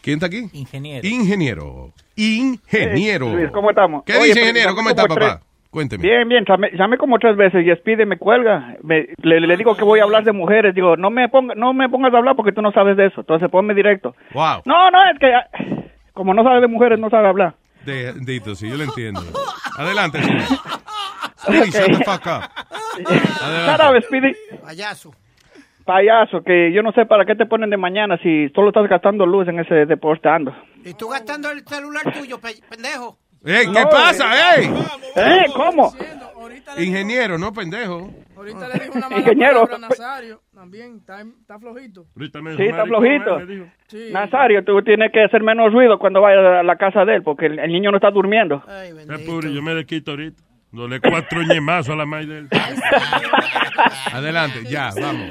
¿Quién está aquí?
Ingeniero.
Ingeniero. Ingeniero.
Eh, Luis, ¿cómo estamos?
¿Qué
Oye,
dice
pero
ingeniero?
llamo
¿Cómo está,
como
papá?
tres-
Cuénteme.
Bien, bien, llamé, llamé como tres veces y Speedy me cuelga. Me- le, le digo que voy a hablar de mujeres. Digo, no me, ponga, no me pongas a hablar porque tú no sabes de eso. Entonces ponme directo.
Wow.
No, no, es que ah, como no sabe de mujeres, no sabe hablar.
De, Dito, sí, yo
[LAUGHS]
lo entiendo. Adelante, señor. Speedy, shut the
[LAUGHS]
fuck up. Adelante.
Cada vez, Speedy.
Payaso.
Payaso, que yo no sé para qué te ponen de mañana si solo estás gastando luz en ese deporte ando.
Y tú gastando el celular tuyo, pe- pendejo.
Ey, ¿Qué
No,
pasa, ey?
¿Eh? ¿Cómo?
Ingeniero, no pendejo.
Ahorita le dijo una mala
Ingeniero.
palabra a Nazario. También está, está flojito.
Sí, está flojito.
Sí.
Nazario, tú tienes que hacer menos ruido cuando vayas a la casa de él porque el, el niño no está durmiendo.
Está pobre, yo me le quito ahorita. Dole cuatro [LAUGHS] ñemazos a la madre de él.
Adelante, ya, vamos.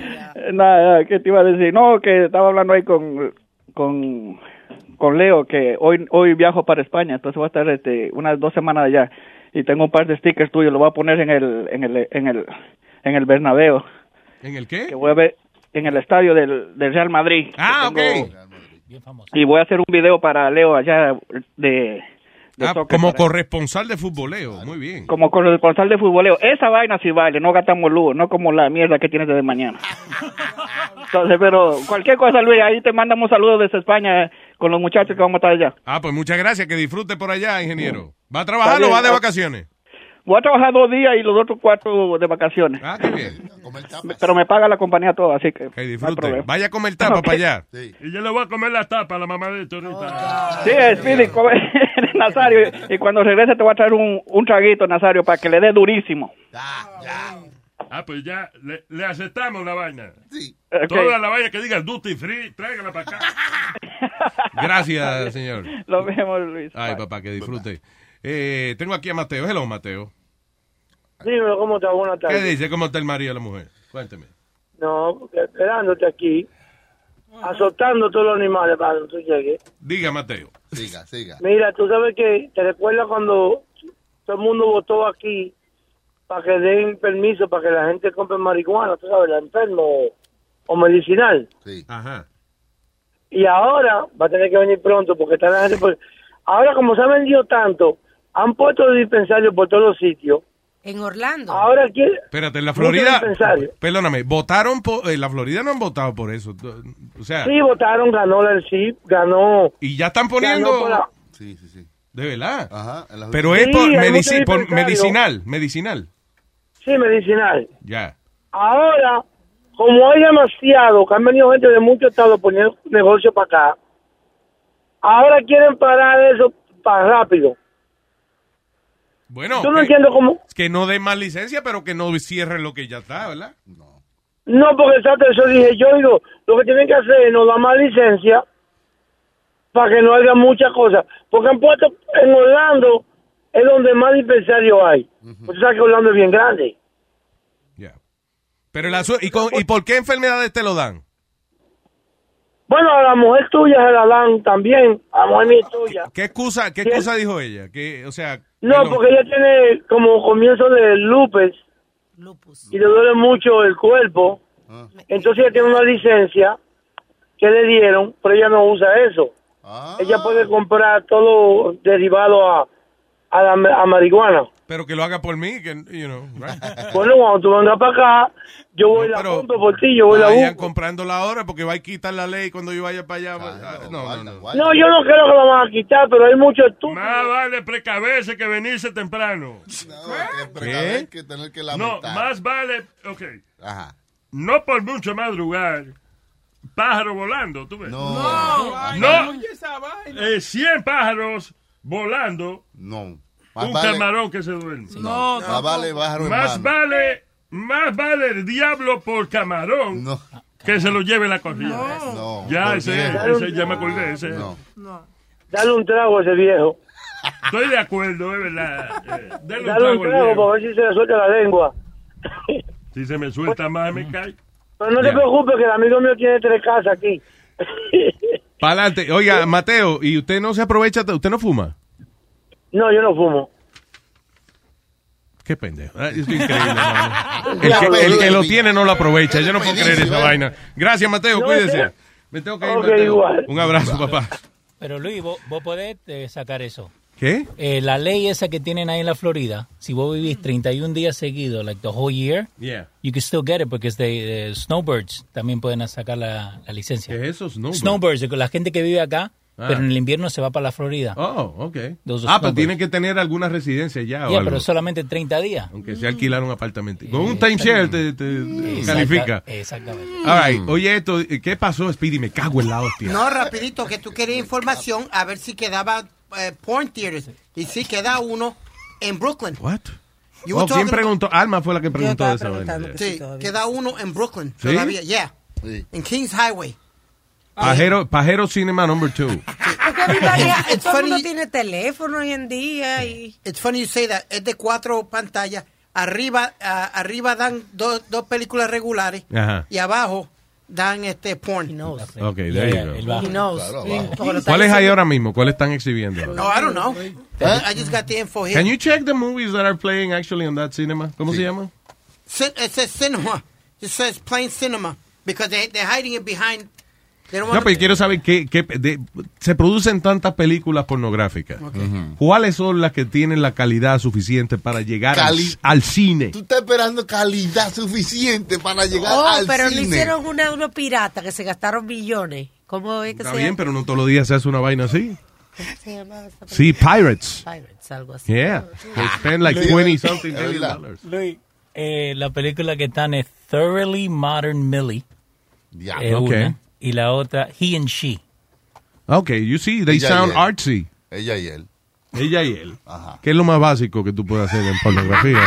Nada, Eh, ¿qué te iba a decir? No, que estaba hablando ahí con, con, con Leo, que hoy, hoy viajo para España, entonces voy a estar este, unas dos semanas allá y tengo un par de stickers tuyos, lo voy a poner en el, en el, en el, en el Bernabéu.
¿En el qué?
Que voy a ver,
en el estadio del, del Real Madrid.
Ah,
Tengo- Y voy a hacer un video para Leo allá de... de
Ah,
soccer
como
para-
corresponsal de futboleo. Muy bien.
como corresponsal de futboleo. Esa vaina sí vale, no gastamos luz, no como la mierda que tienes desde mañana. Entonces, pero cualquier cosa, Luis, ahí te mandamos un saludo desde España eh, con los muchachos que vamos a estar allá.
Ah, pues muchas gracias. Que disfrute por allá, ingeniero. ¿Va a trabajar o va de vacaciones?
[LAUGHS]
Voy a trabajar dos días y los otros cuatro de vacaciones.
Ah, qué bien.
Pero me paga la compañía todo, así que. no hay problema.
Vaya a comer tapa
Ok.
para allá.
Y yo le voy a comer la tapa a la mamá de Torita.
Oh, Sí, es Philip, come- [LAUGHS] Nazario. Y cuando regrese te voy a traer un, un traguito, Nazario, para que le dé durísimo.
Ah, pues ya le, le aceptamos la vaina.
Ok.
Toda la vaina que diga duty free, tráigala para
[LAUGHS]
acá.
Gracias, señor.
Lo vemos, Luis.
Ay, papá, que disfrute. Eh, tengo aquí a Mateo. Hello, Mateo.
Dímelo, ¿cómo está? Buenas
¿Qué
tardes.
dice? ¿Cómo está el marido de la mujer? Cuénteme.
No, esperándote aquí, azotando todos los animales para que tú llegues.
Diga, Mateo.
Siga, siga.
Mira, tú sabes que te recuerdas cuando todo el mundo votó aquí para que den permiso para que la gente compre marihuana, tú sabes, la enfermo o- o medicinal.
Sí.
Ajá.
Y ahora va a tener que venir pronto porque está la gente. por- Ahora, como se ha vendido tanto, han puesto dispensarios por todos los sitios.
En Orlando.
Ahora quiere.
Espérate, en la
Mucho
Florida.
dispensario.
Perdóname, votaron por. En la Florida no han votado por eso. O sea.
Sí, votaron, ganó el CIP, ganó.
Ah. Y ya están
ganó
poniendo.
por la-
De verdad.
las-
Pero es
Sí,
por,
hay muchos
medici- por
dispensarios.
medicinal. Medicinal.
Sí, medicinal.
Ya.
Ahora, como hay demasiado, que han venido gente de muchos estados poniendo negocio para acá, ahora quieren parar eso para rápido.
Bueno.
Yo no
que-
entiendo cómo.
Que no den más licencia, pero que no cierren lo que ya está, ¿verdad?
No, porque exacto, eso dije yo, digo, lo que tienen que hacer es nos dar más licencia para que no haya muchas cosas. Porque han puesto en Orlando, es donde más dispensarios hay. Usted sabe que Orlando es bien grande.
Pero el asu- ¿y,
pues-
con- ¿Y por qué enfermedades te lo dan?
Bueno, a la mujer tuya se la dan también, a la mujer mía es tuya.
¿Qué excusa, qué
Sí.
excusa dijo ella? Que, o sea,
No, porque ella tiene como comienzo de lupus, y le duele mucho el cuerpo. Entonces ella tiene una licencia que le dieron, pero ella no usa eso. Ella puede comprar todo derivado a, a, la, ma- a marihuana.
pero que lo haga por mí, que, you know, right?
[LAUGHS] Bueno, cuando tú vengas para acá, yo voy y la compro por ti, yo voy y la
Vayan
busco.
comprándola ahora porque va a quitar la ley cuando yo vaya para allá. Ah, no, no, no.
No, yo no creo que lo van a quitar, pero hay mucho estúpido.
Más vale precaverse que venirse temprano.
Precaver que tener que
No,
lamentar.
más vale, ok,
Ajá.
no por mucho madrugar, pájaro volando, tú ves. No,
Ay,
no,
oye, esa vaina.
eh, 100 pájaros volando,
No.
un
vale-
camarón que se duerme.
No, Más no. vale pájaro en
Más
mano.
vale, más vale el diablo por camarón que se lo lleve la corriente.
No.
ya,
por
ese,
viejo.
ese ya me acordé, ese.
Dale un trago a ese viejo.
Estoy de acuerdo, es verdad. Eh, dale
Dale un
un trago al
trago
viejo.
para ver si se le suelta la lengua.
Si se me suelta más, me cae.
Pero no te preocupes, que el amigo mío tiene tres casas aquí.
Para adelante. Oiga, Mateo, ¿y usted no se aprovecha? ¿Usted no fuma?
No, yo no fumo.
Qué pendejo. Ah, Es increíble, hermano.
[LAUGHS]
El que, el que lo tiene no lo aprovecha. Yo no puedo creer esa vaina. Gracias, Mateo.
No,
Cuídese.
¿eh?
espera.
Me tengo que ir,
Ok,
Mateo.
igual.
Un abrazo, papá.
Pero Luis, vos, vos podés eh, sacar eso.
¿Qué?
Eh, la ley esa que tienen ahí en la Florida, si vos vivís 31 días seguidos, like the whole year,
Yeah.
you can still get it because the snowbirds también pueden sacar la, la licencia.
¿Qué es eso, snowbirds?
Snowbirds, la gente que vive acá,
Ah.
pero en el invierno se va para la Florida.
Oh, ok.
Those
Ah, pues
snowbirds.
tiene que tener alguna residencia ya o
Yeah,
algo.
pero solamente 30 días.
Aunque sea alquilar un apartamento. Con un timeshare te, te- te califica.
eh. Exactamente.
All right. Oye, esto, ¿qué pasó, Speedy? Me cago en la hostia.
No, rapidito, que tú querías información a ver si quedaba eh, porn theaters. Y sí queda uno en Brooklyn.
What?
You
Oh,
were
¿Quién
talking-
preguntó? Alma fue la que preguntó de esa vaina.
pues,
Sí,
Yeah.
queda uno en Brooklyn
¿Sí?
todavía, yeah. En Kings Highway.
Pajero, Pajero Cinema number two.
It's
Todo el mundo
funny-
tiene teléfono hoy en día y...
It's funny you say that. Es de cuatro pantallas. Arriba, ah, arriba dan dos, dos películas regulares
Ajá.
y abajo dan este porn.
Ok, there you go.
He knows.
Claro,
Sí,
abajo.
porque lo está
¿Cuáles hay
diciendo.
ahora mismo? ¿Cuáles están exhibiendo? ahora?
No, Oh, I don't know. Uh, I just got the info here.
Can you check the movies that are playing actually on that cinema? ¿Cómo se llama?
Cin- it says cinema. It says plain cinema. Because they, they're hiding it behind. They don't
No,
want
pues- pero quiero saber qué, qué- de- se producen tantas películas pornográficas. ¿Cuáles son las que tienen la calidad suficiente para llegar al,
Cali-
al cine?
Tú estás esperando calidad suficiente para llegar
Oh,
al
pero
cine.
le hicieron una de unos piratas que se gastaron millones. ¿Cómo es que
Está
se
bien, pero no todos los días se hace una vaina así.
¿Cómo se llama esa
Sí,
película?
Pirates.
Pirates, algo así.
Yeah.
Ah.
They spend like 20 something
eh,
million dollars.
Luis, eh, la película que están es Thoroughly Modern Millie.
Ya,
Eh,
ok.
una. y la otra, He and
[LAUGHS]
She.
Okay, you see, they
Ella y
sound
él.
artsy.
Ella y él.
Ella y él. Que es lo más básico que tú puedes hacer en
[LAUGHS]
pornografía.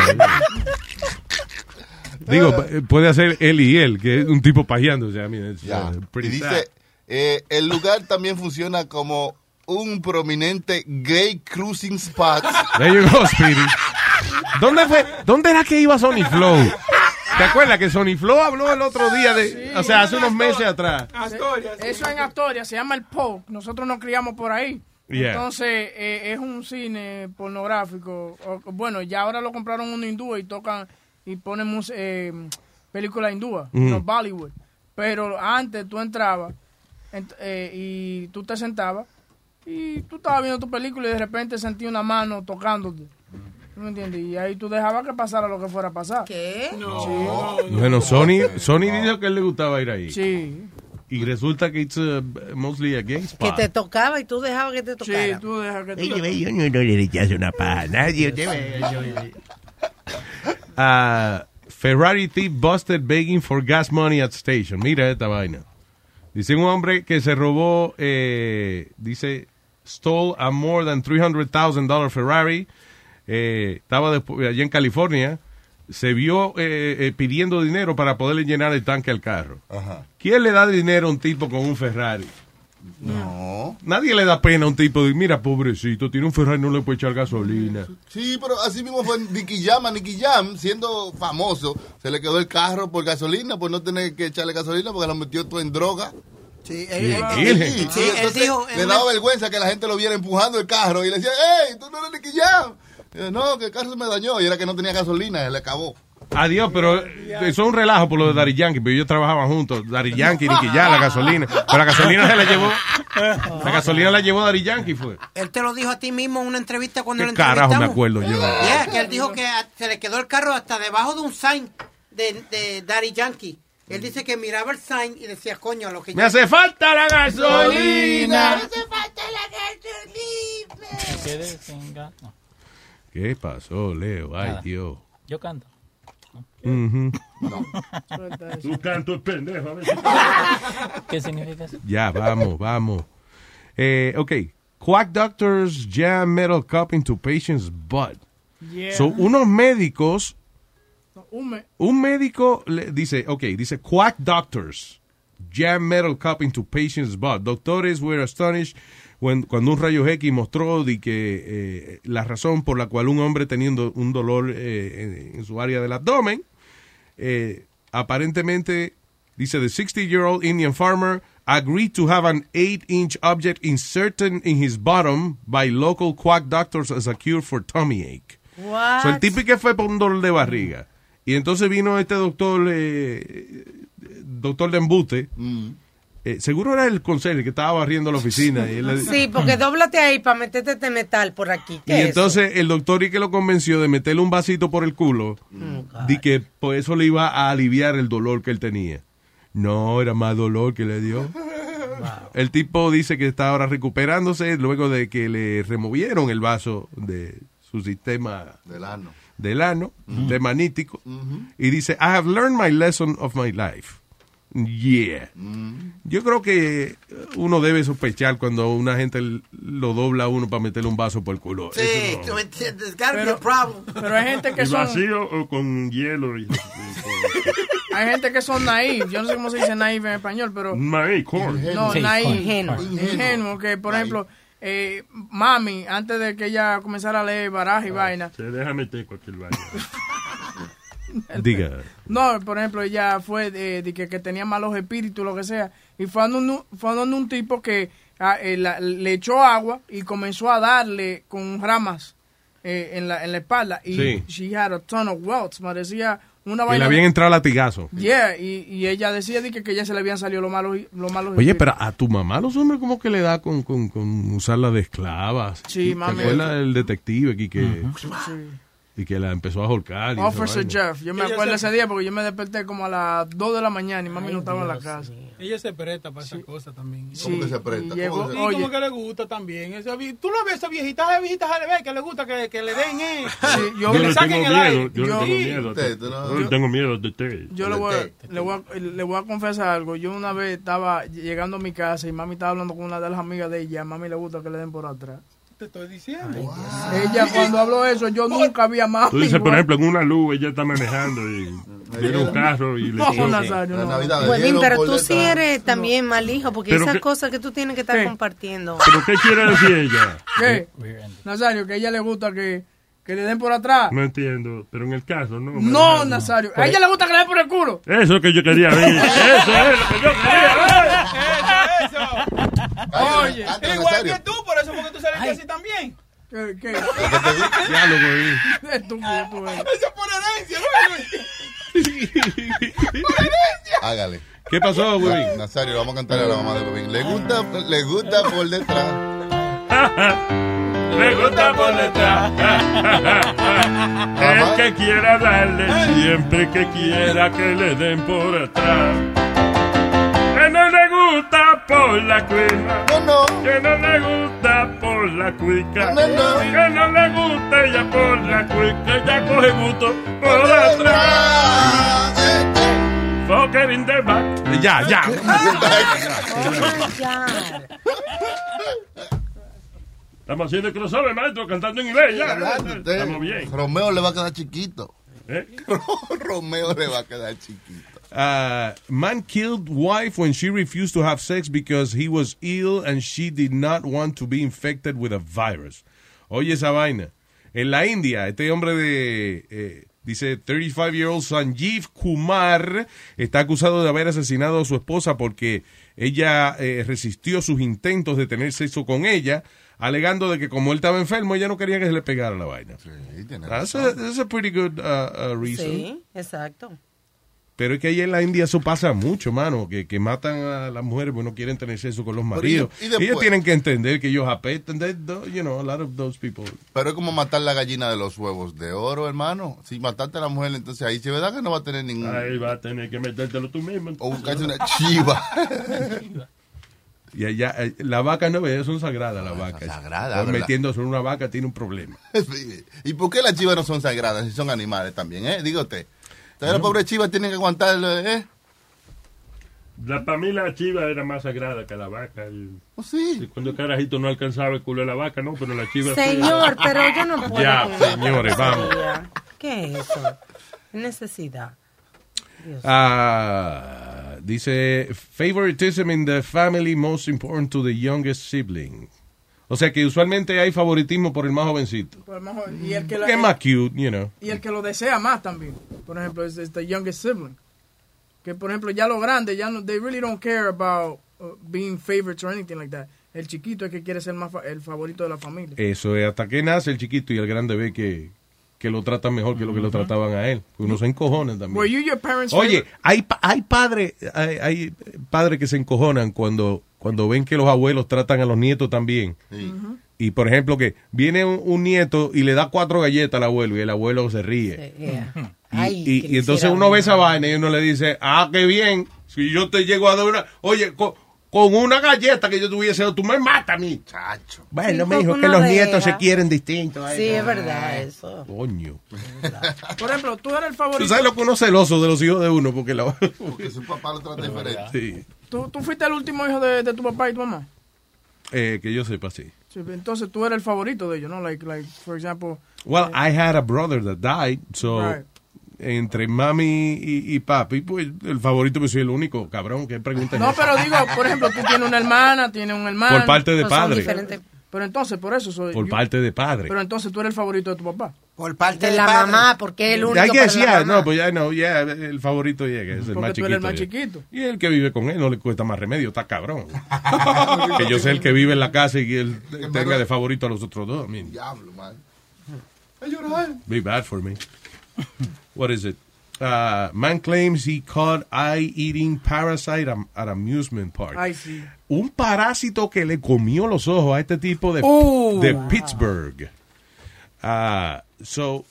Digo, pa- eh, puede hacer él y él, que es un tipo pajeándose. I mean, it's,
Ya.
uh,
Y
pretty sad.
dice, eh, el lugar también funciona como un prominente gay cruising
[LAUGHS]
spot.
There you go, Speedy. ¿Dónde fue? ¿Dónde era que iba Sony Flow? ¿Te acuerdas que Sony Flow habló el otro día de, o sea, hace unos meses atrás?
Astoria. sí.
Eso en Astoria, se llama el Po. Nosotros nos criamos por ahí.
Yeah.
Entonces, eh, es un cine pornográfico. O- bueno, ya ahora lo compraron uno hindú y tocan y ponen mus- eh, películas hindúas,
Mm.
no Bollywood. Pero antes tú entrabas ent- eh, y tú te sentabas y tú estabas viendo tu película y de repente sentí una mano tocándote. ¿No me entiendes? Y ahí tú dejabas que pasara lo que fuera a pasar.
¿Qué?
Bueno, Sony, Sony dijo que a él le gustaba ir ahí.
Sí.
Y resulta que it's uh, mostly a gay
Que
spot.
te tocaba y tú dejabas que te tocara.
Sí, tú dejabas que
yo no, le rechazo una paja a nadie. Ah, Ferrari thief busted begging for gas money at station. Mira esta vaina. Dice un hombre que se robó, eh, dice, stole a more than $300,000 Ferrari. Eh, estaba despu- allí en California. Se vio eh, eh, pidiendo dinero para poderle llenar el tanque al carro. ¿Quién le da dinero a un tipo con un Ferrari? No. Nadie le da pena a un tipo de, mira, pobrecito, tiene un Ferrari, no le puede echar gasolina.
Sí, pero así mismo fue Nicky Jam. A Nicky Jam, siendo famoso, se le quedó el carro por gasolina, por no tener que echarle gasolina, porque lo metió todo en droga.
Sí,
él,
él- Sí, él- virgen. sí, él dijo en
le
una-
daba vergüenza que la gente lo viera empujando el carro y le decía, ¡Ey, tú no eres Nicky Jam! Y yo, no, que el carro se me dañó y era que no tenía gasolina, se le acabó.
Adiós, pero eh, eso es un relajo por lo de Dari Yankee, pero yo trabajaba juntos, Dari Yankee, Nicky Jam, la gasolina. Pero la gasolina se la llevó, la gasolina la llevó Dari Yankee, fue.
Él te lo dijo a ti mismo en una entrevista cuando lo
¿Qué
entrevistamos.
carajo me acuerdo yo?
Yeah, que él dijo que a- se le quedó el carro hasta debajo de un sign de, de Daddy Yankee. Él dice que miraba el sign y decía, coño, lo que
Mm. ¡Me hace falta la gasolina! ¿Qué pasó, Leo? Ay,
Nada.
Dios.
Yo
[LAUGHS]
canto.
Ujú.
Tú canto el pendejo.
[LAUGHS]
a ver si-
¿Qué significa eso?
Ya, vamos, vamos. Eh, ok. Quack doctors jam metal cup into patient's butt.
Yeah.
Son unos médicos
Hume.
Un médico le dice, ok, dice, quack doctors jam metal cup into patient's butt. Doctores were astonished when- cuando un rayo X mostró de que eh, la razón por la cual un hombre teniendo un dolor eh, en, en su área del abdomen, eh, aparentemente, dice, the 60-year-old Indian farmer agreed to have an 8-inch object inserted in his bottom by local quack doctors as a cure for tummy ache. So, el tipo que fue por un dolor de barriga. Y entonces vino este doctor, eh, doctor de embute.
Mm.
Eh, seguro era el conserje que estaba barriendo la oficina. y él le-
[LAUGHS] Sí,
[LAUGHS]
porque dóblate ahí para meterte este metal por aquí.
Y
¿Qué es eso?
entonces el doctor y que lo convenció de meterle un vasito por el culo,
Mm.
di que por eso le iba a aliviar el dolor que él tenía. No, era más dolor que le dio. El tipo dice que está ahora recuperándose luego de que le removieron el vaso de su sistema
Del ano.
del ano, tema nítico, y dice, I have learned my lesson of my life. Yeah.
Mm.
Yo creo que uno debe sospechar cuando una gente l- lo dobla a uno para meterle un vaso por el culo. Eso no.
Pero,
pero hay
[LAUGHS]
gente Este
[LAUGHS]
que
¿Y
son...
vacío o con hielo? Y,
Hay gente que son naif. Yo no sé cómo se dice naif en español, pero.
Marie, corn.
No, naif.
Ingenuo.
Ingenuo, que por ejemplo, eh, mami, antes de que ella comenzara a leer baraja y vaina.
Se deja meter cualquier vaina.
Diga.
No, por ejemplo, ella fue de, de que, que tenía malos espíritus, lo que sea. Y fue a donde, un- fue a donde un tipo que ah, eh, la- le echó agua y comenzó a darle con ramas eh, en, la, en la espalda. Y
Sí.
she had a ton of welts, parecía Una
Y le
vaina.
habían entrado latigazo.
Yeah, y, y ella decía de que, que ya se le habían salido los malos los malos
Oye, pero a tu mamá los hombres como que le da con, con, con usarla de esclavas.
Sí,
¿Te
mami.
acuerdas del detective aquí que,
Sí.
y que la empezó a ahorcar? y esa
Officer
vaina?
Jeff, yo me
Ella
acuerdo
se-
ese día porque yo me desperté como a las 2 de la mañana y mami no estaba en la
Dios
casa.
Ella se presta para esas cosas también.
¿Cómo Sí, que se presta? y ¿Cómo llegó- que
y
se-
como
oye.
que le gusta también. Esa vi- Tú lo ves, esa viejita, esa viejita Jalebé, que le gusta que, que le den, eh.
Yo,
yo-
le
le
tengo
saquen el
miedo.
aire.
Yo, le
Yo-
tengo
Sí.
miedo. a
Usted,
ti.
tú no-
Yo le
yo-
tengo miedo de usted.
Yo le voy, a, le, voy a, le voy a confesar algo. Yo una vez estaba llegando a mi casa y mami estaba hablando con una de las amigas de ella. A mami le gusta que le den por atrás.
Te estoy diciendo.
Ella cuando habló eso, yo nunca había más.
Tú dices, por ejemplo, en una luz ella está manejando y tiene un carro y le
No,
choca.
Nazario, no. La Navidad
Pues, Lin, pero tú sí eres también mal hijo, porque
Pero
esas
que-
cosas que tú tienes que estar compartiendo.
¿Pero qué quiere decir ella?
¿Qué? Nazario, que a ella le gusta que, que le den por atrás.
No entiendo, pero en el caso no. Pues,
No, Nazario. A ella le gusta que le den por el culo.
Eso es que yo quería ver. Eso es lo que yo
Oye,
Igual que tú, por eso porque tú saliste así también.
¿Qué?
[LAUGHS]
[LAUGHS] ¿Qué?
Diálogo ahí.
Estúpido tú eres.
Hágale.
¿Qué pasó,
Webin? Nazario, vamos a cantar a la mamá de Webin. Le gusta, le gusta por detrás.
Le gusta por detrás.
[LAUGHS]
El que quiera darle, siempre que quiera que le den por atrás. Que no le gusta por la cuina. Que no le gusta por la cuica.
No, no.
Que no le gusta ella por la cuica. Ella coge gusto por atrás. Fucker in the back.
Ya, ya.
Oh,
Estamos haciendo crossover, maestro, cantando en inglés. Ya.
Hablando usted.
Estamos bien.
Romeo le va a quedar chiquito.
¿Eh?
[LAUGHS] Romeo le va a quedar chiquito.
Uh, man killed wife when she refused to have sex because he was ill and she did not want to be infected with a virus. Oye esa vaina. En la India, este hombre de, eh, dice, 35-year-old Sanjeev Kumar está acusado de haber asesinado a su esposa porque ella eh, resistió sus intentos de tener sexo con ella, alegando de que como él estaba enfermo, ella no quería que se le pegara la vaina. That's a, that's a pretty good uh, uh, reason.
Sí, exacto.
Pero es que ahí en la India eso pasa mucho, mano, que, que matan a las mujeres porque no quieren tener sexo con los maridos.
y- y después-
ellos tienen que entender que ellos apestan. they do- you know, a lot of those people.
Pero es como matar la gallina de los huevos de oro, hermano. Si mataste a la mujer, entonces ahí sí, ¿verdad que no va a tener ningún.
Ahí va a tener que metértelo tú mismo.
O buscarte una chiva. [LAUGHS]
Y allá, eh, la vaca no, ellas son sagradas, las vacas.
Ah, sagradas,
Están
¿verdad?
metiéndose en una vaca tiene un problema.
Sí. ¿Y por qué las chivas no son sagradas si son animales también, eh? Digo usted. Entonces las pobres chivas tienen que aguantar, eh.
La, para mí la chiva era más sagrada que la vaca. Y,
sí.
cuando carajito no alcanzaba el culo de la vaca, no, pero la chiva...
Señor, pero yo no puedo.
Ya,
con esta
señores, vamos.
porquería. ¿Qué es eso? Necesidad.
Ah, dice, favoritism in the family most important to the youngest sibling. O sea que usualmente hay favoritismo por el más jovencito.
Por el más joven. Pues, Y el que la-
Porque es más cute, you know.
y el que lo desea más también. Por ejemplo, es este youngest sibling. Que por ejemplo, ya lo grande, ya no, they really don't care about uh, being favorites or anything like that. El chiquito es que quiere ser más fa- el favorito de la familia.
Eso es, hasta que nace el chiquito y el grande ve que, que lo tratan mejor que lo que lo trataban a él. Uno se encojona
Were
también.
you your parents'
Oye,
favorite?
hay, pa- hay padres hay, hay padres que se encojonan cuando, cuando ven que los abuelos tratan a los nietos también. Y por ejemplo que viene un, un nieto y le da cuatro galletas al abuelo y el abuelo se ríe. Y, y- y entonces uno ve esa vaina y uno le dice, ah, qué bien, si yo te llego a dar una... Oye, co- con, una galleta que yo tuviese, tú me matas a mí. Chacho. Bueno,
Sí,
me dijo
con
que
una
los nietos
oreja.
se quieren distintos. Ay,
Sí, es
no.
verdad eso.
Coño.
Por ejemplo, tú eres el
Tú
favorito.
sabes lo que uno es celoso de los hijos de uno, porque
[LAUGHS]
la...
Porque su papá lo trata diferente.
sí.
¿Tú, tú fuiste el último hijo de, de tu papá y tu mamá.
Eh, que yo sepa, sí.
Sí, Entonces tú eres el favorito de ellos, ¿no? Like, like for example,
Well, I had a brother that died, so
Right.
entre mami y, y papi, pues el favorito pues soy el único, cabrón, qué pregunta es
No,
esa?
pero digo, por ejemplo, tú tienes una hermana, tienes un hermano.
Por parte de Pues son padre. diferentes.
Pero entonces, por eso soy.
Por parte de padre.
Pero entonces tú eres el favorito de tu papá.
Por parte
de la mamá, porque es el único.
I guess,
para la
yeah,
mamá.
no, pues ya no, yeah, el favorito llega, es el más
Porque tú
chiquito.
eres el más
ya.
chiquito.
Y el que vive con él no le cuesta más remedio,
[LAUGHS]
está cabrón. que yo sé el que vive en la casa y que él tenga de favorito a los otros dos. I mean,
Diablo, man.
A llorar.
be bad for me. What is it? Uh, man claims he caught eye-eating parasite am- at amusement park.
Ay, sí.
Un parásito que le comió los ojos a este tipo de,
Oh.
de Pittsburgh. Ah, so,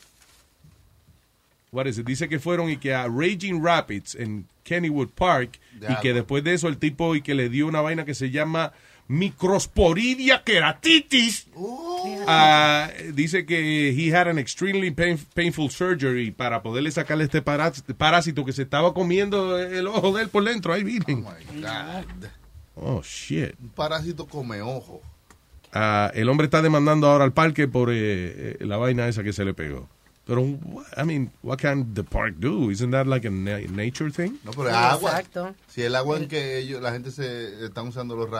what is it? Dice que fueron y que a Raging Rapids en Kennywood Park
Ya,
y que
no.
después de eso el tipo y que le dio una vaina que se llama microsporidia keratitis. Ah, dice que he had an extremely pain- painful surgery para poderle sacarle este parás- parásito que se estaba comiendo el ojo de él por dentro. Ahí miren. Oh, shit.
Un parásito come ojo.
Ah, el hombre está demandando ahora al parque por eh, eh, la vaina esa que se le pegó. Pero, wha- I mean, what can the park do? Isn't that like a na- nature thing?
No, pero es agua. Si el agua en que ellos, la gente se están usando los rayos.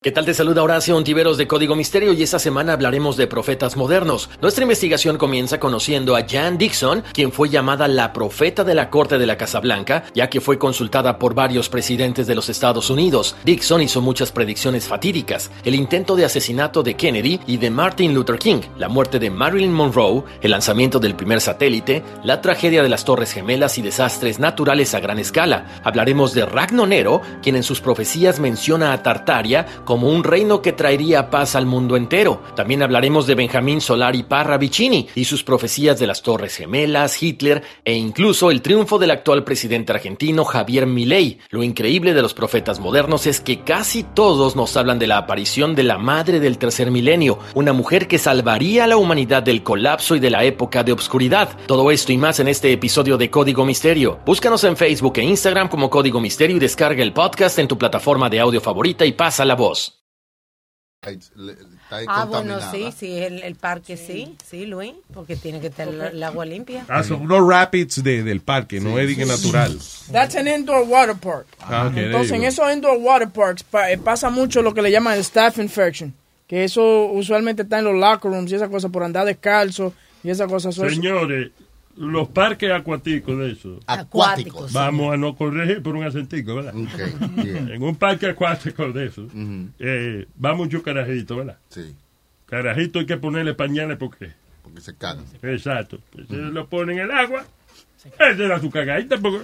¿Qué tal te saluda Horacio Ontiveros de Código Misterio y esta semana hablaremos de profetas modernos. Nuestra investigación comienza conociendo a Jan Dixon, quien fue llamada la profeta de la corte de la Casa Blanca, ya que fue consultada por varios presidentes de los Estados Unidos. Dixon hizo muchas predicciones fatídicas, el intento de asesinato de Kennedy y de Martin Luther King, la muerte de Marilyn Monroe, el lanzamiento del primer satélite, la tragedia de las Torres Gemelas y desastres naturales a gran escala. Hablaremos de Ragnonero, quien en sus profecías menciona a Tartaria como un reino que traería paz al mundo entero. También hablaremos de Benjamín Solari Parra Vicini y sus profecías de las Torres Gemelas, Hitler e incluso el triunfo del actual presidente argentino Javier Milei. Lo increíble de los profetas modernos es que casi todos nos hablan de la aparición de la madre del tercer milenio, una mujer que salvaría a la humanidad del colapso y de la época de obscuridad. Todo esto y más en este episodio de Código Misterio. Búscanos en Facebook e Instagram como Código Misterio y descarga el podcast en tu plataforma de audio favorita y pasa la voz.
le- Está
Ah, bueno,
contaminada.
sí, sí, el, el parque sí. sí, Luis, porque tiene que estar el, el agua limpia.
Ah, son unos rapids de- del parque, no es de que natural.
That's an indoor water park.
Ah, ok, there you
Entonces,
go.
en esos indoor water parks pa- eh, pasa mucho lo que le llaman el staff infection, que eso usualmente está en los locker rooms y esa cosa por andar descalzo y esa cosa. Eso es-
Señores, los parques acuáticos de eso.
Acuáticos.
Vamos a no corregir por un acentico, ¿verdad? [LAUGHS] En un parque acuático de eso, eh, va mucho carajito, ¿verdad?
Sí.
Carajito hay que ponerle pañales porque...
Porque se cagan.
Exacto. Se lo ponen en el agua. Es de la su cagadita porque...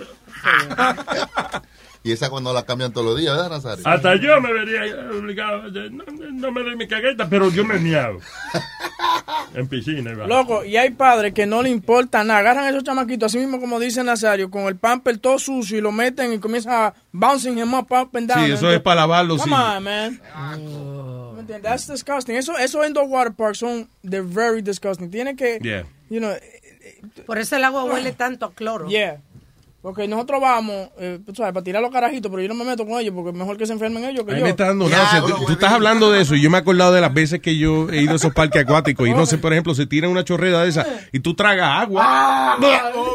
Y esa cuando la cambian todos los días, ¿verdad, Nazario?
Hasta yo me vería eh, obligado. de, No, no me doy mi cagueta, pero yo me
[LAUGHS]
miado. en piscina, y va.
Loco, y hay padres que no le importa nada. Agarran a esos chamaquitos, así mismo como dice Nazario, con el pamper todo sucio y lo meten y comienzan a bouncing him up, up and down.
Sí, eso es para lavarlos,
Come
sí.
on, man. ¿Me entiendes? That's disgusting. Eso, esos indoor water parks son, they're very disgusting. Tiene que,
Yeah.
you know...
Por eso el agua huele tanto a cloro.
Yeah. Porque nosotros vamos, eh, tú sabes, para tirar los carajitos, pero yo no me meto con ellos porque mejor que se enfermen ellos que
Ahí
yo.
me está dando náusea. Tú- Tú, estás hablando de eso y yo me he acordado de las veces que yo he ido a esos parques acuáticos y no sé, por ejemplo, se tira una chorrera de esa y tú tragas
Ah,
agua.
oh,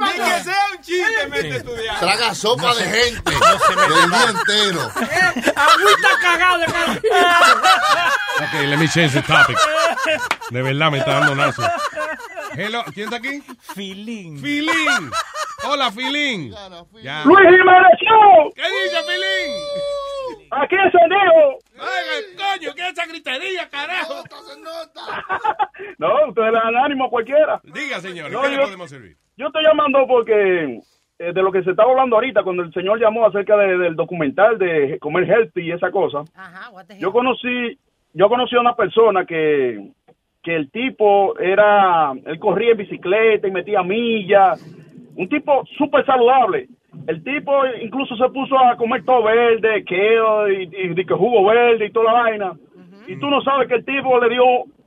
Ni que sea un chiste, mete estudiar.
Traga sopa de gente del día entero.
Agüita cagado de
Ok, let me change the topic. De verdad me está dando náusea. Hello, ¿quién está aquí? Filín. Filín. Hola, Filín. Ya.
Luis Jiménez Show.
¿Qué dice, Filín?
Aquí en San Diego.
Oiga, coño, ¿qué es esa gritería, carajo?
No, usted le dan ánimo a cualquiera.
Diga, señor,
No,
¿qué le
yo-
podemos servir?
Yo estoy llamando porque eh, de lo que se estaba hablando ahorita, cuando el señor llamó acerca de- del documental de comer healthy y esa cosa, yo conocí, yo conocí a una persona que, que el tipo era, él corría en bicicleta y metía millas, un tipo súper saludable. El tipo incluso se puso a comer todo verde, queo y, y, de que jugo verde y toda la vaina. Y tú no sabes que el tipo le dio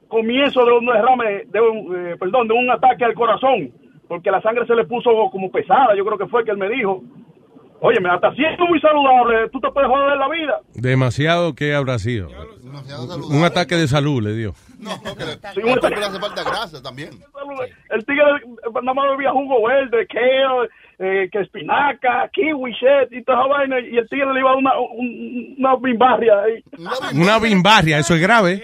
comienzo de un derrame, de un, eh, perdón, de un ataque al corazón, porque la sangre se le puso como pesada, yo creo que fue que él me dijo. Oye, hasta siendo muy saludable, tú te puedes joder la vida.
Demasiado que habrá sido. Un ataque de salud le dio.
Sí, bueno,
Pero le hace falta grasa también.
el tigre eh, nada más bebía jugo verde, kale, eh, que espinaca, kiwi, shit, y toda esa vaina. Y el tigre le iba a dar una, un- una bimbarria ahí.
Una bimbarria, eso es grave.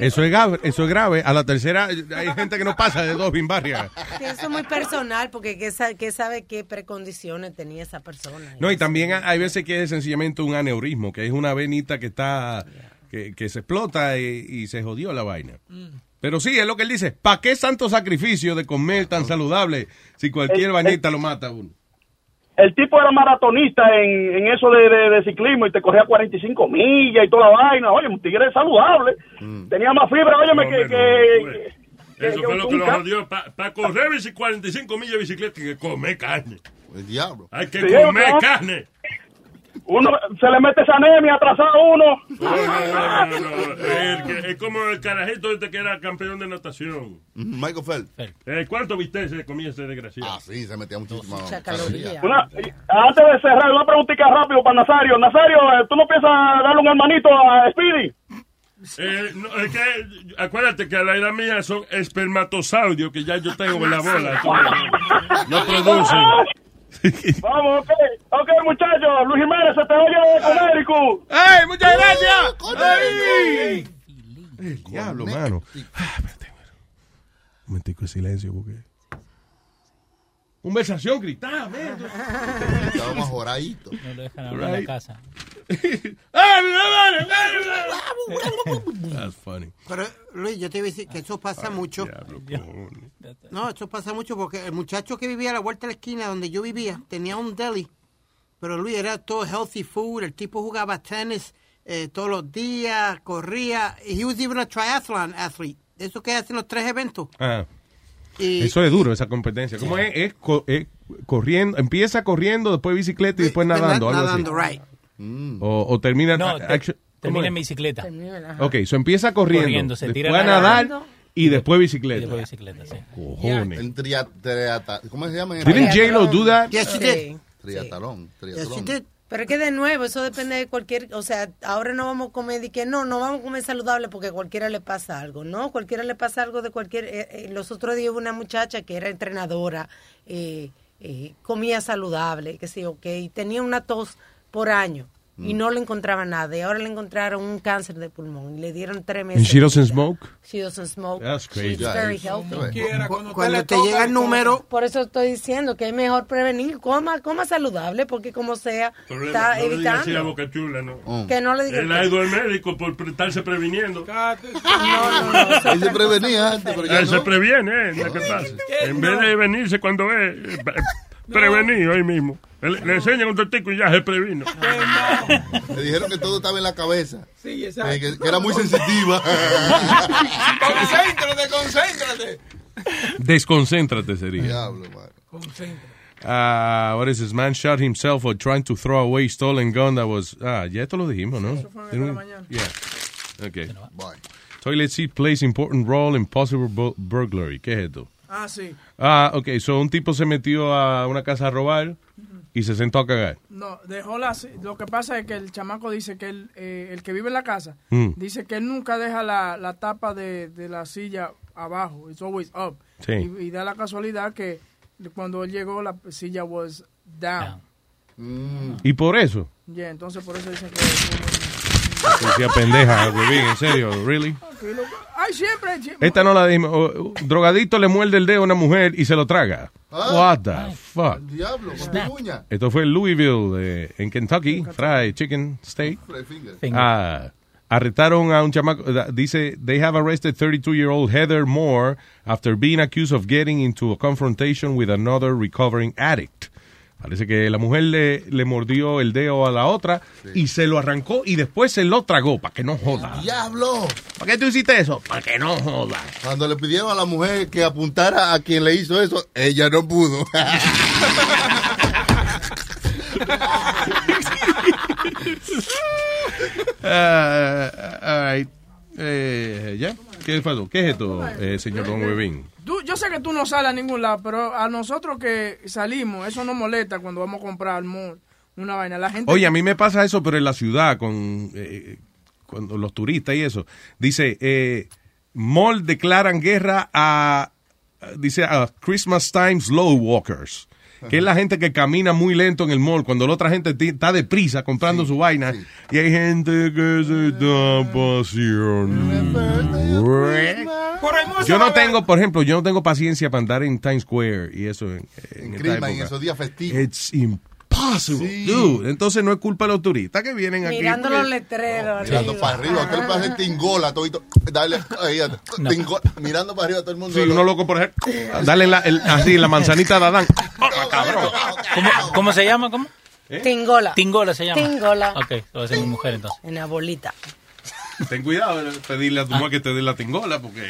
Eso es grave, eso es grave. A la tercera hay gente que no pasa de dos bimbarrias.
Eso es muy personal, porque ¿qué, sa- qué sabe qué precondiciones tenía esa persona?
No, y también hay veces que es sencillamente un aneurismo, que es una venita que está que, que se explota y, y se jodió la vaina. Pero sí, es lo que él dice. ¿Para qué santo sacrificio de comer tan saludable si cualquier vainita lo mata a uno?
El tipo era maratonista en, en eso de, de- de ciclismo y te cogía 45 millas y toda la vaina. Oye, un tigre saludable. Tenía más fibra, óyeme, que... que-
Eso
que-
fue lo que lo
un ca-
jodió. Para correr bici- 45 millas de bicicleta hay que comer carne.
El diablo.
Hay que
Sí,
comer
¿no? [LAUGHS]
carne.
Uno se le mete esa anemia atrasada a uno.
No, no, no, no, no. El que- es como el carajito este que era campeón de natación.
Michael Phelps.
Eh, ¿Cuánto viste se comía ese desgraciado?
Ah, sí, se metía muchísimo.
Una- y- antes de cerrar, una preguntita rápido para Nazario. Nazario, eh, ¿tú no piensas darle un hermanito a Speedy?
Eh, no, es que, acuérdate que a la edad mía son espermatozoides que ya yo tengo en la bola. entonces, No producen.
[LAUGHS] Vamos, ok. Ok, muchachos. Luis Jiménez, se te oye de Conérico.
¡Ey, muchas
gracias!
¡Ey! El diablo, mano. Ah, espérate, espérate. Un momentico de silencio, porque. Conversación gritada, man.
Estábamos joraditos.
No lo dejan hablar en la
Right.
casa.
That's funny.
Pero, Luis, yo te iba a decir que eso pasa mucho. No, eso pasa mucho porque el muchacho que vivía a la vuelta de la esquina donde yo vivía tenía un deli. Pero Luis era todo healthy food. El tipo jugaba tenis eh, todos los días, corría. He was even a triathlon athlete. Eso que hacen los tres eventos.
Ah,
Y-
eso es duro, esa competencia. ¿Cómo es? Es co- es corriendo, empieza corriendo, después bicicleta y después nadando, algo así. Mm.
Nadando, right.
O, o termina.
No,
ah,
te-
actu- ¿cómo
termina
es?
en bicicleta.
Ok, eso empieza corriendo,
Corriendo, se tira
después a
nadando.
nadar y después bicicleta. Cojones.
El tria- triata- ¿Cómo se llama?
Didn't J-Lo do that?
Yes, she did.
Triatalón.
Yes,
Triatlón.
she did.
Pero es que de nuevo, eso depende de cualquier, o sea, ahora no vamos a comer y que no, no vamos a comer saludable porque a cualquiera le pasa algo, ¿no? Cualquiera le pasa algo de cualquier, eh, eh, los otros días hubo una muchacha que era entrenadora, eh, eh, comía saludable, que sé yo, que y tenía una tos por año y
Mm.
no le encontraba nada y ahora le encontraron un cáncer de pulmón y le dieron tres meses.
And she
de
doesn't
vida.
smoke?
She doesn't smoke.
That's crazy.
She's very
Ya, eso
healthy.
no
quiera, Cu- cuando cuando te te toca, llega el le toca. número-
Por eso estoy diciendo que es mejor prevenir. Coma, coma saludable, porque como sea,
Problema, no
está
le digas así a
evitando.
Boca Chula, ¿no?
Que no le diga-
Él ha ido al médico por pre- estarse previniendo.
Él se prevenía antes, pero ya
Él se
no.
previene, ¿eh? Lo que pasa. En vez de venirse cuando es, eh, pre- prevenir hoy mismo. Le, le enseñan un tortico y ya se previno.
Le dijeron que todo estaba en la cabeza.
Sí,
Eh,
exacto.
Que, que era muy
[LAUGHS]
sensitiva.
Concéntrate, concéntrate.
Desconcéntrate sería.
Diablo,
[LAUGHS]
Concéntrate.
Ah, what is this man shot himself for trying to throw away stolen gun that was ah ya esto lo dijimos no Didn't we? yeah okay toilet seat plays important role in possible bu- burglary qué es esto
Ah, sí.
ah okay so un tipo se metió a una casa a robar y se sentó a cagar
No, dejó las. Lo que pasa es que el chamaco dice que él, eh, el que vive en la casa
Mm.
dice que él nunca deja la, la tapa de, de la silla abajo. It's always up.
Sí.
Y, y da la casualidad que cuando él llegó la silla was down.
Mm.
y por eso
Yeah, entonces por eso dicen que.
decía pendeja [LAUGHS] huevín en serio really
Ay, siempre. siempre-
esta no la dijimos Oh, oh, drogadito le muerde el dedo a una mujer y se lo traga
Ah.
what the fuck
Diablo, con tu uña.
Esto fue en Louisville, eh, en Kentucky, Fried Chicken Steak.
Fried finger.
Ah, arrestaron a un chamaco, da- dice, they have arrested 32-year-old Heather Moore after being accused of getting into a confrontation with another recovering addict. Parece que la mujer le, le mordió el dedo a la otra y se lo arrancó y después se lo tragó, para que no joda.
Diablo.
¿Para qué tú hiciste eso? Para que no joda.
Cuando le pidieron a la mujer que apuntara a quien le hizo eso, ella no
[LAUGHS]
pudo.
Ah, all right. Eh, ¿Ya? ¿Qué pasó? ¿Qué es esto, eh, señor Don Webin?
Tú- yo sé que tú no sales a ningún lado, pero a nosotros que salimos, eso nos molesta cuando vamos a comprar al mall
Una vaina. La gente.
Oye, a mí me pasa eso, pero en la ciudad, con eh, cuando los turistas y eso. Dice, eh, mall declaran guerra a, dice, a Christmas Time Slow Walkers. Que es la gente que camina muy lento en el mall cuando la otra gente ti- está deprisa comprando su vaina. Y hay gente que se está paseando. Yo no tengo, por ejemplo, yo no tengo paciencia para andar en Times Square y eso en, en esta
Crisma en
época.
esos días festivos.
It's impossible, dude. Entonces no es culpa de los turistas que vienen aquí.
Mirando
porque-
los letreros.
Mirando para arriba, aquel para hacer tingola, todo, dale, ahí, tingo- mirando para arriba todo el mundo.
Sí, uno loco, por ejemplo, dale la, el- así la manzanita de Adán.
¿Cómo, cómo se llama? ¿Cómo?
Tingola.
Tingola se llama.
Tingola.
Ok, lo va a hacer mi mujer entonces. Ah.
En la bolita.
Ten cuidado de pedirle a tu mamá que te dé la tingola porque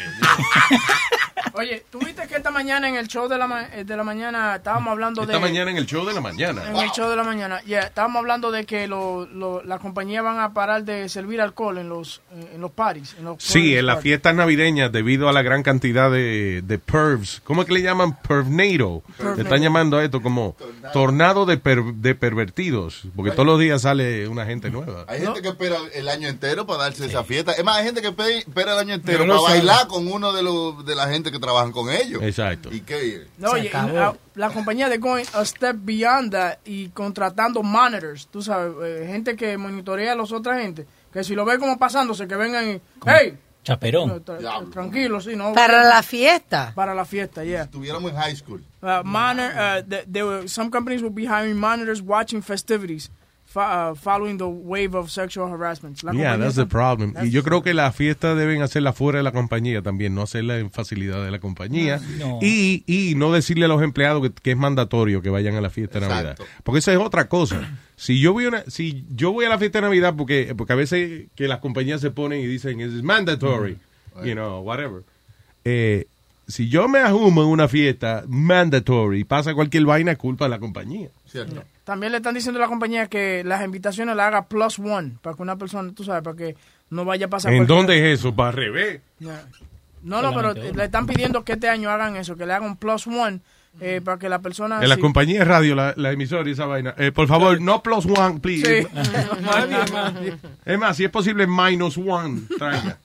Oye, ¿tú viste que esta mañana en el show de la, ma- eh, de la mañana estábamos hablando de...
esta mañana en el show de la mañana.
En el show de la mañana. ya estábamos hablando de que lo, lo- la compañía van a parar de servir alcohol en los, eh, en los parties. En los
Sí,
parties.
en las fiestas navideñas, debido a la gran cantidad de, de pervs. ¿Cómo es que le llaman? Pervnado.
Pervnado.
Le están llamando a esto como tornado de, per- de pervertidos. Porque todos los días sale una gente nueva.
Hay gente que espera el año entero para darse esa fiesta. Es más, hay gente que pe- espera el año entero
Yo
para
lo sé.
bailar con uno de los de la gente que trabajan con ellos.
Exacto.
¿Y qué?
No, oye, y la, la compañía de Going a Step Beyond that y contratando monitors, tú sabes, eh, gente que monitorea a los otras gente. Que si lo ve como pasándose, que vengan y... ¡Hey! No,
Chaperón.
tra- tranquilo, sí, no.
Para la fiesta.
Para la fiesta, yeah.
Estuviéramos en high school.
Uh, monitor, uh, th- there were, some companies will be hiring monitors watching festivities fo- uh, following the wave of sexual harassment. La
Yeah,
compañía
that's the
tam-
problem.
that's-
Y yo creo que las fiestas deben hacerlas fuera de la compañía también, no hacerlas en facilidad de la compañía.
No.
Y, y no decirle a los empleados que, que es mandatorio que vayan a la fiesta de Navidad. Porque esa es otra cosa. Si yo voy, a una- si yo voy a la fiesta de Navidad, porque, porque a veces que las compañías se ponen y dicen, es mandatory, you know, whatever. Eh, si yo me ajumo en una fiesta mandatory y pasa cualquier vaina, es culpa de la compañía.
Cierto.
También le están diciendo a la compañía que las invitaciones las haga plus one, para que una persona, tú sabes, para que no vaya a pasar.
¿En
cualquier-
dónde es eso? Para revés.
Yeah. No, no, pero
Solamente
le están pidiendo que este año hagan eso, que le hagan plus one, eh, para que la persona...
En la
sí. [LAUGHS]
compañía de radio, la, la emisora y esa vaina. Eh, por favor, no plus one, please.
Sí. Nadie.
Es más, si es posible, minus one. Traiga.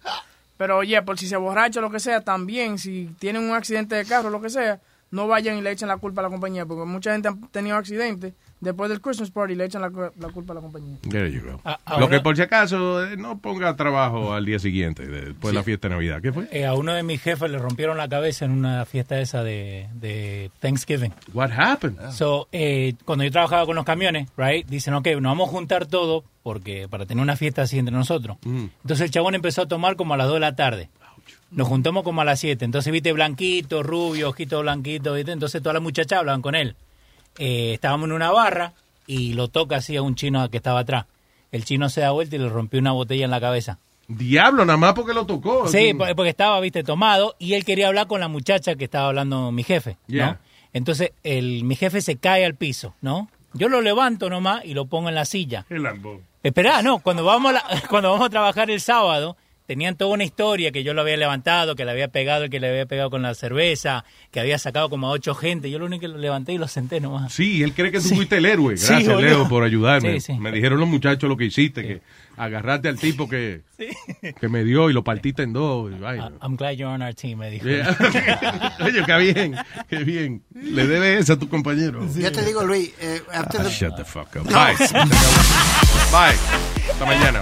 Pero oye, por si se borracha o lo que sea, también, si tienen un accidente de carro o lo que sea, no vayan y le echen la culpa a la compañía, porque mucha gente ha tenido accidentes después del Christmas party y le echan la, cu- la culpa a la compañía.
[LAUGHS] There you go.
Ah,
Lo
ahora-
que por si acaso, eh, no ponga trabajo al día siguiente, de- después de la fiesta de Navidad. ¿Qué fue?
Eh, a uno de mis jefes le rompieron la cabeza en una fiesta esa de, de Thanksgiving.
What happened?
So, eh, cuando yo trabajaba con los camiones, right, dicen, ok, nos vamos a juntar todo porque para tener una fiesta así entre nosotros. Entonces el chabón empezó a tomar como a las 2 de la tarde. Nos juntamos como a las 7. Entonces, viste, blanquito, rubio, ojito blanquito, viste. Entonces todas las muchachas hablaban con él. Eh, estábamos en una barra y lo toca así a un chino que estaba atrás. El chino se da vuelta y le rompió una botella en la cabeza.
Diablo, nada más porque lo tocó.
Sí,
Así.
po- porque estaba, viste, tomado y él quería hablar con la muchacha que estaba hablando mi jefe, ¿no?
Yeah.
Entonces, el, mi jefe se cae al piso, ¿no? Yo lo levanto nomás y lo pongo en la silla.
El ambón.
Esperá, no, cuando vamos, a la- [LAUGHS] cuando vamos a trabajar el sábado, tenían toda una historia que yo lo había levantado, que le había pegado, el que le había pegado con la cerveza, que había sacado como a ocho gente. Yo lo único que lo levanté y lo senté nomás.
Sí, él cree que tú fuiste el héroe.
Sí,
Gracias,
boludo.
Leo, por ayudarme.
Sí, sí.
Me dijeron los muchachos lo que hiciste, que agarraste al tipo que,
[LAUGHS]
que me dio y lo partiste en dos. y vaina.
Ah, I'm glad you're on our team, me dijo.
Yeah. [LAUGHS]
Ah.
Oye, qué bien, qué bien. Le debe esa a tu compañero.
Yo te digo, Luis, eh, after
Ah,
the-
shut the fuck up.
No.
Bye.
[LAUGHS]
Se acabó. Bye. Hasta mañana.